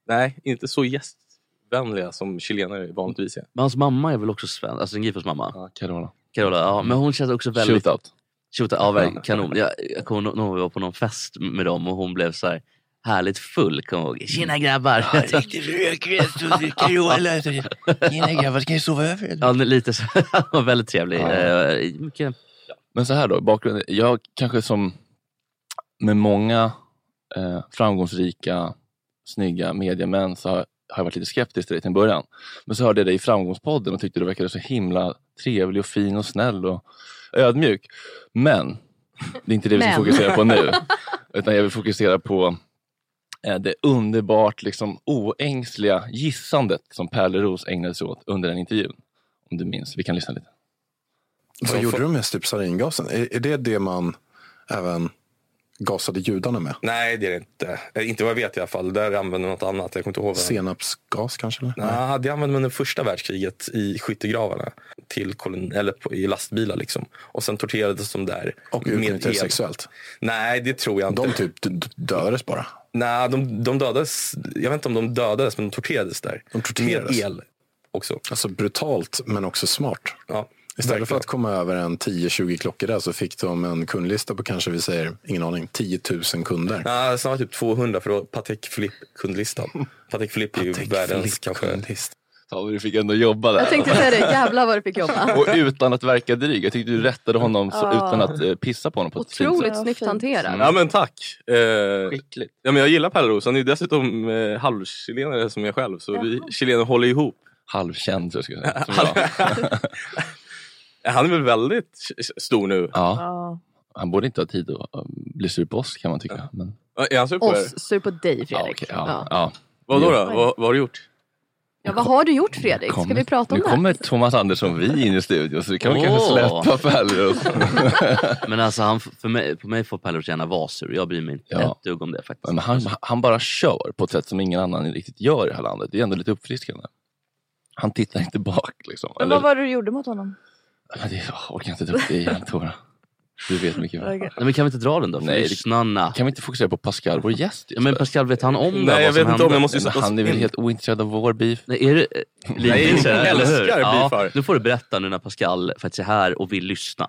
nej, inte så gästvänliga som chilenare vanligtvis är.
Men hans mamma är väl också svensk? Alltså Gripos mamma?
Ja, Carola.
Carola, ja. Men hon känns också väldigt...
Shootout.
Shota, ja, verkligen, kanon. Jag, jag kommer ihåg när vi var på någon fest med dem och hon blev så här härligt full. Kommer jag ihåg. Tjena grabbar!
Ja, riktigt rökfest och dricker Carola. Tjena grabbar, ska ni sova över? eller?
Ja, lite så. Han var väldigt trevlig.
Ja.
Eh, Mycket
Men så här då, bakgrunden. Jag kanske som med många eh, framgångsrika, snygga mediemän så har, har jag varit lite skeptisk till dig till en början. Men så hörde jag dig i Framgångspodden och tyckte du verkade så himla trevlig och fin och snäll och ödmjuk. Men det är inte det vi ska
Men.
fokusera på nu. Utan jag vill fokusera på eh, det underbart liksom, oängsliga gissandet som Pärleros ägnade sig åt under den intervjun. Om du minns, vi kan lyssna lite.
Vad gjorde du med typ saringasen? Är, är det det man även gasade judarna med?
Nej, det är det inte. Eh, Inte vad jag vet i alla fall. Där använde man något annat. Jag kommer inte ihåg.
Senapsgas kanske? Eller?
Nej, det använde man under första världskriget i skyttegravarna. Till kolon- eller på, I lastbilar liksom. Och sen torterades de där.
Och utnyttjades
el.
sexuellt?
Nej, det tror jag inte. De
typ dödades bara?
Nej, de, de dödades. Jag vet inte om de dödades, men de torterades där.
De torterades?
Med el också.
Alltså brutalt men också smart. Istället för att komma över en 10-20 klockor där så fick de en kundlista på kanske, vi säger, ingen aning, 10 000 kunder.
Nej, snarare typ 200 för då Patek Philippe-kundlistan. Patek Philippe är ju världens kanske...
Ja, men du fick ändå jobba där.
Jag tänkte säga det, jävlar vad du fick jobba.
Och utan att verka dryg. Jag tyckte du rättade honom så,
Ja.
utan att eh, pissa på honom. På ett fint
Otroligt
sätt.
snyggt hanterat.
Mm.
Ja men tack. Eh,
Skickligt.
Ja, men jag gillar Pärleros. Han är ju dessutom eh, halvchilenare som jag själv. Så vi chilener håller ihop.
Halvkänd tror jag skulle säga.
han är väl väldigt s- stor nu?
Ja. Han borde inte ha tid att eh, bli sur på oss kan man tycka. Men,
Ja, Är han sur på er?
Oss, sur på dig Fredrik.
ja,
Ja.
ja.
Vadå då? Vad, vad har du gjort?
Ja, vad har du gjort Fredrik? Ska vi prata om
nu
det här?
kommer Thomas Andersson vi in i studion så vi kan väl kanske
Åh.
släppa Pärleros.
Men alltså, han, för mig, på mig får Pärleros gärna vara sur. Jag bryr mig inte
Ja.
ett dugg om det faktiskt.
Men han, han bara kör på ett sätt som ingen annan riktigt gör i det här landet. Det är ändå lite uppfriskande. Han tittar inte bak liksom.
Men vad var det du gjorde mot honom?
Men det, jag orkar inte ta upp det igen Tora. Du vet mycket väl.
Okej.
men kan vi inte dra den då? Nej, Nanna. Kan vi inte fokusera på Pascal, vår gäst? Ja, men Pascal, vet han
om det, vad som hände?
ju sätta oss Han är väl helt ointresserad av vår beef?
Nej, är det, Lite så här, eller hur?
Ja.
nu får du berätta nu när Pascal faktiskt är här och vill lyssna.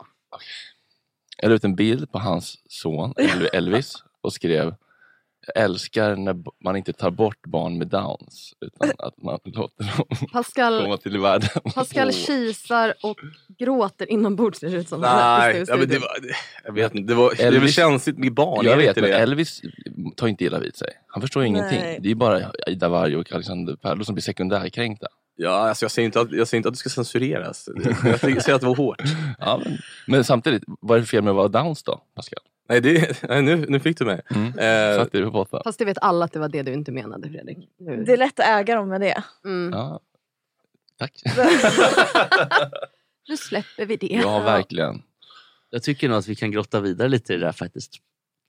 Jag la ut en bild på hans son El- Elvis och skrev jag älskar när b- man inte tar bort barn med downs utan att man låter dem komma
Pascal,
till världen.
Pascal kisar och gråter inombords ser det ut som. Just nu i
Nej, ja, men det
studion.
var, jag vet inte. Det, var, det är väl
Elvis-
känsligt med barn?
Jag
är det
vet,
inte
men
det?
Elvis tar inte illa vid sig. Han förstår ju ingenting.
Nej.
Det är bara Ida Warg och Alexander Perlo som blir sekundärkränkta.
Ja, alltså jag, säger inte att, jag säger inte att du ska censureras. Jag säger att det var hårt.
Ja, men, men samtidigt, vad är det för fel med att vara downs då, Pascal?
Nej, det, nej nu, nu fick du mig. Eh,
Mm. Satte du på botten?
Fast det vet alla att det var det du inte menade Fredrik. Nu. Mm.
Det är lätt att äga dem med det.
Ja,
Nu släpper vi det.
Ja,
verkligen.
Jag tycker nog att vi kan grotta vidare lite i det där faktiskt.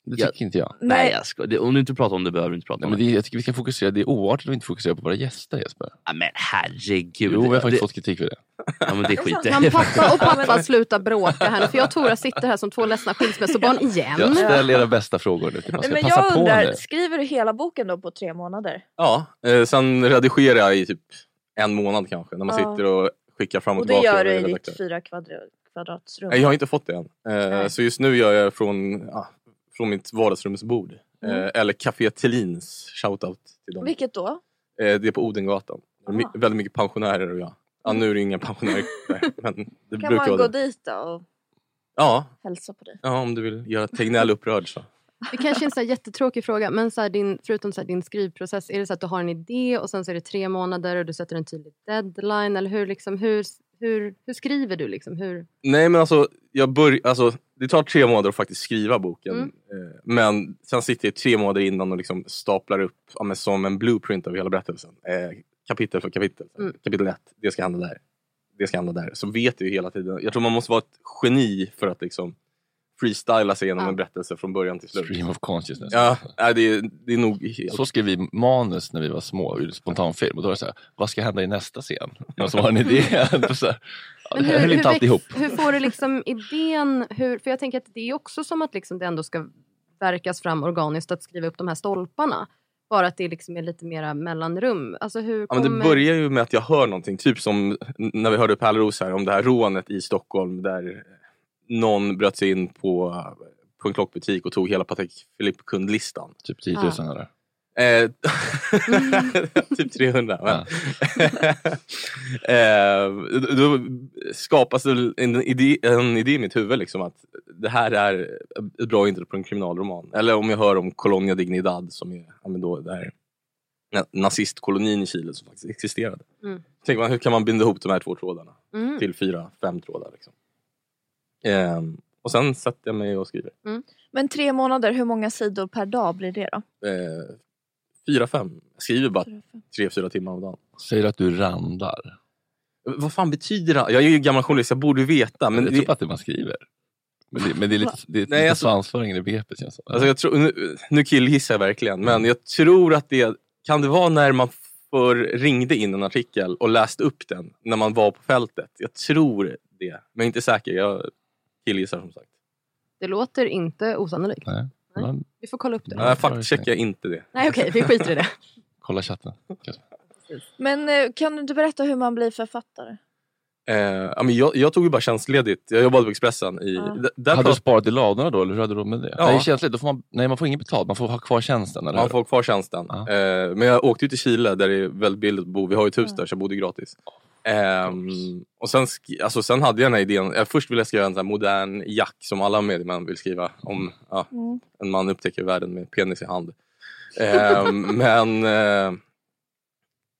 Det tycker inte jag.
Nej, jag ska, det, om du inte pratar om det behöver du inte prata
Nej,
om
men det, jag tycker vi ska fokusera, det är oartigt att inte fokusera på våra gäster Jesper.
Ja, men herregud.
Jo, vi har faktiskt
Det-
fått kritik för det.
Ja, men det skiter
Kan pappa och pappa sluta bråka här nu? För jag och Tora sitter här som två ledsna skilsmässobarn igen.
Jag ställer era bästa frågor nu till
Nej,
Pascal.
men
Passa
jag
på
undrar,
nu.
skriver du hela boken då på tre månader?
Ja, eh, sen redigerar jag i typ en månad kanske. När man
Ja.
sitter och skickar fram och,
Och det
tillbaka.
gör du
med
i
redaktör.
ditt fyra kvadra- kvadratsrum?
Nej, jag har inte fått det än. Eh, så just nu gör jag från, ja, från mitt vardagsrumsbord.
Mm.
Eh, eller Café Thelins, shoutout till dem.
Vilket då?
Eh, det är på Odengatan.
Ah.
Det är My- väldigt mycket pensionärer och jag. Ja, nu är det inga pensionärer där, men det
Mm. Kan
brukar
man gå
vara det.
dit då och
Ja,
hälsa på dig?
ja, om du vill göra Tegnell upprörd så.
Det kanske är en så här jättetråkig fråga, men så här din, förutom så här din skrivprocess, är det så att du har en idé och sen så är det tre månader och du sätter en tydlig deadline? Eller hur, liksom, hur, hur, hur skriver du? Liksom? Hur,
Nej men alltså, jag bör, alltså det tar tre månader att faktiskt skriva boken.
Mm.
Eh, Men sen sitter jag tre månader innan och liksom staplar upp ja, men som en blueprint över hela berättelsen. Eh, kapitel för kapitel.
Mm.
Kapitel ett, det ska handla där. Det ska handla där. Så vet jag ju hela tiden. Jag tror man måste vara ett geni för att liksom freestyla sig genom en berättelse från början till slut.
Stream of consciousness.
Ja, nej, det, är, det är nog helt...
Så skrev vi manus när vi var små, och gjorde spontanfilm. Och då var det så här, vad ska hända i nästa scen? Någon som har en idé? Då så här, ja, det
hur,
höll inte alltid
väx-
ihop.
hur får du liksom idén? Hur, för jag tänker att det är också som att liksom det ändå ska verkas fram organiskt att skriva upp de här stolparna. Bara att det liksom är lite mera mellanrum. Alltså hur
Ja, men
kommer...
det börjar ju med att jag hör någonting, typ som när vi hörde Pärleros här om det här rånet i Stockholm där någon bröt sig in på, på en klockbutik och tog hela Patek Philippe-kundlistan.
Typ 10 000 Ja. eller?
Eh, typ 300. Men. eh, då skapas det en idé, en idé i mitt huvud liksom att det här är ett bra intro på en kriminalroman. Eller om jag hör om Colonia Dignidad som är ja, men då, där nazistkolonin i Chile som faktiskt existerade.
Mm.
Tänker man, hur kan man binda ihop de här två trådarna
Mm.
till fyra, fem trådar? Liksom. Ehm, och sen sätter jag mig och skriver.
Men tre månader, hur många sidor per dag blir det då?
Eh, fyra, fem. Jag skriver bara tre, fyra timmar om dagen.
Säger du att du randar?
Vad fan betyder det? Jag är ju gammal journalist, jag borde ju veta. Men
jag tror bara att det är man skriver. Men det, men det är lite, det är
Nej,
lite
alltså-
svansföring i det begreppet känns det som.
Alltså jag tror, nu, nu killgissar jag verkligen, men jag tror att det... Kan det vara när man för ringde in en artikel och läste upp den när man var på fältet? Jag tror det, men jag är inte säker. Jag killgissar som sagt.
Det låter inte osannolikt.
Nej.
Vi får kolla upp det.
Nej, jag faktcheckar inte det.
Nej okej, vi skiter i det.
Kolla chatten. Kasper.
Men eh, kan du inte berätta hur man blir författare?
Eh, ja, men jag, jag tog ju bara tjänstledigt. Jag jobbade på Expressen. I,
Ja.
d- där
hade du
prat-
sparat i ladorna då eller hur hade du råd med det?
Ja.
Nej, känsligt, då får man, nej, man får inget betalt, man får ha kvar tjänsten. Eller
Man
hur?
får kvar tjänsten. Eh, men jag åkte ju till Chile där det är väldigt billigt att bo. Vi har ju ett hus där så jag bodde gratis. Ehm, och sen, sk- alltså, sen hade jag den här idén. Eh, först ville jag skriva en sån här modern jack som alla mediemän vill skriva om. Ja,
Mm.
En man upptäcker världen med penis i hand. Ehm, men eh,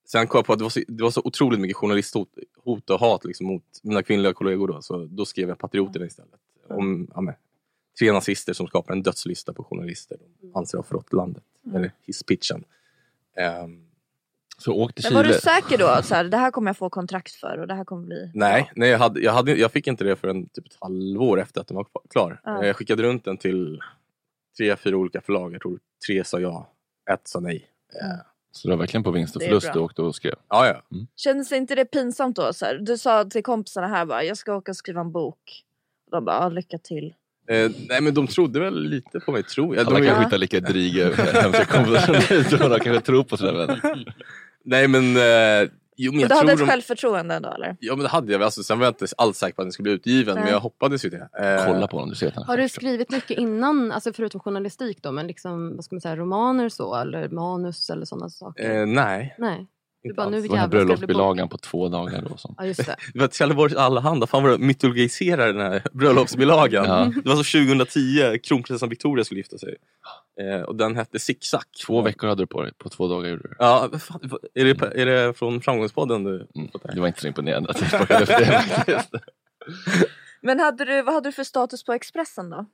sen kom jag på att det var så, det var så otroligt mycket journalisthot hot och hat liksom, mot mina kvinnliga kollegor. Då, så då skrev jag Patrioterna istället. Om, ja, men, tre nazister som skapar en dödslista på journalister.
Mm.
De anser ha förrått landet. Eller hisspitchen. Ehm,
så åk till
Men var du säker då? att Så här, det här kommer jag få kontrakt för och det här kommer bli...
Nej, nej jag, hade, jag, hade, jag fick inte det förrän typ ett halvår efter att den var klar.
Ja.
Eh, Jag skickade runt den till tre, fyra olika förlag. Jag tror tre sa ja, ett sa nej.
Så du var verkligen på vinst och
Det är
förlust
bra.
du åkte och skrev?
Ja, ja.
Kändes inte det pinsamt då? Så här? Du sa till kompisarna här bara, jag ska åka och skriva en bok. Och de bara, "Ja, lycka till.
Eh, nej men de trodde väl lite på mig tror jag.
Alla
de
kanske inte är lika dryga hemska kompisar som du tror. De kanske tror på sina vänner.
Nej men, eh, jo, men jag
Men du
tror
hade ett
de...
självförtroende ändå eller?
Ja men det hade jag väl. Alltså, sen var jag inte alls säker på att den skulle bli utgiven
Nej.
men jag hoppades ju det. Eh,
Kolla på honom, du ser att han
Har du skrivit mycket innan, alltså förutom journalistik då, men liksom, vad ska man säga, romaner så, eller manus eller sådana saker?
Eh, nej.
Nej. Du
Inte
bara, nu
alls.
Det var den här
jävlar ska det bli bok.
bröllopsbilagan på två dagar. Då, så.
Ja, just det.
Det var Trelleborgs Allehanda, fan vad de mytologiserar den här bröllopsbilagan.
Ja.
Det var så 2010 kronprinsessan Victoria skulle gifta sig. Eh, och den hette Zigzag.
Två veckor hade du på dig, på två dagar gjorde du det.
Ja, vad fan, vad- är, det, är det från Framgångspodden du fått
Mm. Det var inte så imponerande att jag plockade upp det. faktiskt.
Men hade du, vad hade du för status på Expressen då?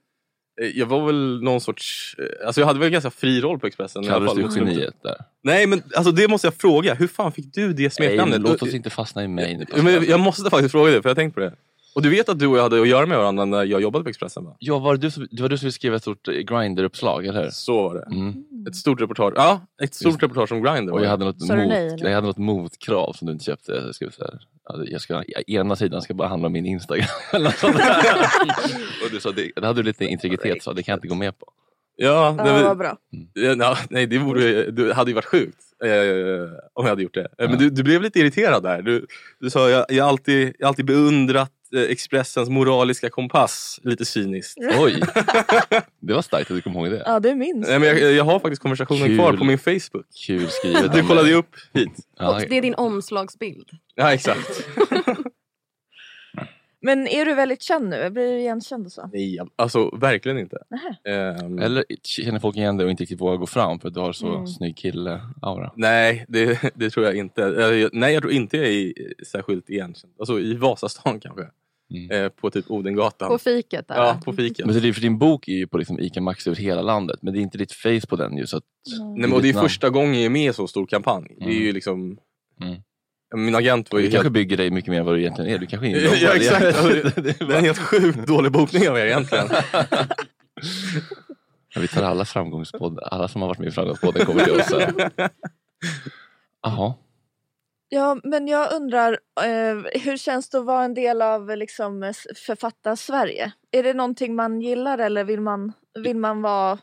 Eh, Jag var väl någon sorts... eh, Alltså jag hade väl ganska fri roll på Expressen. i alla
Kallades
fall
du
mot slutet.
geniet där?
Nej men alltså det måste jag fråga, hur fan fick du det smeknamnet?
låt oss inte fastna i mig nu.
Ja, men jag- jag måste faktiskt fråga det, för jag har tänkt på det. Och du vet att du och jag hade att göra med varandra när jag jobbade på Expressen va?
Ja, var det, du som, det var du som skrev ett stort eh, Grindr-uppslag, eller hur?
Så var det.
Mm.
Ett stort reportage. Ja, ett stort reportage om Grindr.
Och jag hade, något
Sa du
mot,
nej, eller?
jag hade något motkrav som du inte köpte. Jag skrev så här, ja, jag ska, ena sidan ska bara handla om min Instagram. eller något sånt där. och du sa, det, det hade du lite integritet, så det kan jag inte gå med på.
Ja,
Ja,
nej, men-
vad bra.
Ja, na- nej, det vore, du hade ju varit sjukt eh, om jag hade gjort det. Eh, Men du, du blev lite irriterad där. Du, du sa jag jag har alltid, jag har alltid beundrat eh, Expressens moraliska kompass. Lite cyniskt.
Oj, det var starkt att du kom ihåg det.
Ja, det minns
Nej, men jag, jag har faktiskt konversationen
Kul.
kvar på min Facebook.
Kul skrivet.
Du kollade ju upp hit.
Och det är din omslagsbild.
Ja, exakt.
Men är du väldigt känd nu? Blir du igenkänd och så?
Nej, alltså verkligen inte.
Nähä.
Ehm,
Eller känner folk igen dig och inte riktigt vågar gå fram för att du har så
Mm.
snygg kille-aura?
Nej, det, det tror jag inte. Eh, jag- Nej, jag tror inte jag är eh, särskilt igenkänd. Alltså i Vasastan kanske.
Mm.
Eh, på typ Odengatan.
På fiket där.
Ja, på fiket.
Men så det är för din bok är ju på liksom ICA Maxi över hela landet, men det är inte ditt face på den ju. Så att
Nej, men, och det
ditt
är
namn.
första gången jag är med i en så stor kampanj. Det är ju liksom... Min agent var
Vi
ju
Mm. kanske bygger dig mycket mer än vad du egentligen är. Du kanske är
Ja, exakt. Alltså, det- det är en helt sjukt dålig bokning av er egentligen.
Ja, vi tar alla framgångspoddar. Alla som har varit med i framgångspodden kommer till oss sen. Jaha.
Ja, men jag undrar, eh, hur känns det att vara en del av eh, liksom, eh, s- författarsverige? Är det någonting man gillar eller vill man, vill man vara,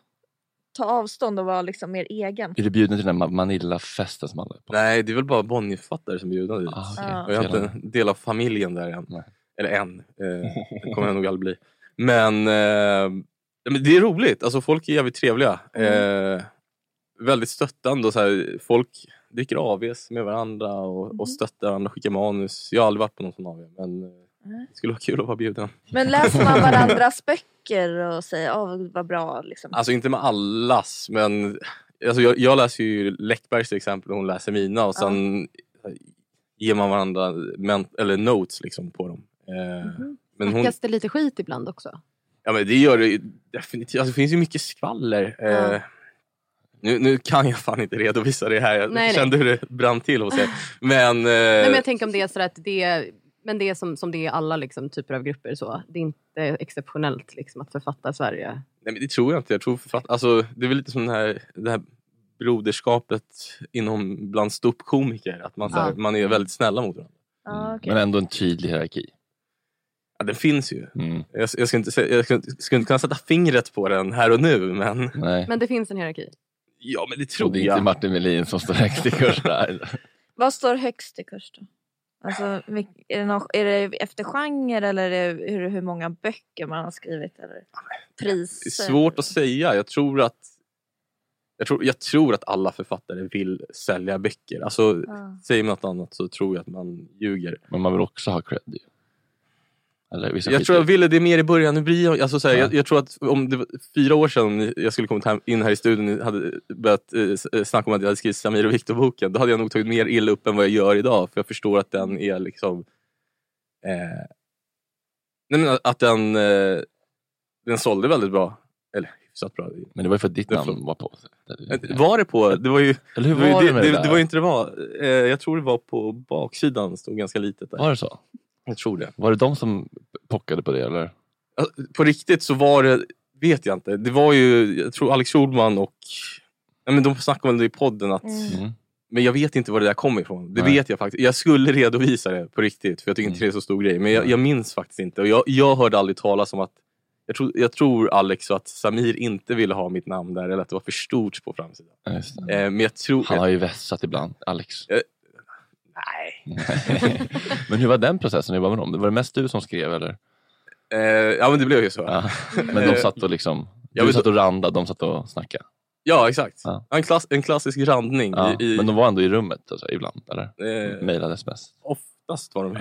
ta avstånd och vara liksom mer egen?
Är du bjuden till den här Ma- Manila-festen som alla är på?
Nej, det är väl bara Bonnierfattare som är bjudna dit.
Ah,
okej.
Och jag är inte en del av familjen där än. Eller än. Eh, det kommer jag nog aldrig bli. Men, eh, ja, men det är roligt. Alltså, folk är jävligt trevliga.
Mm.
Eh, väldigt stöttande. Och så här, folk dricker AVs med varandra och,
Mm.
och stöttar varandra, skickar manus. Jag har aldrig varit på någon sån AV, men eh,
Nej.
det skulle vara kul att vara bjuden.
Men läser man varandras böcker och säger åh vad bra liksom.
Alltså inte med allas, men alltså, jag, jag läser ju Läckbergs till exempel och hon läser mina och sen ger man varandra men, eller notes liksom, på dem. Eh, men hon,
Mhm.
Eh,
Snackas det lite skit ibland också?
ja, men det gör det ju definitivt. Alltså, det finns ju mycket skvaller. Eh, nu, nu kan jag fan inte redovisa det här. Jag
Nej, nej.
kände hur det brann till hos er. Men, eh,
Nej, men jag tänker om det är så att det är, men det är som, som det är i alla liksom, typer av grupper. Så. Det är inte exceptionellt liksom, att författa Sverige.
Nej, men det tror jag inte. Jag tror författ... alltså, det är väl lite som det här, det här broderskapet inom, bland ståuppkomiker. Att man, så här,
Ja.
man är väldigt snälla mot varandra.
Ah,
Men ändå en tydlig hierarki.
Ja, den finns ju.
Mm.
Jag, jag, ska inte, säga- jag ska, ska inte kunna sätta fingret på den här och nu, men...
Nej.
Men det finns en hierarki.
Ja, men det tror
det är
jag.
inte Martin Melin som står högst i kurs där.
Vad står högst i kurs då? Alltså, vil- är, det någon, är det efter genre eller är det hur, hur många böcker man har skrivit? Eller
Det är
priser?
svårt att säga. Jag tror att, jag tror, jag tror att alla författare vill sälja böcker. Alltså,
Ja.
Säger man något annat så tror jag att man ljuger.
Men man vill också ha cred ju. Eller vissa
Jag
skiter
tror jag
i.
ville det mer i början. Nu blir jag, alltså, så här,
Ja.
jag, jag tror att om det var fyra år sedan om ni- jag skulle kommit hem, in här i studion och ni hade börjat eh, s- eh, snacka om att jag hade skrivit Samir och Viktor-boken. Då hade jag nog tagit mer illa upp än vad jag gör idag. För jag förstår att den är liksom... Eh, nej, men att den, eh, den sålde väldigt bra. Eller hyfsat bra.
Men det var ju för att ditt namn var på.
Var det på? Det var ju,
Eller hur
det,
var
ju-
det med
det,
det
det,
där?
var ju inte det var. Eh, jag tror det var på baksidan. stod ganska litet där.
Var det så?
Jag tror det.
Var det de som pockade på det eller?
Ja, Alltså, På riktigt så var det, vet jag inte. Det var ju, jag tror Alex Schulman och, ja, men de snackade om det i podden att,
Mm.
men jag vet inte var det där kom ifrån. Det
Nej.
vet jag faktiskt. Jag skulle redovisa det på riktigt för jag tycker inte det är så stor grej. Men jag, jag minns faktiskt inte. Och jag, jag hörde aldrig talas om att, jag tror, jag tror Alex och att Samir inte ville ha mitt namn där eller att det var för stort på framsidan.
Mm.
Eh, men jag tror...
Han har ju vässat ibland, Alex.
Eh,
nej. men hur var den processen? Hur var, med dem? var det mest du som skrev eller?
Eh, ja men det blev ju så. Eh,
Men de satt och liksom,
Ja,
du
men
satt
då-
och randade, de satt och snackade.
Ja exakt.
Ja.
En, klass, en klassisk randning.
Ja,
I, i,
Men de var ändå i rummet alltså, ibland, eller?
Eh,
Mejlades mest.
Oftast var de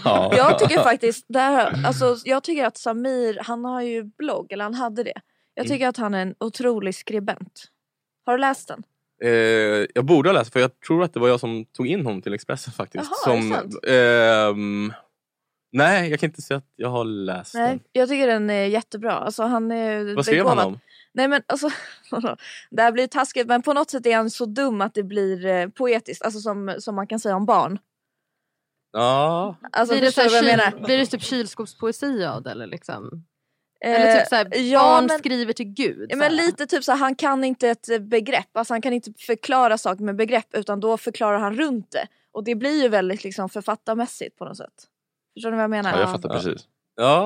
ja.
Jag tycker faktiskt det här, alltså, jag tycker att Samir, han har ju blogg, eller han hade det. Jag
Mm.
tycker att han är en otrolig skribent. Har du läst den?
Eh, jag borde ha läst, för jag tror att det var jag som tog in honom till Expressen faktiskt.
Jaha, är
som,
det sant?
ehm, nej, jag kan inte säga att jag har läst
Nej, jag tycker den är jättebra. Alltså, han är
Alltså. Vad skrev han
begåvad.
om?
Nej men alltså, det här blir ju taskigt men på något sätt är han så dum att det blir eh, poetiskt, alltså som, som man kan säga om barn.
Ja.
Alltså,
blir, det så
förstår
här
du vad jag
kyl,
menar?
blir det typ kylskåpspoesi av det? Eller, liksom?
Eh,
eller typ så här,
ja,
barn
men-
skriver till Gud?
Ja,
så
men
här.
lite typ så här, han kan inte ett eh, begrepp, alltså han kan inte förklara saker med begrepp utan då förklarar han runt det. Och det blir ju väldigt liksom författarmässigt på något sätt. Förstår ni vad jag menar?
Ja, jag fattar precis.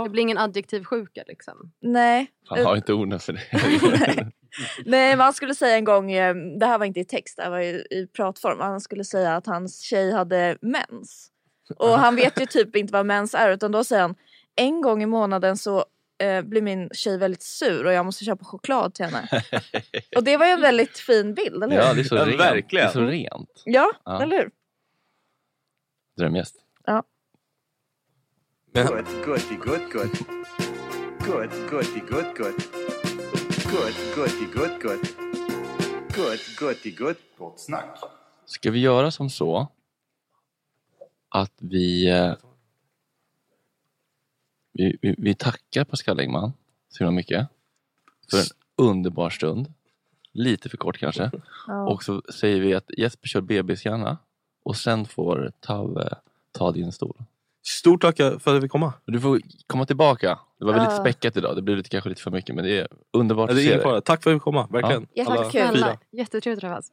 Det blir ingen adjektivsjuka liksom.
Nej.
Han har inte orden för det.
Nej, man skulle säga en gång, eh, det här var inte i text, det här var i, i pratform, han skulle säga att hans tjej hade mens. Och han vet ju typ inte vad mens är utan då säger han en gång i månaden så eh, blir min tjej väldigt sur och jag måste köpa choklad till henne. och det var ju en väldigt fin bild, eller hur?
Ja, det är så
Ja,
rent.
verkligen.
Det är så rent.
Ja,
Ja.
eller hur?
Drömgäst.
Ja.
Good, goody, good, good. Good, goody, good, good. Good, goody, good, good. Good, goody, good. Gott snack.
Ska vi göra som så att vi eh, vi, vi, vi tackar Pascal Engman så himla mycket för en underbar stund. Lite för kort kanske.
Ja.
Och så säger vi att Jesper kör bebishjärna och sen får Tave ta din stol.
Stort tack för att jag fick komma.
Du får komma tillbaka. Det var väl lite
Ja.
späckat idag. Det blir lite, kanske lite för mycket men det är underbart
Ja, det är
att se
ingen fara. Tack för att du fick komma. Verkligen.
Jättekul. Jättetrevligt att träffas.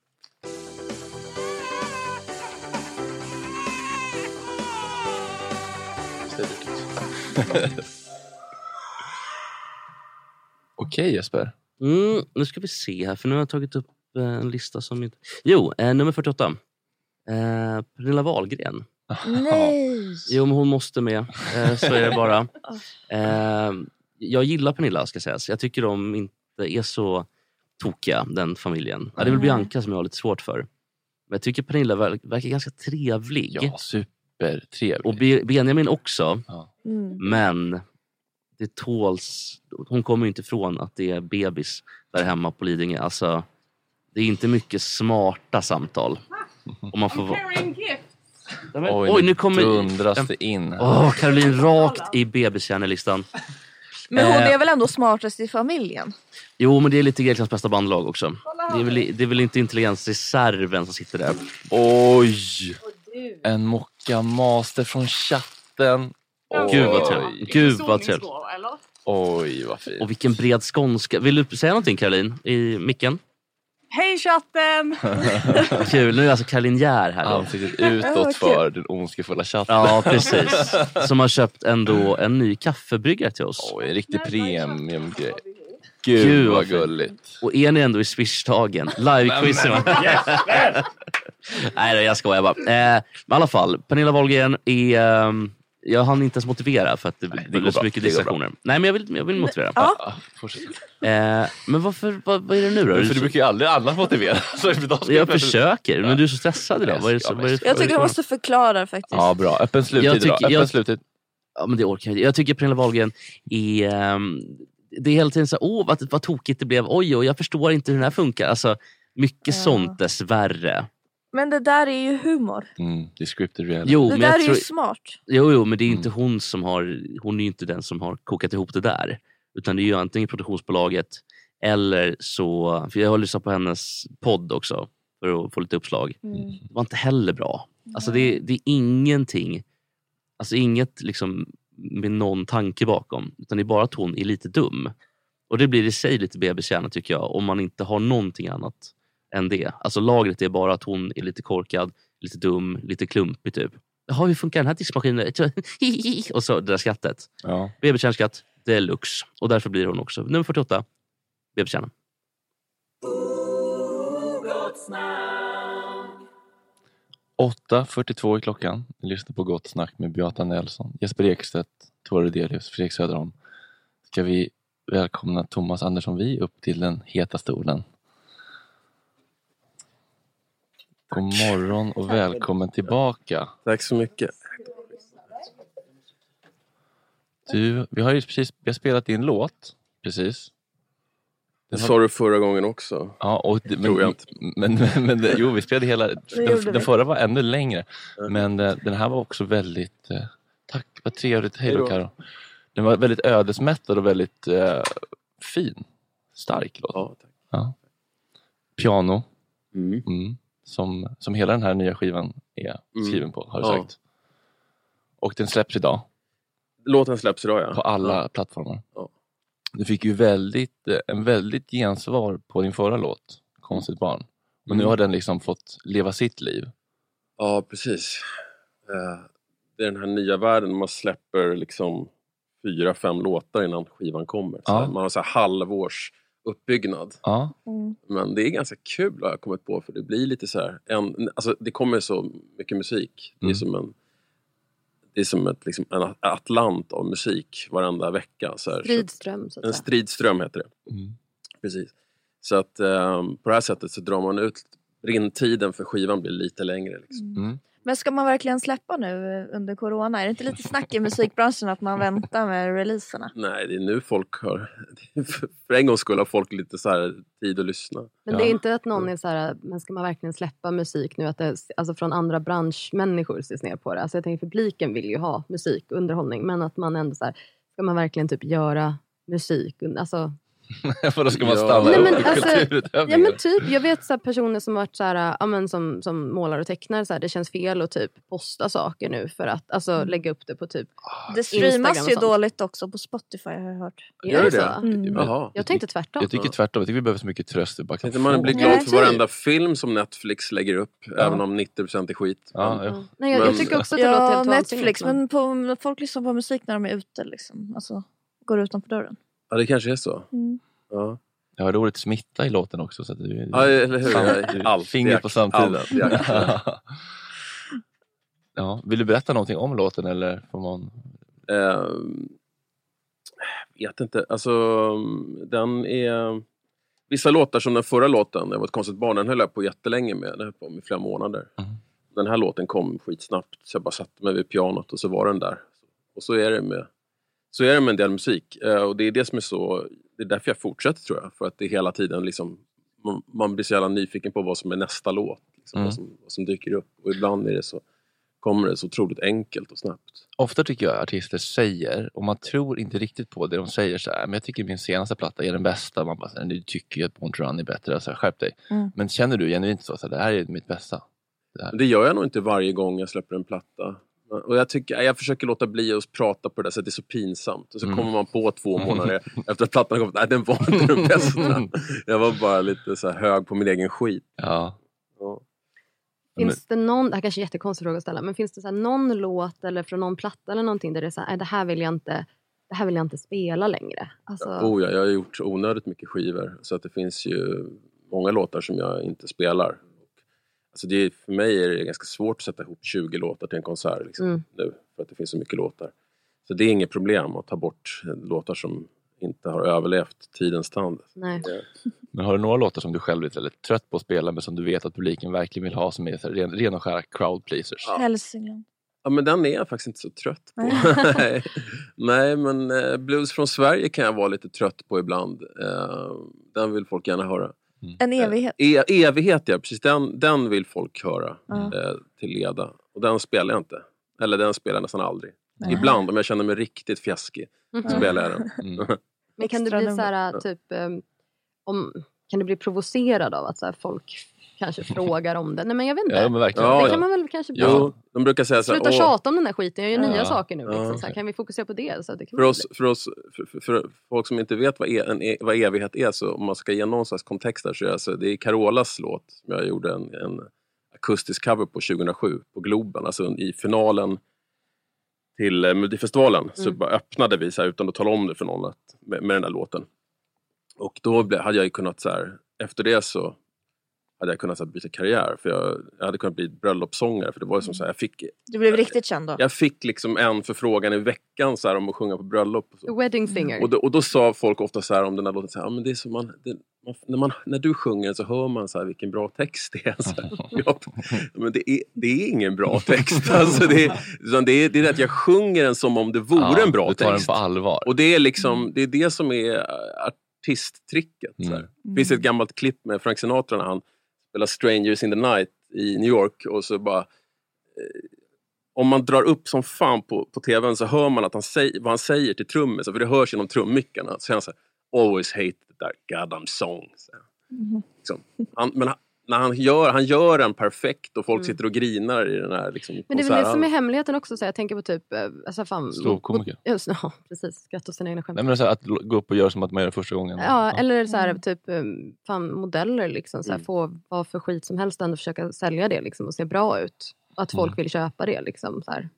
Okej Jesper.
Mm, nu ska vi se här, för nu har jag tagit upp eh, en lista som inte... Jo, eh, nummer 48. Eh, Pernilla Wahlgren.
Nej.
Jo, men hon måste med. Eh, så är det bara. Eh, jag gillar Pernilla ska sägas. Jag tycker de inte är så tokiga, den familjen. Ja, det är väl
Mm.
Bianca som jag har lite svårt för. Men jag tycker Pernilla ver- verkar ganska trevlig. Ja,
supertrevlig.
Och Be- Benjamin också.
Mm.
Men det tåls... Hon kommer ju inte ifrån att det är bebis där hemma på Lidingö. Alltså, det är inte mycket smarta samtal. Om man får vara...
Oj, nu dundras det in här.
Åh, Caroline, rakt i bebiskärnelistan.
Men hon
Eh,
är väl ändå smartast i familjen?
Jo, men det är lite Greklands bästa bandlag också. Det är väl, det är väl inte intelligensreserven som sitter där.
Oj! En mockamaster från chatten.
Gud vad trevligt. Gud vad trevligt.
Oj, vad fint.
Och vilken bred skånska. Vill du säga någonting Caroline i micken?
Hej chatten!
Kul. Nu är alltså Caroline Jär här. Då.
Ansiktet utåt för den ondskefulla chatten.
Ja, precis. Som har köpt ändå en ny kaffebryggare till oss.
Oj, en riktig premiumgrej. Gud,
Gud,
vad
vad fint.
gulligt.
Och är ni ändå i Swish-dagen? Live-quizen va? Nej, då, jag skojar bara. Eh, men I alla fall, Pernilla Wahlgren är... ehm, jag hann inte ens motivera för att det, det
går
blev så
bra.
mycket
Det går bra.
distraktioner. Nej, men jag vill, jag vill motivera.
Ja.
Eh, men varför, vad, vad är det nu då?
För
så-
du brukar ju aldrig annars motivera. Så idag ska
Jag
du-
försöker, men du är så stressad idag. Vad är det, som- vad är det,
Jag tycker
vad
jag
är det som-
måste förklara faktiskt.
Ja, bra. Öppen sluttid
Jag tycker-
idag. Öppen
jag-
sluttid.
Ja, men det orkar jag inte. Jag tycker Pernilla Wahlgren är... ehm, det är hela tiden så här, åh vad, vad tokigt det blev. Oj, oj, jag förstår inte hur den här funkar. Alltså, mycket sånt dessvärre.
Men det där är ju humor.
Mm, Det är scripted reality.
Jo,
det
men
där
jag
är
tror-
ju smart.
Jo, jo, men det är inte hon som har... Hon är ju inte den som har kokat ihop det där. Utan det är ju antingen produktionsbolaget eller så... För jag har lyssnat på hennes podd också för att få lite uppslag.
Mm.
Det var inte heller bra. Alltså det, det är ingenting, alltså inget liksom med någon tanke bakom. Utan det är bara att hon är lite dum. Och det blir i sig lite bebiskärna tycker jag, om man inte har någonting annat än det. Alltså lagret är bara att hon är lite korkad, lite dum, lite klumpig typ. Jaha, hur funkar den här diskmaskinen? Och så det där skrattet.
Ja.
Bebistjärnskatt deluxe. Och därför blir hon också nummer 48, bebistjärna.
Snack.
8.42 i klockan. Ni lyssnar på Gott snack med Beata Nelson, Jesper Ekstedt, Tore Delius, Fredrik Söderholm. Ska vi välkomna Thomas Andersson Vi upp till den heta stolen. God morgon och välkommen tillbaka.
Tack så mycket.
Du, vi har ju precis vi har spelat din låt. Precis.
Det sa du förra gången också.
Ja, och det, men,
Tror jag inte.
Men, men, men det- jo, vi spelade hela...
gjorde
Den,
vi.
den förra var ännu längre. Men eh, den här var också väldigt... eh, Tack, vad trevligt. Hej då,
Hej då.
Karo. Den var väldigt ödesmättad och väldigt eh, fin. Stark låt. Ja. Piano. Mm. Som, som hela den här nya skivan är
Mm.
skriven på, har du
Ja.
sagt. Och den släpps idag.
Låten släpps idag ja.
På alla
Ja.
plattformar.
Ja.
Du fick ju väldigt, eh, en väldigt gensvar på din förra låt, Konstigt barn. Men nu
Mm.
har den liksom fått leva sitt liv.
Ja, precis. Eh, Det är den här nya världen, man släpper liksom fyra, fem låtar innan skivan kommer. Så
Ja.
här, Man har så här halvårs uppbyggnad.
Ja.
Men det är ganska kul har jag kommit på för det blir lite så här, en, alltså det kommer så mycket musik.
Mm.
Det är som en det är som ett, liksom, en atlant av musik varenda vecka. Så här. Så-
Stridström så att
en
säga.
stridström heter det.
Mm.
Precis. Så att ehm, på det här sättet så drar man ut rintiden för skivan blir lite längre. Liksom.
Men ska man verkligen släppa nu eh, under corona? Är det inte lite snack i musikbranschen att man väntar med releaserna?
Nej, det är nu folk har... det är för- För en gångs skull har folk lite så här tid att lyssna.
Men det är inte att någon är så här, men ska man verkligen släppa musik nu? Att det, alltså från andra branschmänniskor ses ner på det. Alltså jag tänker publiken vill ju ha musik och underhållning. Men att man ändå så här, ska man verkligen typ göra musik? Alltså,
För då ska man
Ja.
stanna
Nej,
upp
men
i
alltså,
ja
kulturutövningen.
men typ, jag vet så här, personer som har varit så här, ja, men som, som målar och tecknar, så här, det känns fel att typ posta saker nu för att alltså, lägga upp det på typ
Det
Instagram och
streamas ju
sånt.
dåligt också på Spotify har jag hört.
Gör det det?
Mm.
Jaha.
liksom. Jag tänkte tvärtom. typ.
Jag tycker tvärtom, jag tycker vi behöver så mycket tröst. Jag
Tänkte man blir glad för varenda film som Netflix lägger upp, även om 90% är skit.
Ja, ja.
Nej, jag, jag
Men-
tycker också att det låter
Ja,
helt vansinnigt, liksom.
Netflix. Men på, folk lyssnar på musik när de är ute liksom. Alltså, går utanför dörren.
Ja, det kanske är så.
Mm.
Ja.
Jag hörde ordet smitta i låten också. Så att det, är-
Ja, eller hur?
Sam-
Allt,
Fingret
jack.
på samtiden.
Allt, jack. Ehm,
ja, vill du berätta någonting om låten eller får man...
Eh,
vet inte. Alltså, den är... Vissa låtar som den förra låten, Jag var ett konstigt barn, den höll jag på jättelänge med. Den höll på med flera månader. Den här låten kom skitsnabbt, så jag bara satte mig vid pianot och så var den där. Och så är det med, så är det med en del musik. Eh, och det är det som är så... Det är därför jag fortsätter tror jag. För att det hela tiden liksom... Man, man blir så jävla nyfiken på vad som är nästa låt. Liksom,
Mm.
vad, som, vad som dyker upp. Och ibland är det så, kommer det så otroligt enkelt och snabbt.
Ofta tycker jag artister säger, och man tror inte riktigt på det de säger, så här, men jag tycker min senaste platta är den bästa. Man bara, så här, du tycker ju att Born to Run är bättre, så här, skärp dig.
Mm.
Men känner du genuint så, så här, det här är mitt bästa?
Men Det gör jag nog inte varje gång jag släpper en platta. Och jag, tycker, jag försöker låta bli att prata på det där sättet, det är så pinsamt. Och så
Mm.
kommer man på två månader efter att plattan har kommit, nej den var inte den bästa. Jag var bara lite så här hög på min egen skit.
Ja.
Finns det någon, det här kanske är en jättekonstig fråga att ställa, men finns det så här någon låt eller från någon platta eller någonting där det är så här, "Nej, det här vill jag inte, det här vill jag inte spela längre? Alltså,
Oh ja, jag har gjort så onödigt mycket skivor så att det finns ju många låtar som jag inte spelar. Alltså det är, för mig är det ganska svårt att sätta ihop 20 låtar till en konsert liksom,
Mm.
nu för att det finns så mycket låtar. Så det är inget problem att ta bort eh, låtar som inte har överlevt tidens tand.
Nej.
Men har du några låtar som du själv är väldigt trött på att spela, men som du vet att publiken verkligen vill ha, som är så här, ren, ren och skär crowd pleasers?
Hälsingland.
Ja, men den är jag faktiskt inte så trött på.
Nej.
Nej, men eh, blues från Sverige kan jag vara lite trött på ibland. Eh, den vill folk gärna höra.
Mm.
En evighet.
E evighet, ja. Precis. Den, den vill folk höra
Mm.
eh, till leda. Och den spelar jag inte. Eller den spelar jag nästan aldrig.
Nej.
Ibland, om jag känner mig riktigt fjäskig,
Mhm.
spelar jag den.
men kan du
Extra
bli
nummer.
så här, typ, ehm, om, kan du bli provocerad av att så här, folk kanske frågar om det? Nej men jag vet inte.
Ja, men verkligen.
det
Ja,
kan
ja.
man väl kanske bli.
Jo, de brukar säga så här,
Sluta
"Åh."
tjata om den här skiten, jag gör nya
Ja.
saker nu.
Ja,
Liksom, så här,
okej.
kan vi fokusera på det? Så att det kan
För
man
oss, för oss för, för, för folk som inte vet vad, e, en, e- vad evighet är, så om man ska ge någon slags kontext där, så är det, alltså, det är Carolas låt som jag gjorde en, en akustisk cover på 2007 på Globen, alltså i finalen till eh, Melodifestivalen. Så
Mm.
bara öppnade vi så här, utan att tala om det för någon att, med, med den där låten. Och då ble, hade jag ju kunnat så här, efter det så hade jag kunnat så här, byta karriär, för jag, jag hade kunnat bli bröllopssångare, för det var ju som så här, jag fick
Du blev riktigt känd då.
jag fick liksom en förfrågan i veckan så här, om att sjunga på bröllop. Och, så.
Wedding singer.
Och, då, och då sa folk ofta så här om den här låten, så här, "Ja, men det är som man, det, man, när, man, när du sjunger så hör man så här, vilken bra text det är. Så här, ja, men det är, det är ingen bra text. Alltså, det, är, utan det, är, det är att jag sjunger den som om det vore
Ja,
en bra
du
text.
tar den på allvar.
Och det är, liksom, det är det som är äh, artisttricket. så här.
Mm.
Mm.
Det finns ett gammalt klipp med Frank Sinatra när han spelar Strangers in the Night i New York och så bara eh, om man drar upp som fan på, på tvn så hör man att han säger, vad han säger till trummisen, för det hörs genom trummickarna. Så säger han så här, always hate that goddamn song. Så här, liksom. han, men han, när han gör, han gör den perfekt och folk
Mm.
sitter och grinar i den här liksom,
Men det är väl det som är
konserthallen.
hemligheten också. Så här, jag tänker på typ... eh, Alltså, fan,
Ståuppkomiker.
Just, ja, precis. Skratta åt sina egna skämt.
Nej, men så här, att l- gå upp och göra som att man gör det första gången.
Ja, eller så här, typ um, fan, modeller. Liksom, så här,
Mm.
Få vad för skit som helst och ändå försöka sälja det liksom, och se bra ut. Och Att
Mm.
folk vill köpa det. Liksom, så här,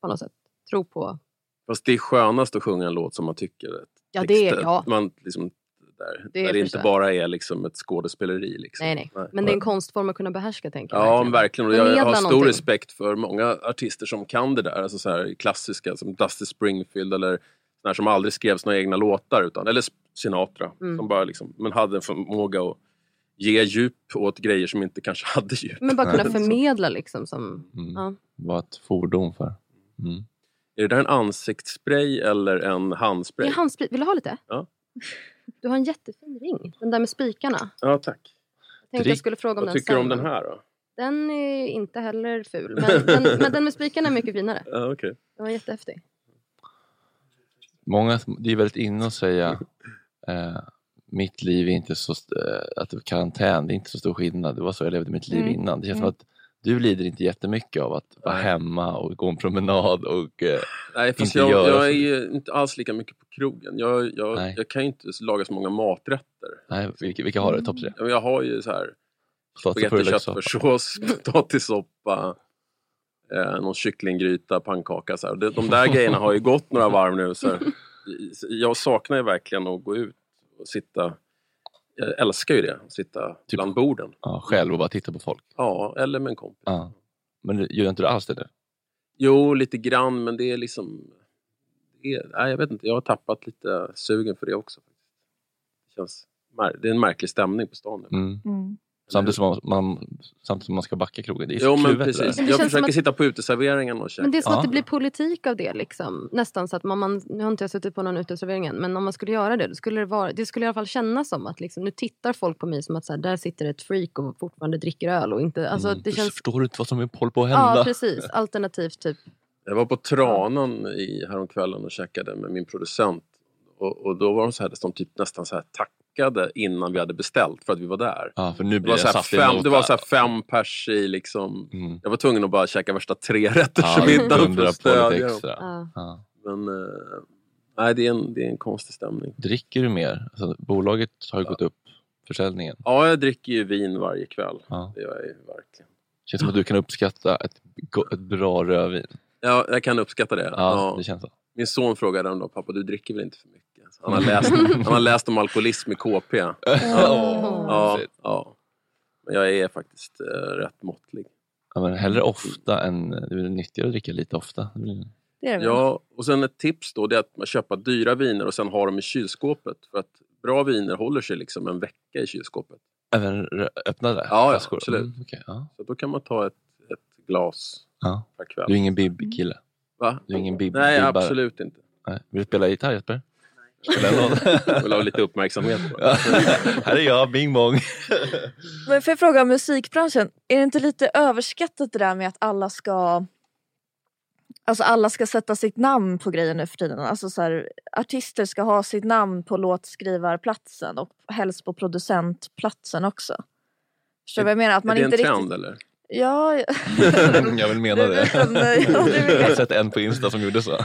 på något sätt. Tro på...
Fast det är skönast att sjunga en låt som man tycker. att
Ja, det är-
texten-
ja.
Man, liksom, där,
Det
det där det inte
förstår jag.
bara är liksom ett skådespeleri. Liksom.
Nej, nej. Men det är en konstform att kunna behärska. Tänker jag,
Ja, men verkligen. Och jag
Förmedla
har stor
någonting.
respekt för många artister som kan det där. Alltså så här klassiska som Dusty Springfield eller såna här som aldrig skrevs några egna låtar. Utan, eller Sinatra.
Mm.
Som bara liksom, men hade en förmåga att ge djup åt grejer som inte kanske hade djup.
Men bara kunna förmedla liksom. Som,
Mm.
ja.
Vad ett fordon för. Mm. Är det där en ansiktsspray eller en handspray?
Det är handsprit. Vill du ha lite?
Ja.
Du har en jättefin ring. Den där med spikarna.
ja, tack.
Jag tänkte jag skulle fråga om
Vad
den
tycker du om
sen.
den här då?
Den är inte heller ful. Men den, men den med spikarna är mycket finare.
Ja, okej.
Den var jättehäftig.
Många, det är väldigt inne att säga eh, mitt liv är inte så, st- eh, att det är karantän, det är inte så stor skillnad. Det var så jag levde mitt liv
Mm.
innan. Det känns
Mm.
som att du lider inte jättemycket av att vara hemma och gå en promenad och eh,
Nej, fast
inte
jag,
göra
jag är
så-
ju inte alls lika mycket på krogen. Jag, jag,
Nej.
jag kan ju inte laga så många maträtter. Mm.
Nej, vilka, vilka har du? Topp tre?
Ja, men Jag har ju så här
Potatis-
spagetti,
purjolökssoppa.
köttfärssås, potatissoppa, eh, någon kycklinggryta, pannkaka. Så här. De, de där grejerna har ju gått några varv nu. Så här. Jag saknar ju verkligen att gå ut och sitta. Jag älskar ju det, att sitta
Typ
bland borden.
Ja, själv och bara titta på folk.
Ja, eller med en kompis.
Ja. Men gör inte du alls det nu?
Jo, lite grann, men det är liksom... är, nej, jag vet inte, jag har tappat lite sugen för det också. Det, känns, mär- det är en märklig stämning på stan nu.
Mm. Samtidigt, som man, man, samtidigt som man ska backa krogen. Det är
Jo,
så
men
kluvet det
precis.
där.
Jag försöker sitta på uteserveringen och käka.
Men det är som att det blir politik av det. Liksom. Nästan så att man, man, nu har inte jag suttit på någon uteservering än, men om man skulle göra det, då skulle det, vara, det skulle i alla fall kännas som att liksom, nu tittar folk på mig som att så här, där sitter ett freak och fortfarande dricker öl. Och inte, alltså,
Mm,
det
du
känns,
Förstår du inte vad som håller på att
ja,
hända.
precis. Alternativt typ.
Jag var på Tranan i, häromkvällen och käkade med min producent. Och, och då var de så här, de typ nästan så här tackade innan vi hade beställt för att vi var där.
Ja, för nu
det
blir
var,
det
så här
saftig
fem,
nota.
det var så här fem pers i liksom...
Mm.
Jag var tvungen att bara käka värsta trerätters
Ja,
middag för
dundra
att
på lite
stödja dem.
extra. Ja. Ja.
Men eh, nej, det är, en, det är en konstig stämning.
Dricker du mer? Alltså, bolaget har ju gått upp, försäljningen.
Ja, jag dricker ju vin varje kväll. Det gör jag ju verkligen.
Känns som att du kan uppskatta ett, go- ett bra rödvin.
Ja, jag kan uppskatta det.
Ja, det känns så. Mm.
Min son frågade en dag, pappa du dricker väl inte för mycket? Så Han har läst, han har läst om alkoholism i KP. Ja, ja, ja. Men jag är faktiskt eh, rätt måttlig.
Ja, men hellre ofta än... eh, Det är nyttigare att dricka lite ofta. Det blir-
Ja, och sen ett tips då det är att man köper dyra viner och sen har dem i kylskåpet. För att bra viner håller sig liksom en vecka i kylskåpet.
Även rö- öppna där?
Ja, ja
flaskor?
absolut.
Mm, okej, ja.
Så då kan man ta ett, ett glas
Ja.
per kväll.
Du är ingen
Mm.
bibb-kille?
Va?
Du är ingen bib
Nej,
bibbare?
absolut inte.
Nej. Vill du spela gitarr Jesper?
Spela en låt. Vill ha lite uppmärksamhet på det.
Ja. Här är jag, bing bong.
Men får jag fråga om musikbranschen, är det inte lite överskattat det där med att alla ska Alltså alla ska sätta sitt namn på grejer nu för tiden. Alltså så här, artister ska ha sitt namn på låtskrivarplatsen och helst på producentplatsen också. Förstår du vad jag menar? Att man
är det
inte
en trend
riktigt...
eller?
Ja, ja.
jag vill mena det.
nej, ja, du vet.
Jag har sett en på Insta som gjorde så.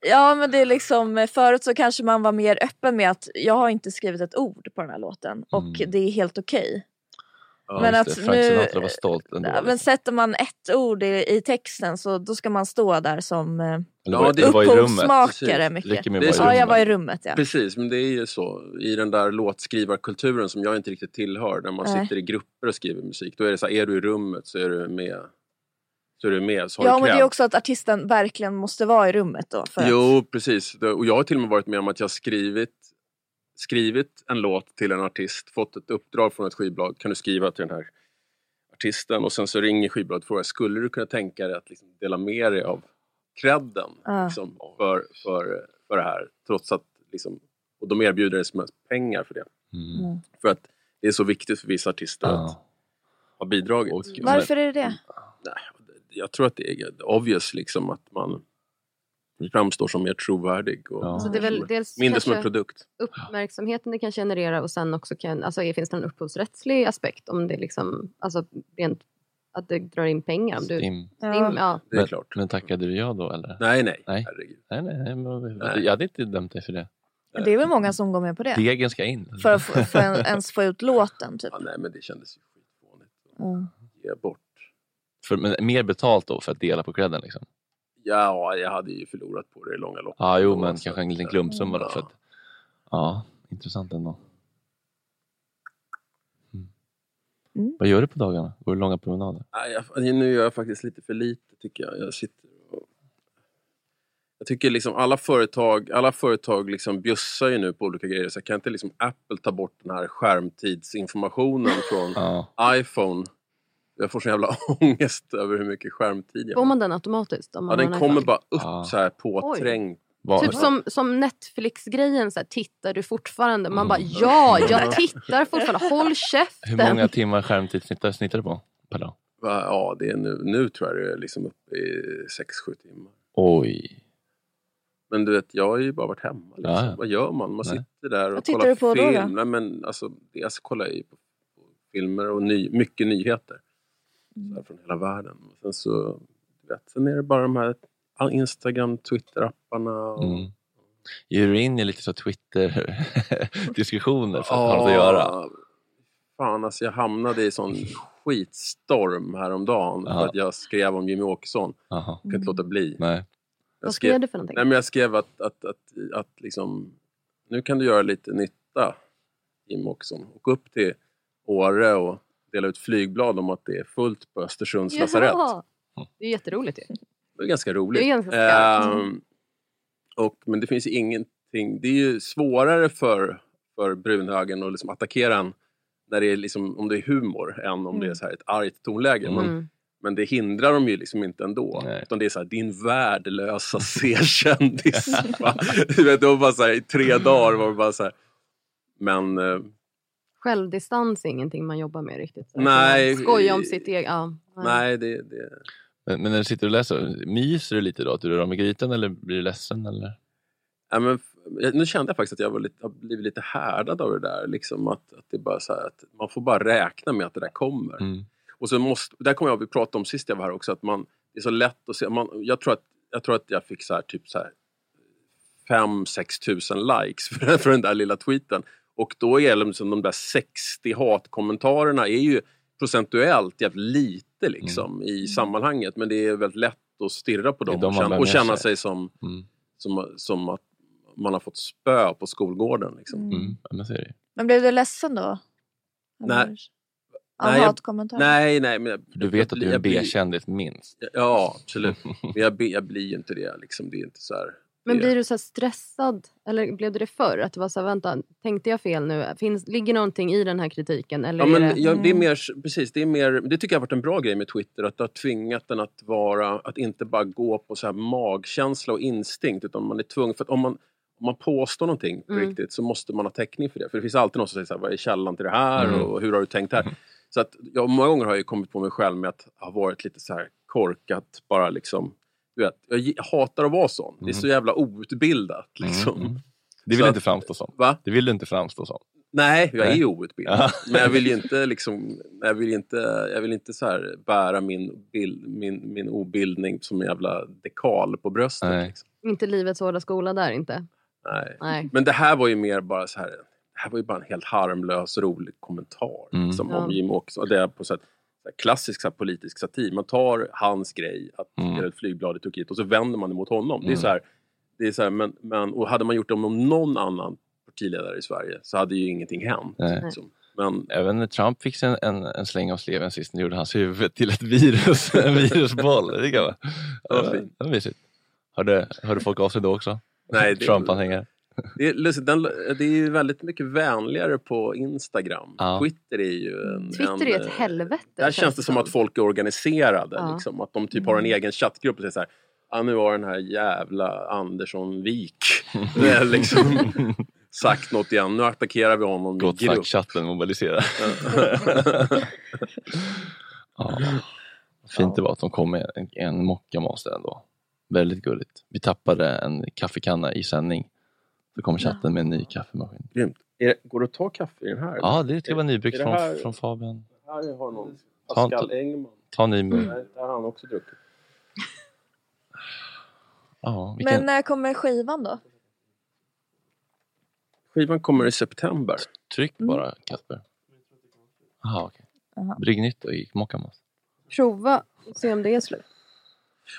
Ja men det är liksom, förut så kanske man var mer öppen med att jag har inte skrivit ett ord på den här låten och
Mm.
det är helt okej.
Ja,
men
just
att
det. Frank
nu,
Sinatra var stolt ändå.
ja, men sätter man ett ord i, i texten så då ska man stå där som eh,
Eller var- det var i rummet.
upphovsmakare
Precis.
mycket.
Räcker med att vara
Ja
i
jag
rummet.
var i rummet ja.
Precis, men det är ju så i den där låtskrivarkulturen som jag inte riktigt tillhör. När man
Nej.
sitter i grupper och skriver musik, då är det så här, är du i rummet så är du med. Så är du med, så har
Ja
du
men det är
kräm.
också att artisten verkligen måste vara i rummet då. För att,
Jo, precis. Det- Och jag har till och med varit med om att jag skrivit, skrivit en låt till en artist, fått ett uppdrag från ett skivbolag, kan du skriva till den här artisten? Och sen så ringer skivbolaget och frågar, skulle du kunna tänka dig att liksom dela med dig av credden
Ah.
liksom, för, för, för det här? Trots att, liksom, och de erbjuder dig som helst pengar för det.
Mm.
För att det är så viktigt för vissa artister att ha bidragit.
Mm.
Varför är det det?
Jag tror att det är obvious liksom att man framstår som mer trovärdig och
Alltså det är väl dels
mindre som en
kanske-
produkt.
uppmärksamheten det kan generera och sen också kan, alltså är- finns det en upphovsrättslig aspekt om det liksom, alltså rent att det drar in pengar. Om du,
Stim.
ja. ja.
Det är
men,
klart.
men tackade du ja då eller?
Nej, nej.
Nej, nej, nej, men, Jag hade inte dömt dig för det.
Men det är väl många som går med på
Mm.
det.
Degen ska in.
För att få, för en, ens få ut låten typ.
nej men det kändes ju
Mm.
ge bort.
För, men, mer betalt då för att dela på credden liksom?
Ja, jag hade ju förlorat på det i långa loppet.
Ja, jo men
alltså,
kanske en liten klumpsumma då. För att, ja, intressant ändå. Mm.
Mm.
Vad gör du på dagarna? Går du långa promenader?
Nej, Ah, jag, nu gör jag faktiskt lite för lite tycker jag. Jag, sitter och... jag tycker liksom alla företag, alla företag liksom bjussar ju nu på olika grejer. Så kan inte liksom Apple ta bort den här skärmtidsinformationen från iPhone? Jag får sån jävla ångest över hur mycket skärmtid jag
Får
har.
man den automatiskt? Om man
Ja,
har
den
en
kommer
iPhone?
bara upp så här påträngd.
Typ som, som Netflix-grejen, så här, tittar du fortfarande? Man bara
Mm.
ja, jag tittar fortfarande, håll
Hur
käften!
många timmar skärmtid snittar, snittar du på per dag?
Va- Ja, det är nu, nu tror jag det är liksom uppe i 6-7 timmar.
Oj.
Men du vet, jag har ju bara varit hemma. Liksom.
Ja, ja.
Vad gör man? Man
Nej.
sitter där och
Vad tittar
kollar
du på då,
film.
då?
Nej, men alltså, dels kollar jag ju på filmer och ny, mycket nyheter.
Mm.
Så här, från hela världen. Och sen så, du vet, sen är det bara de här Instagram, Twitter-apparna. Och...
Mm. Ger du in i lite så Twitter-diskussioner för att ha något att göra?
Fan alltså jag hamnade i sån skitstorm häromdagen
Ja.
för att jag skrev om Jimmy Åkesson.
Aha.
Jag kan inte låta bli.
Nej.
Vad skrev du för någonting?
Nej, men jag skrev att, att, att, att liksom, nu kan du göra lite nytta Jimmy Åkesson. Åk upp till Åre och dela ut flygblad om att det är fullt på Östersunds lasarett.
Det är jätteroligt ju.
Det är ganska roligt.
Det är ganska skarpt.
Ehm, Och, men det finns ingenting, det är ju svårare för, för brunhögern att liksom attackera en när det är liksom, om det är humor än om det är så här ett argt tonläge. Men,
Mm.
men det hindrar dem ju liksom inte ändå. Utan det är så här, din värdelösa C-kändis. va? du vet, det var bara så här, i tre dagar var det bara så här. Men eh,
Självdistans är ingenting man jobbar med riktigt. Så
Nej.
att Skoja om sitt eget... Ja,
nej, det, det,
Men, men när du sitter och läser, myser du lite då? Att du rör med grytan eller blir du ledsen? Eller?
Ja, men, f- nu kände jag faktiskt att jag var lite, har blivit lite härdad av det där. Liksom att, att det är bara så här, att man får bara räkna med att det där kommer.
Mm.
Och så måste, där kommer jag att prata om sist jag var här också, att man, det är så lätt att se. Man, jag, tror att, jag tror att jag fick så här, typ så här 5-6 tusen likes för, för den där lilla tweeten. Och då är det liksom de där 60 hatkommentarerna är ju procentuellt jävligt lite liksom, i sammanhanget. Men det är väldigt lätt att stirra på dem
Mm. de
och
man
känna,
bär
och
med
känna
sig.
sig som
Mm.
som, som att man har fått spö på skolgården. Liksom.
Mm. Ja, men så är det.
Men blev du ledsen då?
Nej,
Av
Nej, jag-
hatkommentarer?
nej, nej. Men jag,
Du vet att du är en
jag blir-
B-kändis minst.
Ja, absolut. Men jag, blir- jag blir ju inte det. Liksom. Det är inte så här...
Men blir du så här stressad? Eller blev du det förr? Att det var så här, vänta, tänkte jag fel nu? Finns, ligger någonting i den här kritiken? Eller
Ja, men,
är det... Mm.
jag, det är mer, precis, det är mer, det tycker jag har varit en bra grej med Twitter, att det har tvingat den att vara, att inte bara gå på så här magkänsla och instinkt, utan man är tvungen, för att om man, om man påstår någonting på
Mm.
riktigt så måste man ha täckning för det, för det finns alltid någon som säger så här, vad är källan till det här
Mm.
och hur har du tänkt här? Så att, jag, många gånger har jag ju kommit på mig själv med att ha varit lite så här korkat, bara liksom, du vet, jag gi- hatar att vara sån, det är så jävla outbildat liksom.
Mm. Det vill
Så
du inte
att-
framstå som.
Va?
Det vill du inte framstå som.
Nej, jag är
Nej.
ju outbildad.
Ja.
Men jag vill ju inte, liksom, jag vill inte, jag vill inte så här bära min, bild, min, min obildning som en jävla dekal på bröstet. Nej. Liksom.
Inte livets hårda skola där inte.
Mm. Nej.
Nej.
Men det här var ju mer bara så här, det här var ju bara en helt harmlös, rolig kommentar.
Mm.
Som
Ja.
om Jimmie Åkesson, det är på så här, så här klassisk så här, politisk satir. Man tar hans grej, att
Mm.
mm. flygbladet i Turkiet, och så vänder man emot honom. Det är
Mm.
så här, det är så här, men, men, och hade man gjort det om någon annan partiledare i Sverige så hade ju ingenting hänt.
Nej.
Liksom. Men,
Även när Trump fick sig en, en, en släng av sleven sist, när gjorde hans huvud till ett virus, en virusboll. Det tycker jag var,
Det var
det var-
fint.
det var mysigt. Hörde, hörde folk av sig då också?
Nej, det-
Trump-anhängare.
Det är, lustigt, den, det är ju väldigt mycket vänligare på Instagram.
Ja.
Twitter är ju en...
Twitter är
en,
ett
eh,
helvete.
Där känns det som att folk är organiserade.
Ja. Mm.
Liksom, att de typ har en egen chattgrupp och säger så här. Ah, nu har den här jävla Andersson Wik det är liksom, sagt något igen. Nu attackerar vi honom
Gott
i
sagt,
grupp.
chatten mobiliserar. ja. vad Fint det var att de kom med en, en mockamaster ändå. Väldigt gulligt. Vi tappade en kaffekanna i sändning. Då kom chatten med en ny kaffemaskin.
Grymt. Är det, går det att ta kaffe i den här?
Ja, det ska vara nybryggt
Är det här-
från, från Fabian.
Här har någon.
Ta en-
Pascal Engman.
Ta en ny mugg.
Nej, Där har han också druckit.
Ja, vilken...
Men när kommer skivan då?
Skivan kommer i september.
Tryck bara Kasper. Jaha, okej.
Jaha.
Bryggnytt och i mockamaster.
Prova och se om det är slut.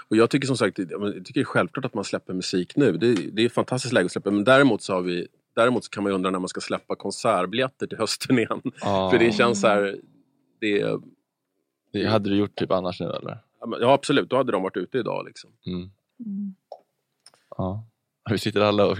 Och jag tycker som sagt, jag tycker det är självklart att man släpper musik nu. Det, är- det är ett fantastiskt läge att släppa. Men däremot så har vi Däremot så kan man ju undra när man ska släppa konsertbiljetter till hösten igen.
Ja.
För det känns så här... Det,
Det hade du gjort typ annars nu eller?
ja, men- ja absolut, då hade de varit ute idag liksom.
Mm. Ja. Vi sitter alla och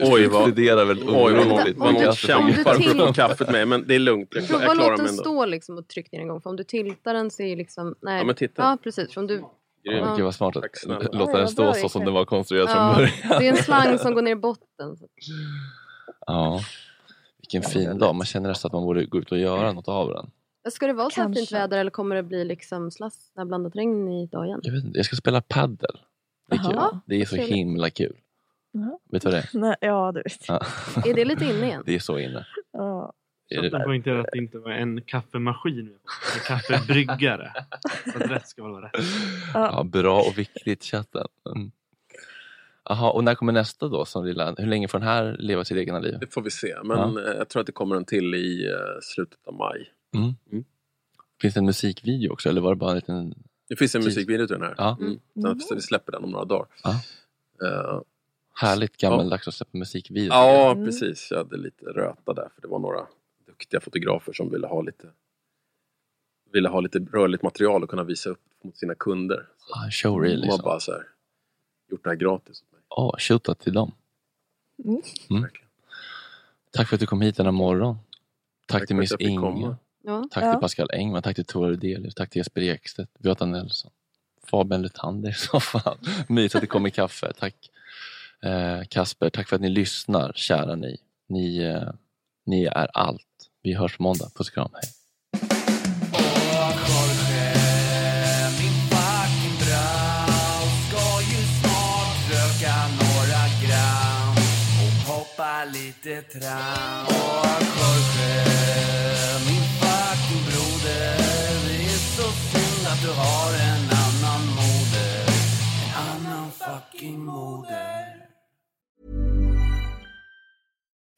Oj vad...
studerar väldigt
oj, vad någon,
oroligt.
vad någon
Kasper-
kämpar
Om du
för att få
till-
kaffet med. Men det är lugnt, jag, klar,
Prova
Alltså, jag klarar
låt den
mig ändå.
stå liksom och tryck ner en gång. För om du tiltar den så är ju liksom... Nej.
Ja, men titta.
Ja, precis. För om du...
Ja, Gud vad smart att låta
Oj,
den
vad
stå
bra,
så som
Rickard.
den var konstruerad
Ja,
från början.
Det är en slang som går ner i botten. Så.
Ja. Vilken fin dag. Man känner nästan att man borde gå ut och göra något av den.
Ska det vara så här
Kanske.
fint väder eller kommer det bli liksom slask när blandat regn i dag igen?
Jag, vet inte, jag ska spela paddel. Det är,
Jaha,
kul. Det är så
trevligt.
himla kul.
Jaha.
Vet du vad det är?
Nej, ja, du vet.
Ja.
Är det lite inne igen?
Det är så inne.
Ja.
Är det-
Jag poängterar att det inte var en kaffemaskin, en kaffebryggare. Så att rätt ska vara rätt.
Ja, bra och viktigt chatten. Mm. Jaha, och när kommer nästa då? Som lilla? Hur länge får den här leva sitt egna liv?
Det får vi se. Men eh, jag tror att det kommer en till i eh, slutet av maj.
Mm. Finns det en musikvideo också eller var det bara en liten...
Det finns en
Precis.
musikvideo till den här.
Ja.
Mm. Den, så vi släpper den om några dagar.
Ja.
Eh,
Härligt gammaldags att släppa musikvideo.
Ja,
Mm.
precis. Jag hade lite röta där för det var några duktiga fotografer som ville ha lite ville ha lite rörligt material och kunna visa upp mot sina kunder.
Ah, showreel
De har
liksom.
bara så här, gjort det här gratis.
Ja, shoutout till dem.
Mm.
Mm. Tack för att du kom hit denna morgon. Tack, till
för
Miss
att jag fick
Inge.
komma.
Ja.
Tack till Pascal Engman, tack till Tora Rydelius, tack till Jesper Ekstedt, Beata Nelson, Fabian Luthander i soffan. Mysigt att det kom i kaffe. Tack eh, Kasper, tack för att ni lyssnar kära ni. Ni, eh, ni är allt. Vi hörs på måndag. Puss och kram, hej.
Fucking bra, ska ju snart röka några gram och hoppa lite tram. Och Jorge, min fucking broder, det är så synd att du har en annan moder, en annan fucking moder.